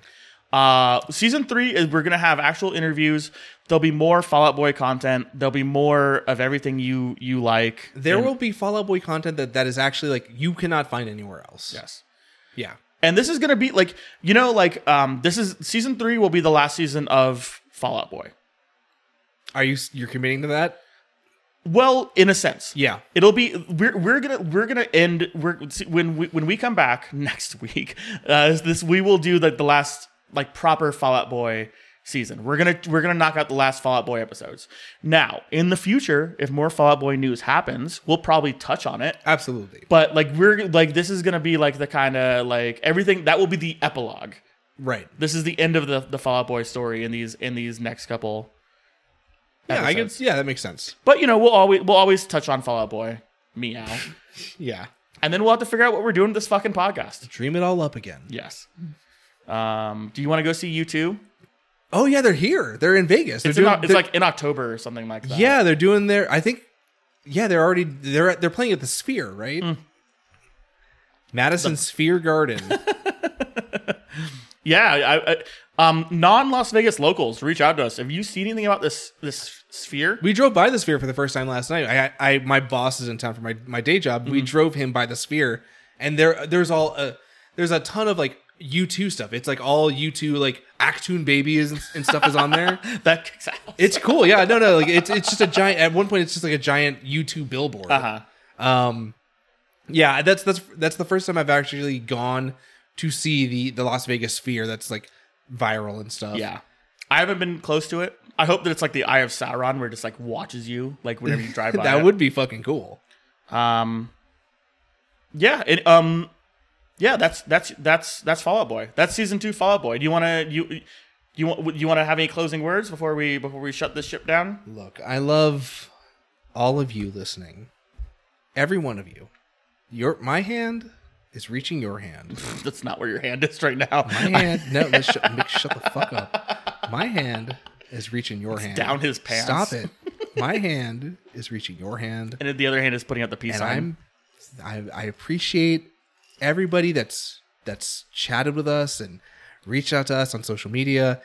B: Uh, season three is we're gonna have actual interviews. There'll be more Fallout Boy content. There'll be more of everything you you like.
A: There
B: And-
A: will be Fall Out Boy content that that is actually like you cannot find anywhere else.
B: yes,
A: Yeah.
B: and this is gonna be like you know like um this is season three will be the last season of Fallout Boy.
A: Are you you're committing to that?
B: Well, in a sense,
A: Yeah.
B: It'll be we're we're gonna we're gonna end we're see, when we when we come back next week. Uh, this we will do like the last like proper Fallout Boy season. We're gonna we're gonna knock out the last Fallout Boy episodes. Now, in the future, if more Fallout Boy news happens, we'll probably touch on it.
A: Absolutely.
B: But like we're like this is gonna be like the kind of like everything that will be the epilogue.
A: Right.
B: This is the end of the the Fallout Boy story in these in these next couple.
A: Yeah, I
B: episodes.
A: guess. Yeah, that makes sense.
B: But you know we'll always we'll always touch on Fallout Boy meow,
A: Yeah.
B: and then we'll have to figure out what we're doing with this fucking podcast.
A: Dream it all up again.
B: Yes. Um, do you want to go see you two?
A: Oh yeah, they're here. They're in Vegas. They're
B: It's,
A: doing,
B: in, it's
A: they're-
B: like in October or something like that.
A: yeah, they're doing their. I think. Yeah, they're already they're at, they're playing at the Sphere, right? Madison Sphere Garden.
B: yeah. I, I, um, non Las Vegas locals, reach out to us. Have you seen anything about this this sphere?
A: we drove by the Sphere for the first time last night. I, I my boss is in town for my, my day job. We
B: Mhm.
A: drove him by the Sphere, and there there's all a there's a ton of like U two stuff. It's like all U two like Actoon babies and, and stuff is on there.
B: that kicks ass.
A: It's cool. Yeah, no, no, like it's it's just a giant. At one point, it's just like a giant U two billboard.
B: uh-huh.
A: Um, yeah, that's that's that's the first time I've actually gone to see the the Las Vegas Sphere. That's like viral and stuff.
B: Yeah. I haven't been close to it. I hope that it's like the Eye of Sauron, where it just like watches you, like whenever you drive by.
A: that
B: it.
A: would be fucking cool.
B: Um, yeah, it, um, yeah. That's that's that's that's Fallout Boy. That's season two Fallout Boy. Do you want to you you want you want to have any closing words before we before we shut this ship down?
A: Look, I love all of you listening, every one of you. Your my hand is reaching your hand.
B: That's not where your hand is right now.
A: My hand, no, let's shut, Mick, shut the fuck up. My hand is reaching your hand.
B: down his pants.
A: Stop it. My hand is reaching your hand.
B: And then the other hand is putting out the peace
A: and
B: sign.
A: I'm I, I appreciate everybody that's that's chatted with us and reached out to us on social media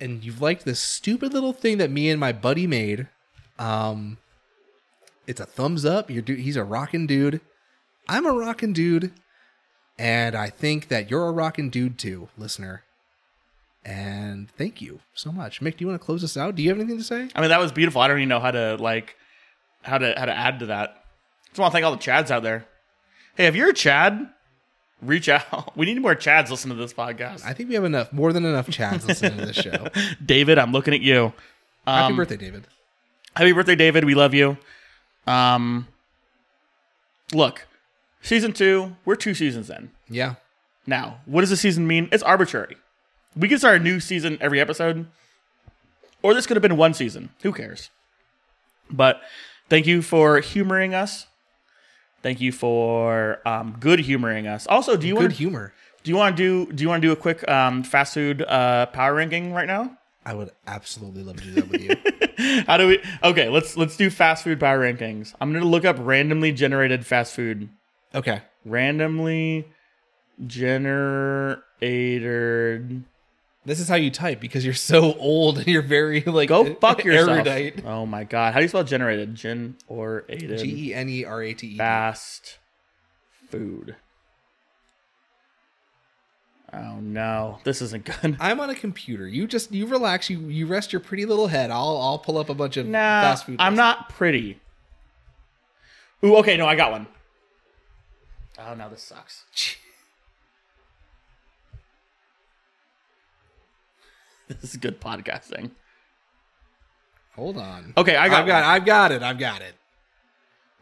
A: and you've liked this stupid little thing that me and my buddy made um it's a thumbs up you're dude he's a rockin' dude i'm a rockin' dude and i think that you're a rockin' dude too listener and thank you so much mick do you want to close us out do you have anything to say
B: I mean, that was beautiful. I don't even know how to like how to how to add to that. Just want to thank all the Chads out there. Hey, if you're a Chad, reach out. We need more Chads listening to this podcast.
A: i think we have enough more than enough chads listening to this show
B: David, I'm looking at you.
A: happy
B: Um,
A: birthday david
B: Happy birthday, David. We love you. Um, look, season two. We're two seasons in
A: Yeah.
B: now. What does the season mean? It's arbitrary. We can start a new season every episode, or this could have been one season. Who cares? But thank you for humoring us. Thank you for um, good humoring us. Also, do you
A: Good
B: want
A: humor.
B: do you want to do do you want to do a quick um, fast food uh, power ranking right now?
A: I would absolutely love to do that with you.
B: How do we? Okay, let's let's do fast food power rankings. I'm gonna look up randomly generated fast food.
A: okay.
B: Randomly generated.
A: This is how you type because you're so old and you're very like
B: Go fuck yourself.
A: E-, erudite.
B: Oh my god, how do you spell generated? Gen or aided
A: G E N E R A T E.
B: fast food. Oh no, this isn't good.
A: I'm on a computer. You just you relax. You you rest your pretty little head. I'll I'll pull up a bunch of
B: Nah,
A: fast food.
B: I'm
A: lists.
B: not pretty. Ooh, okay, no, I got one. Oh no, this sucks. this is good podcasting.
A: Hold on.
B: Okay, I got
A: I've got.
B: one.
A: I've got it. I've got it.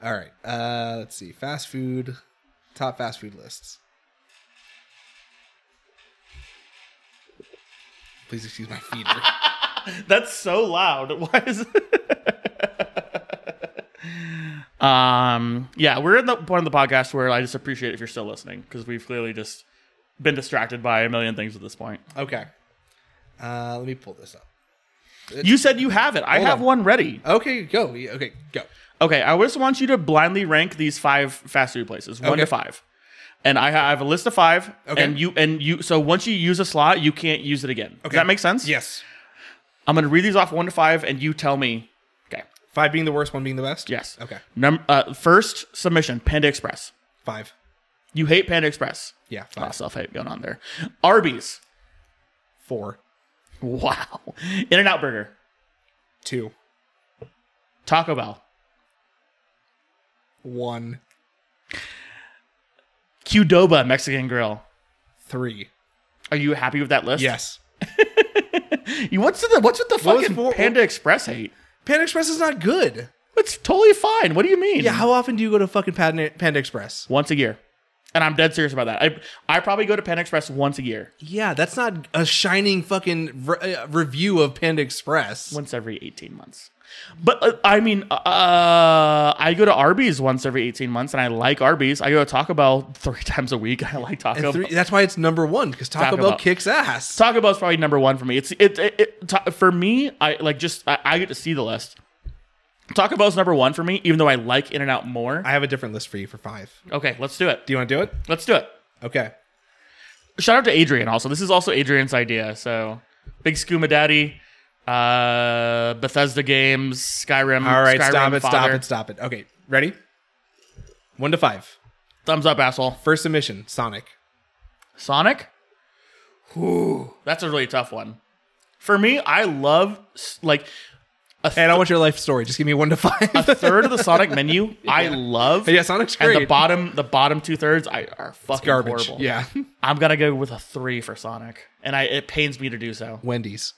A: All right. Uh, let's see. Fast food. Top fast food lists. Please excuse my feeder.
B: That's so loud. Why is Um yeah, we're in the part of the podcast where I just appreciate if you're still listening because we've clearly just been distracted by a million things at this point.
A: okay. Uh, let me pull this up.
B: You said you have it. I
A: Hold
B: have
A: on.
B: one ready.
A: Okay, go. Yeah, Okay, go.
B: Okay, I just want you to blindly rank these five fast food places, one
A: Okay.
B: to five. And I have a list of five.
A: Okay.
B: And you and you so once you use a slot, you can't use it again. Does that make sense?
A: Yes.
B: I'm gonna read these off one to five and you tell me. Okay.
A: Five being the worst, one being the best?
B: Yes.
A: Okay.
B: Num- uh, first submission, Panda Express.
A: Five.
B: You hate Panda Express.
A: Yeah,
B: A lot
A: five.
B: of self hate going on there. Arby's.
A: Four.
B: Wow. In and Out Burger.
A: Two.
B: Taco Bell.
A: One.
B: Qdoba Mexican Grill.
A: Three.
B: Are you happy with that list?
A: Yes.
B: You- what's the what's with the
A: What was
B: fucking
A: for-
B: Panda Express hate?
A: Panda Express is not good.
B: It's totally fine. What do you mean?
A: Yeah, how often do you go to fucking Panda, Panda Express?
B: once a year, and I'm dead serious about that. I I probably go to Panda Express once a year,
A: Yeah, that's not a shining fucking re- uh, review of Panda Express.
B: once every 18 months. But uh, I mean, uh, I go to Arby's once every 18 months, and I like Arby's. I go to Taco Bell three times a week. I like Taco.
A: And
B: Bell.
A: three, that's why it's number one because Taco,
B: Taco
A: Bell,
B: Bell.
A: kicks ass.
B: Taco Bell's probably number one for me. It's it, it, it ta- for me. I like just I, I get to see the list. Taco Bell's number one for me, even though I like In and Out more.
A: I have a different list for you for five.
B: Okay, let's do it.
A: Do you want to do it?
B: Let's do it.
A: Okay.
B: Shout out to Adrian. Also, this is also Adrian's idea. So, big Skooma Daddy, uh, Bethesda games, Skyrim.
A: All right,
B: Skyrim
A: stop it, stop
B: father.
A: it, stop it. Okay, ready? One to five.
B: Thumbs up, asshole.
A: First submission, Sonic.
B: Sonic. Whew, that's a really tough one. For me, I love s- like a
A: And I want your life story. Just give me one to
B: a
A: five.
B: third of the Sonic menu I love.
A: Yeah, Sonic's
B: And the
A: great.
B: bottom, the bottom two thirds, I are fucking
A: Garbage.
B: horrible.
A: Yeah.
B: I'm gonna go with a three for Sonic, and I it pains me to do so.
A: Wendy's.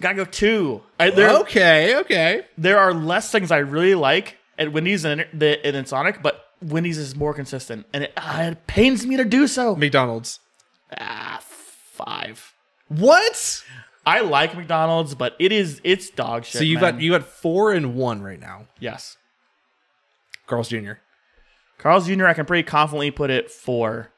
B: Gotta go two. I, there,
A: okay, okay.
B: there are less things I really like at Wendy's than than in Sonic, but Wendy's is more consistent, and it, ah, it pains me to do so.
A: McDonald's.
B: Ah, five.
A: What?
B: I like McDonald's, but it is it's dog shit.
A: So you
B: man.
A: got you got four and one right now.
B: yes.
A: Carl's Jr.
B: Carl's Jr., I can pretty confidently put it four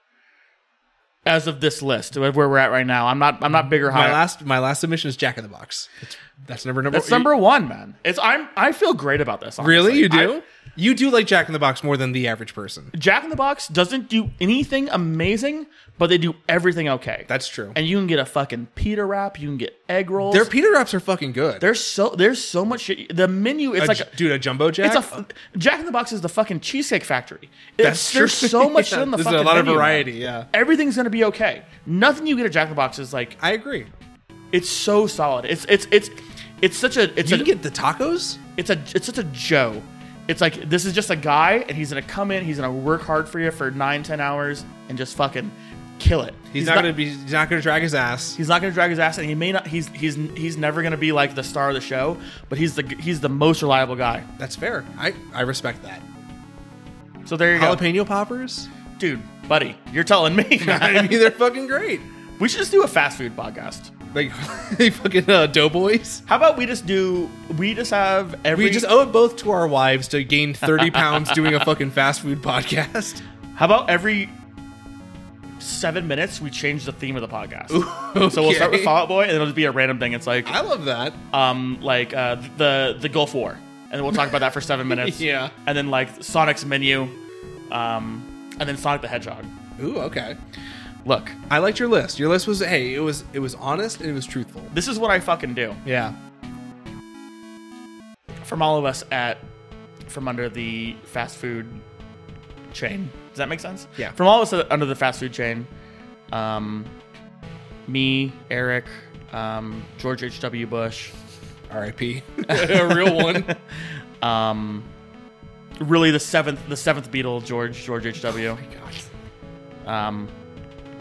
B: as of this list where we're at right now. I'm not I'm not bigger
A: My
B: higher.
A: last my last submission is Jack in the Box. That's, that's number number.
B: That's number one, man. It's I'm I feel great about this. honestly.
A: really you
B: I-
A: do? you do like Jack in the Box more than the average person.
B: Jack in the Box doesn't do anything amazing, but they do everything okay.
A: That's true.
B: and you can get a fucking pita wrap. You can get egg rolls.
A: Their Peter wraps are fucking good.
B: there's so there's so much shit. The menu, it's
A: a,
B: like
A: like dude, a jumbo Jack.
B: it's a f- Jack in the Box is the fucking Cheesecake Factory.
A: That's
B: It's, there's
A: true.
B: so much
A: Yeah,
B: shit in the
A: there's a
B: fucking
A: lot of
B: menu, man.
A: variety, yeah.
B: everything's gonna be okay. Nothing you get at Jack in the Box is like
A: I agree.
B: it's so solid. It's it's it's it's such a it's
A: You
B: a
A: can get the tacos.
B: it's a it's such a Joe. It's like this is just a guy, and he's gonna come in, he's gonna work hard for you for nine, ten hours, and just fucking kill it.
A: He's, not, gonna be. He's not gonna drag his ass.
B: He's not gonna drag his ass, and he may not. He's he's he's never gonna be like the star of the show, but he's the he's the most reliable guy.
A: That's fair. I I respect that.
B: So there you
A: Jalapeno poppers.
B: go, dude, buddy. You're telling me
A: I mean, they're fucking great.
B: we should just do a fast food podcast.
A: Like they fucking uh, doughboys.
B: How about we just do we just have every
A: We just owe it both to our wives to gain thirty pounds doing a fucking fast food podcast.
B: How about every seven minutes we change the theme of the podcast? So we'll start with
A: okay.
B: Fallout Boy, and it'll just be a random thing. It's like
A: I love that.
B: um like uh, the the Gulf War, and we'll talk about that for seven minutes.
A: Yeah.
B: and then like Sonic's menu, um, and then Sonic the Hedgehog.
A: Ooh, okay.
B: Look,
A: I liked your list. Your list was hey, it was it was honest and it was truthful.
B: this is what I fucking do
A: Yeah.
B: from all of us at from under the fast food chain. Does that make sense?
A: Yeah.
B: From all of us at- under the fast food chain, um, me, Eric, um, George H. W. Bush.
A: R.I.P. a real one.
B: um really the seventh the seventh beatle george george hw um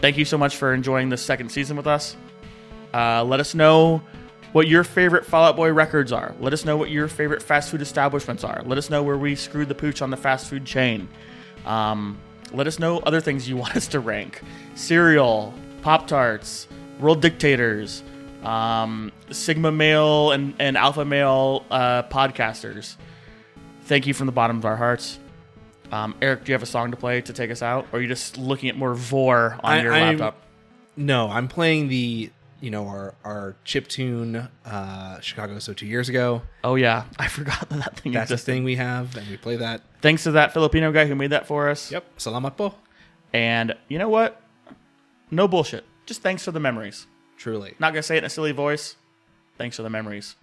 B: thank you so much for enjoying the second season with us uh let us know what your favorite fallout boy records are let us know what your favorite fast food establishments are let us know where we screwed the pooch on the fast food chain um let us know other things you want us to rank cereal pop tarts world dictators um, sigma male and, and alpha male uh, podcasters thank you from the bottom of our hearts. Um, Eric, do you have a song to play to take us out, or are you just looking at more vor on
A: I-
B: your
A: I'm-
B: laptop?
A: No, I'm playing the you know our our chip tune uh, Chicago so two years ago.
B: Oh yeah, I forgot that that thing
A: That's the
B: existed.
A: thing we have, and we play that.
B: Thanks to that Filipino guy who made that for us.
A: Yep. Salamat po.
B: And you know what? No bullshit. Just thanks for the memories.
A: Truly.
B: Not gonna say it in a silly voice. Thanks for the memories.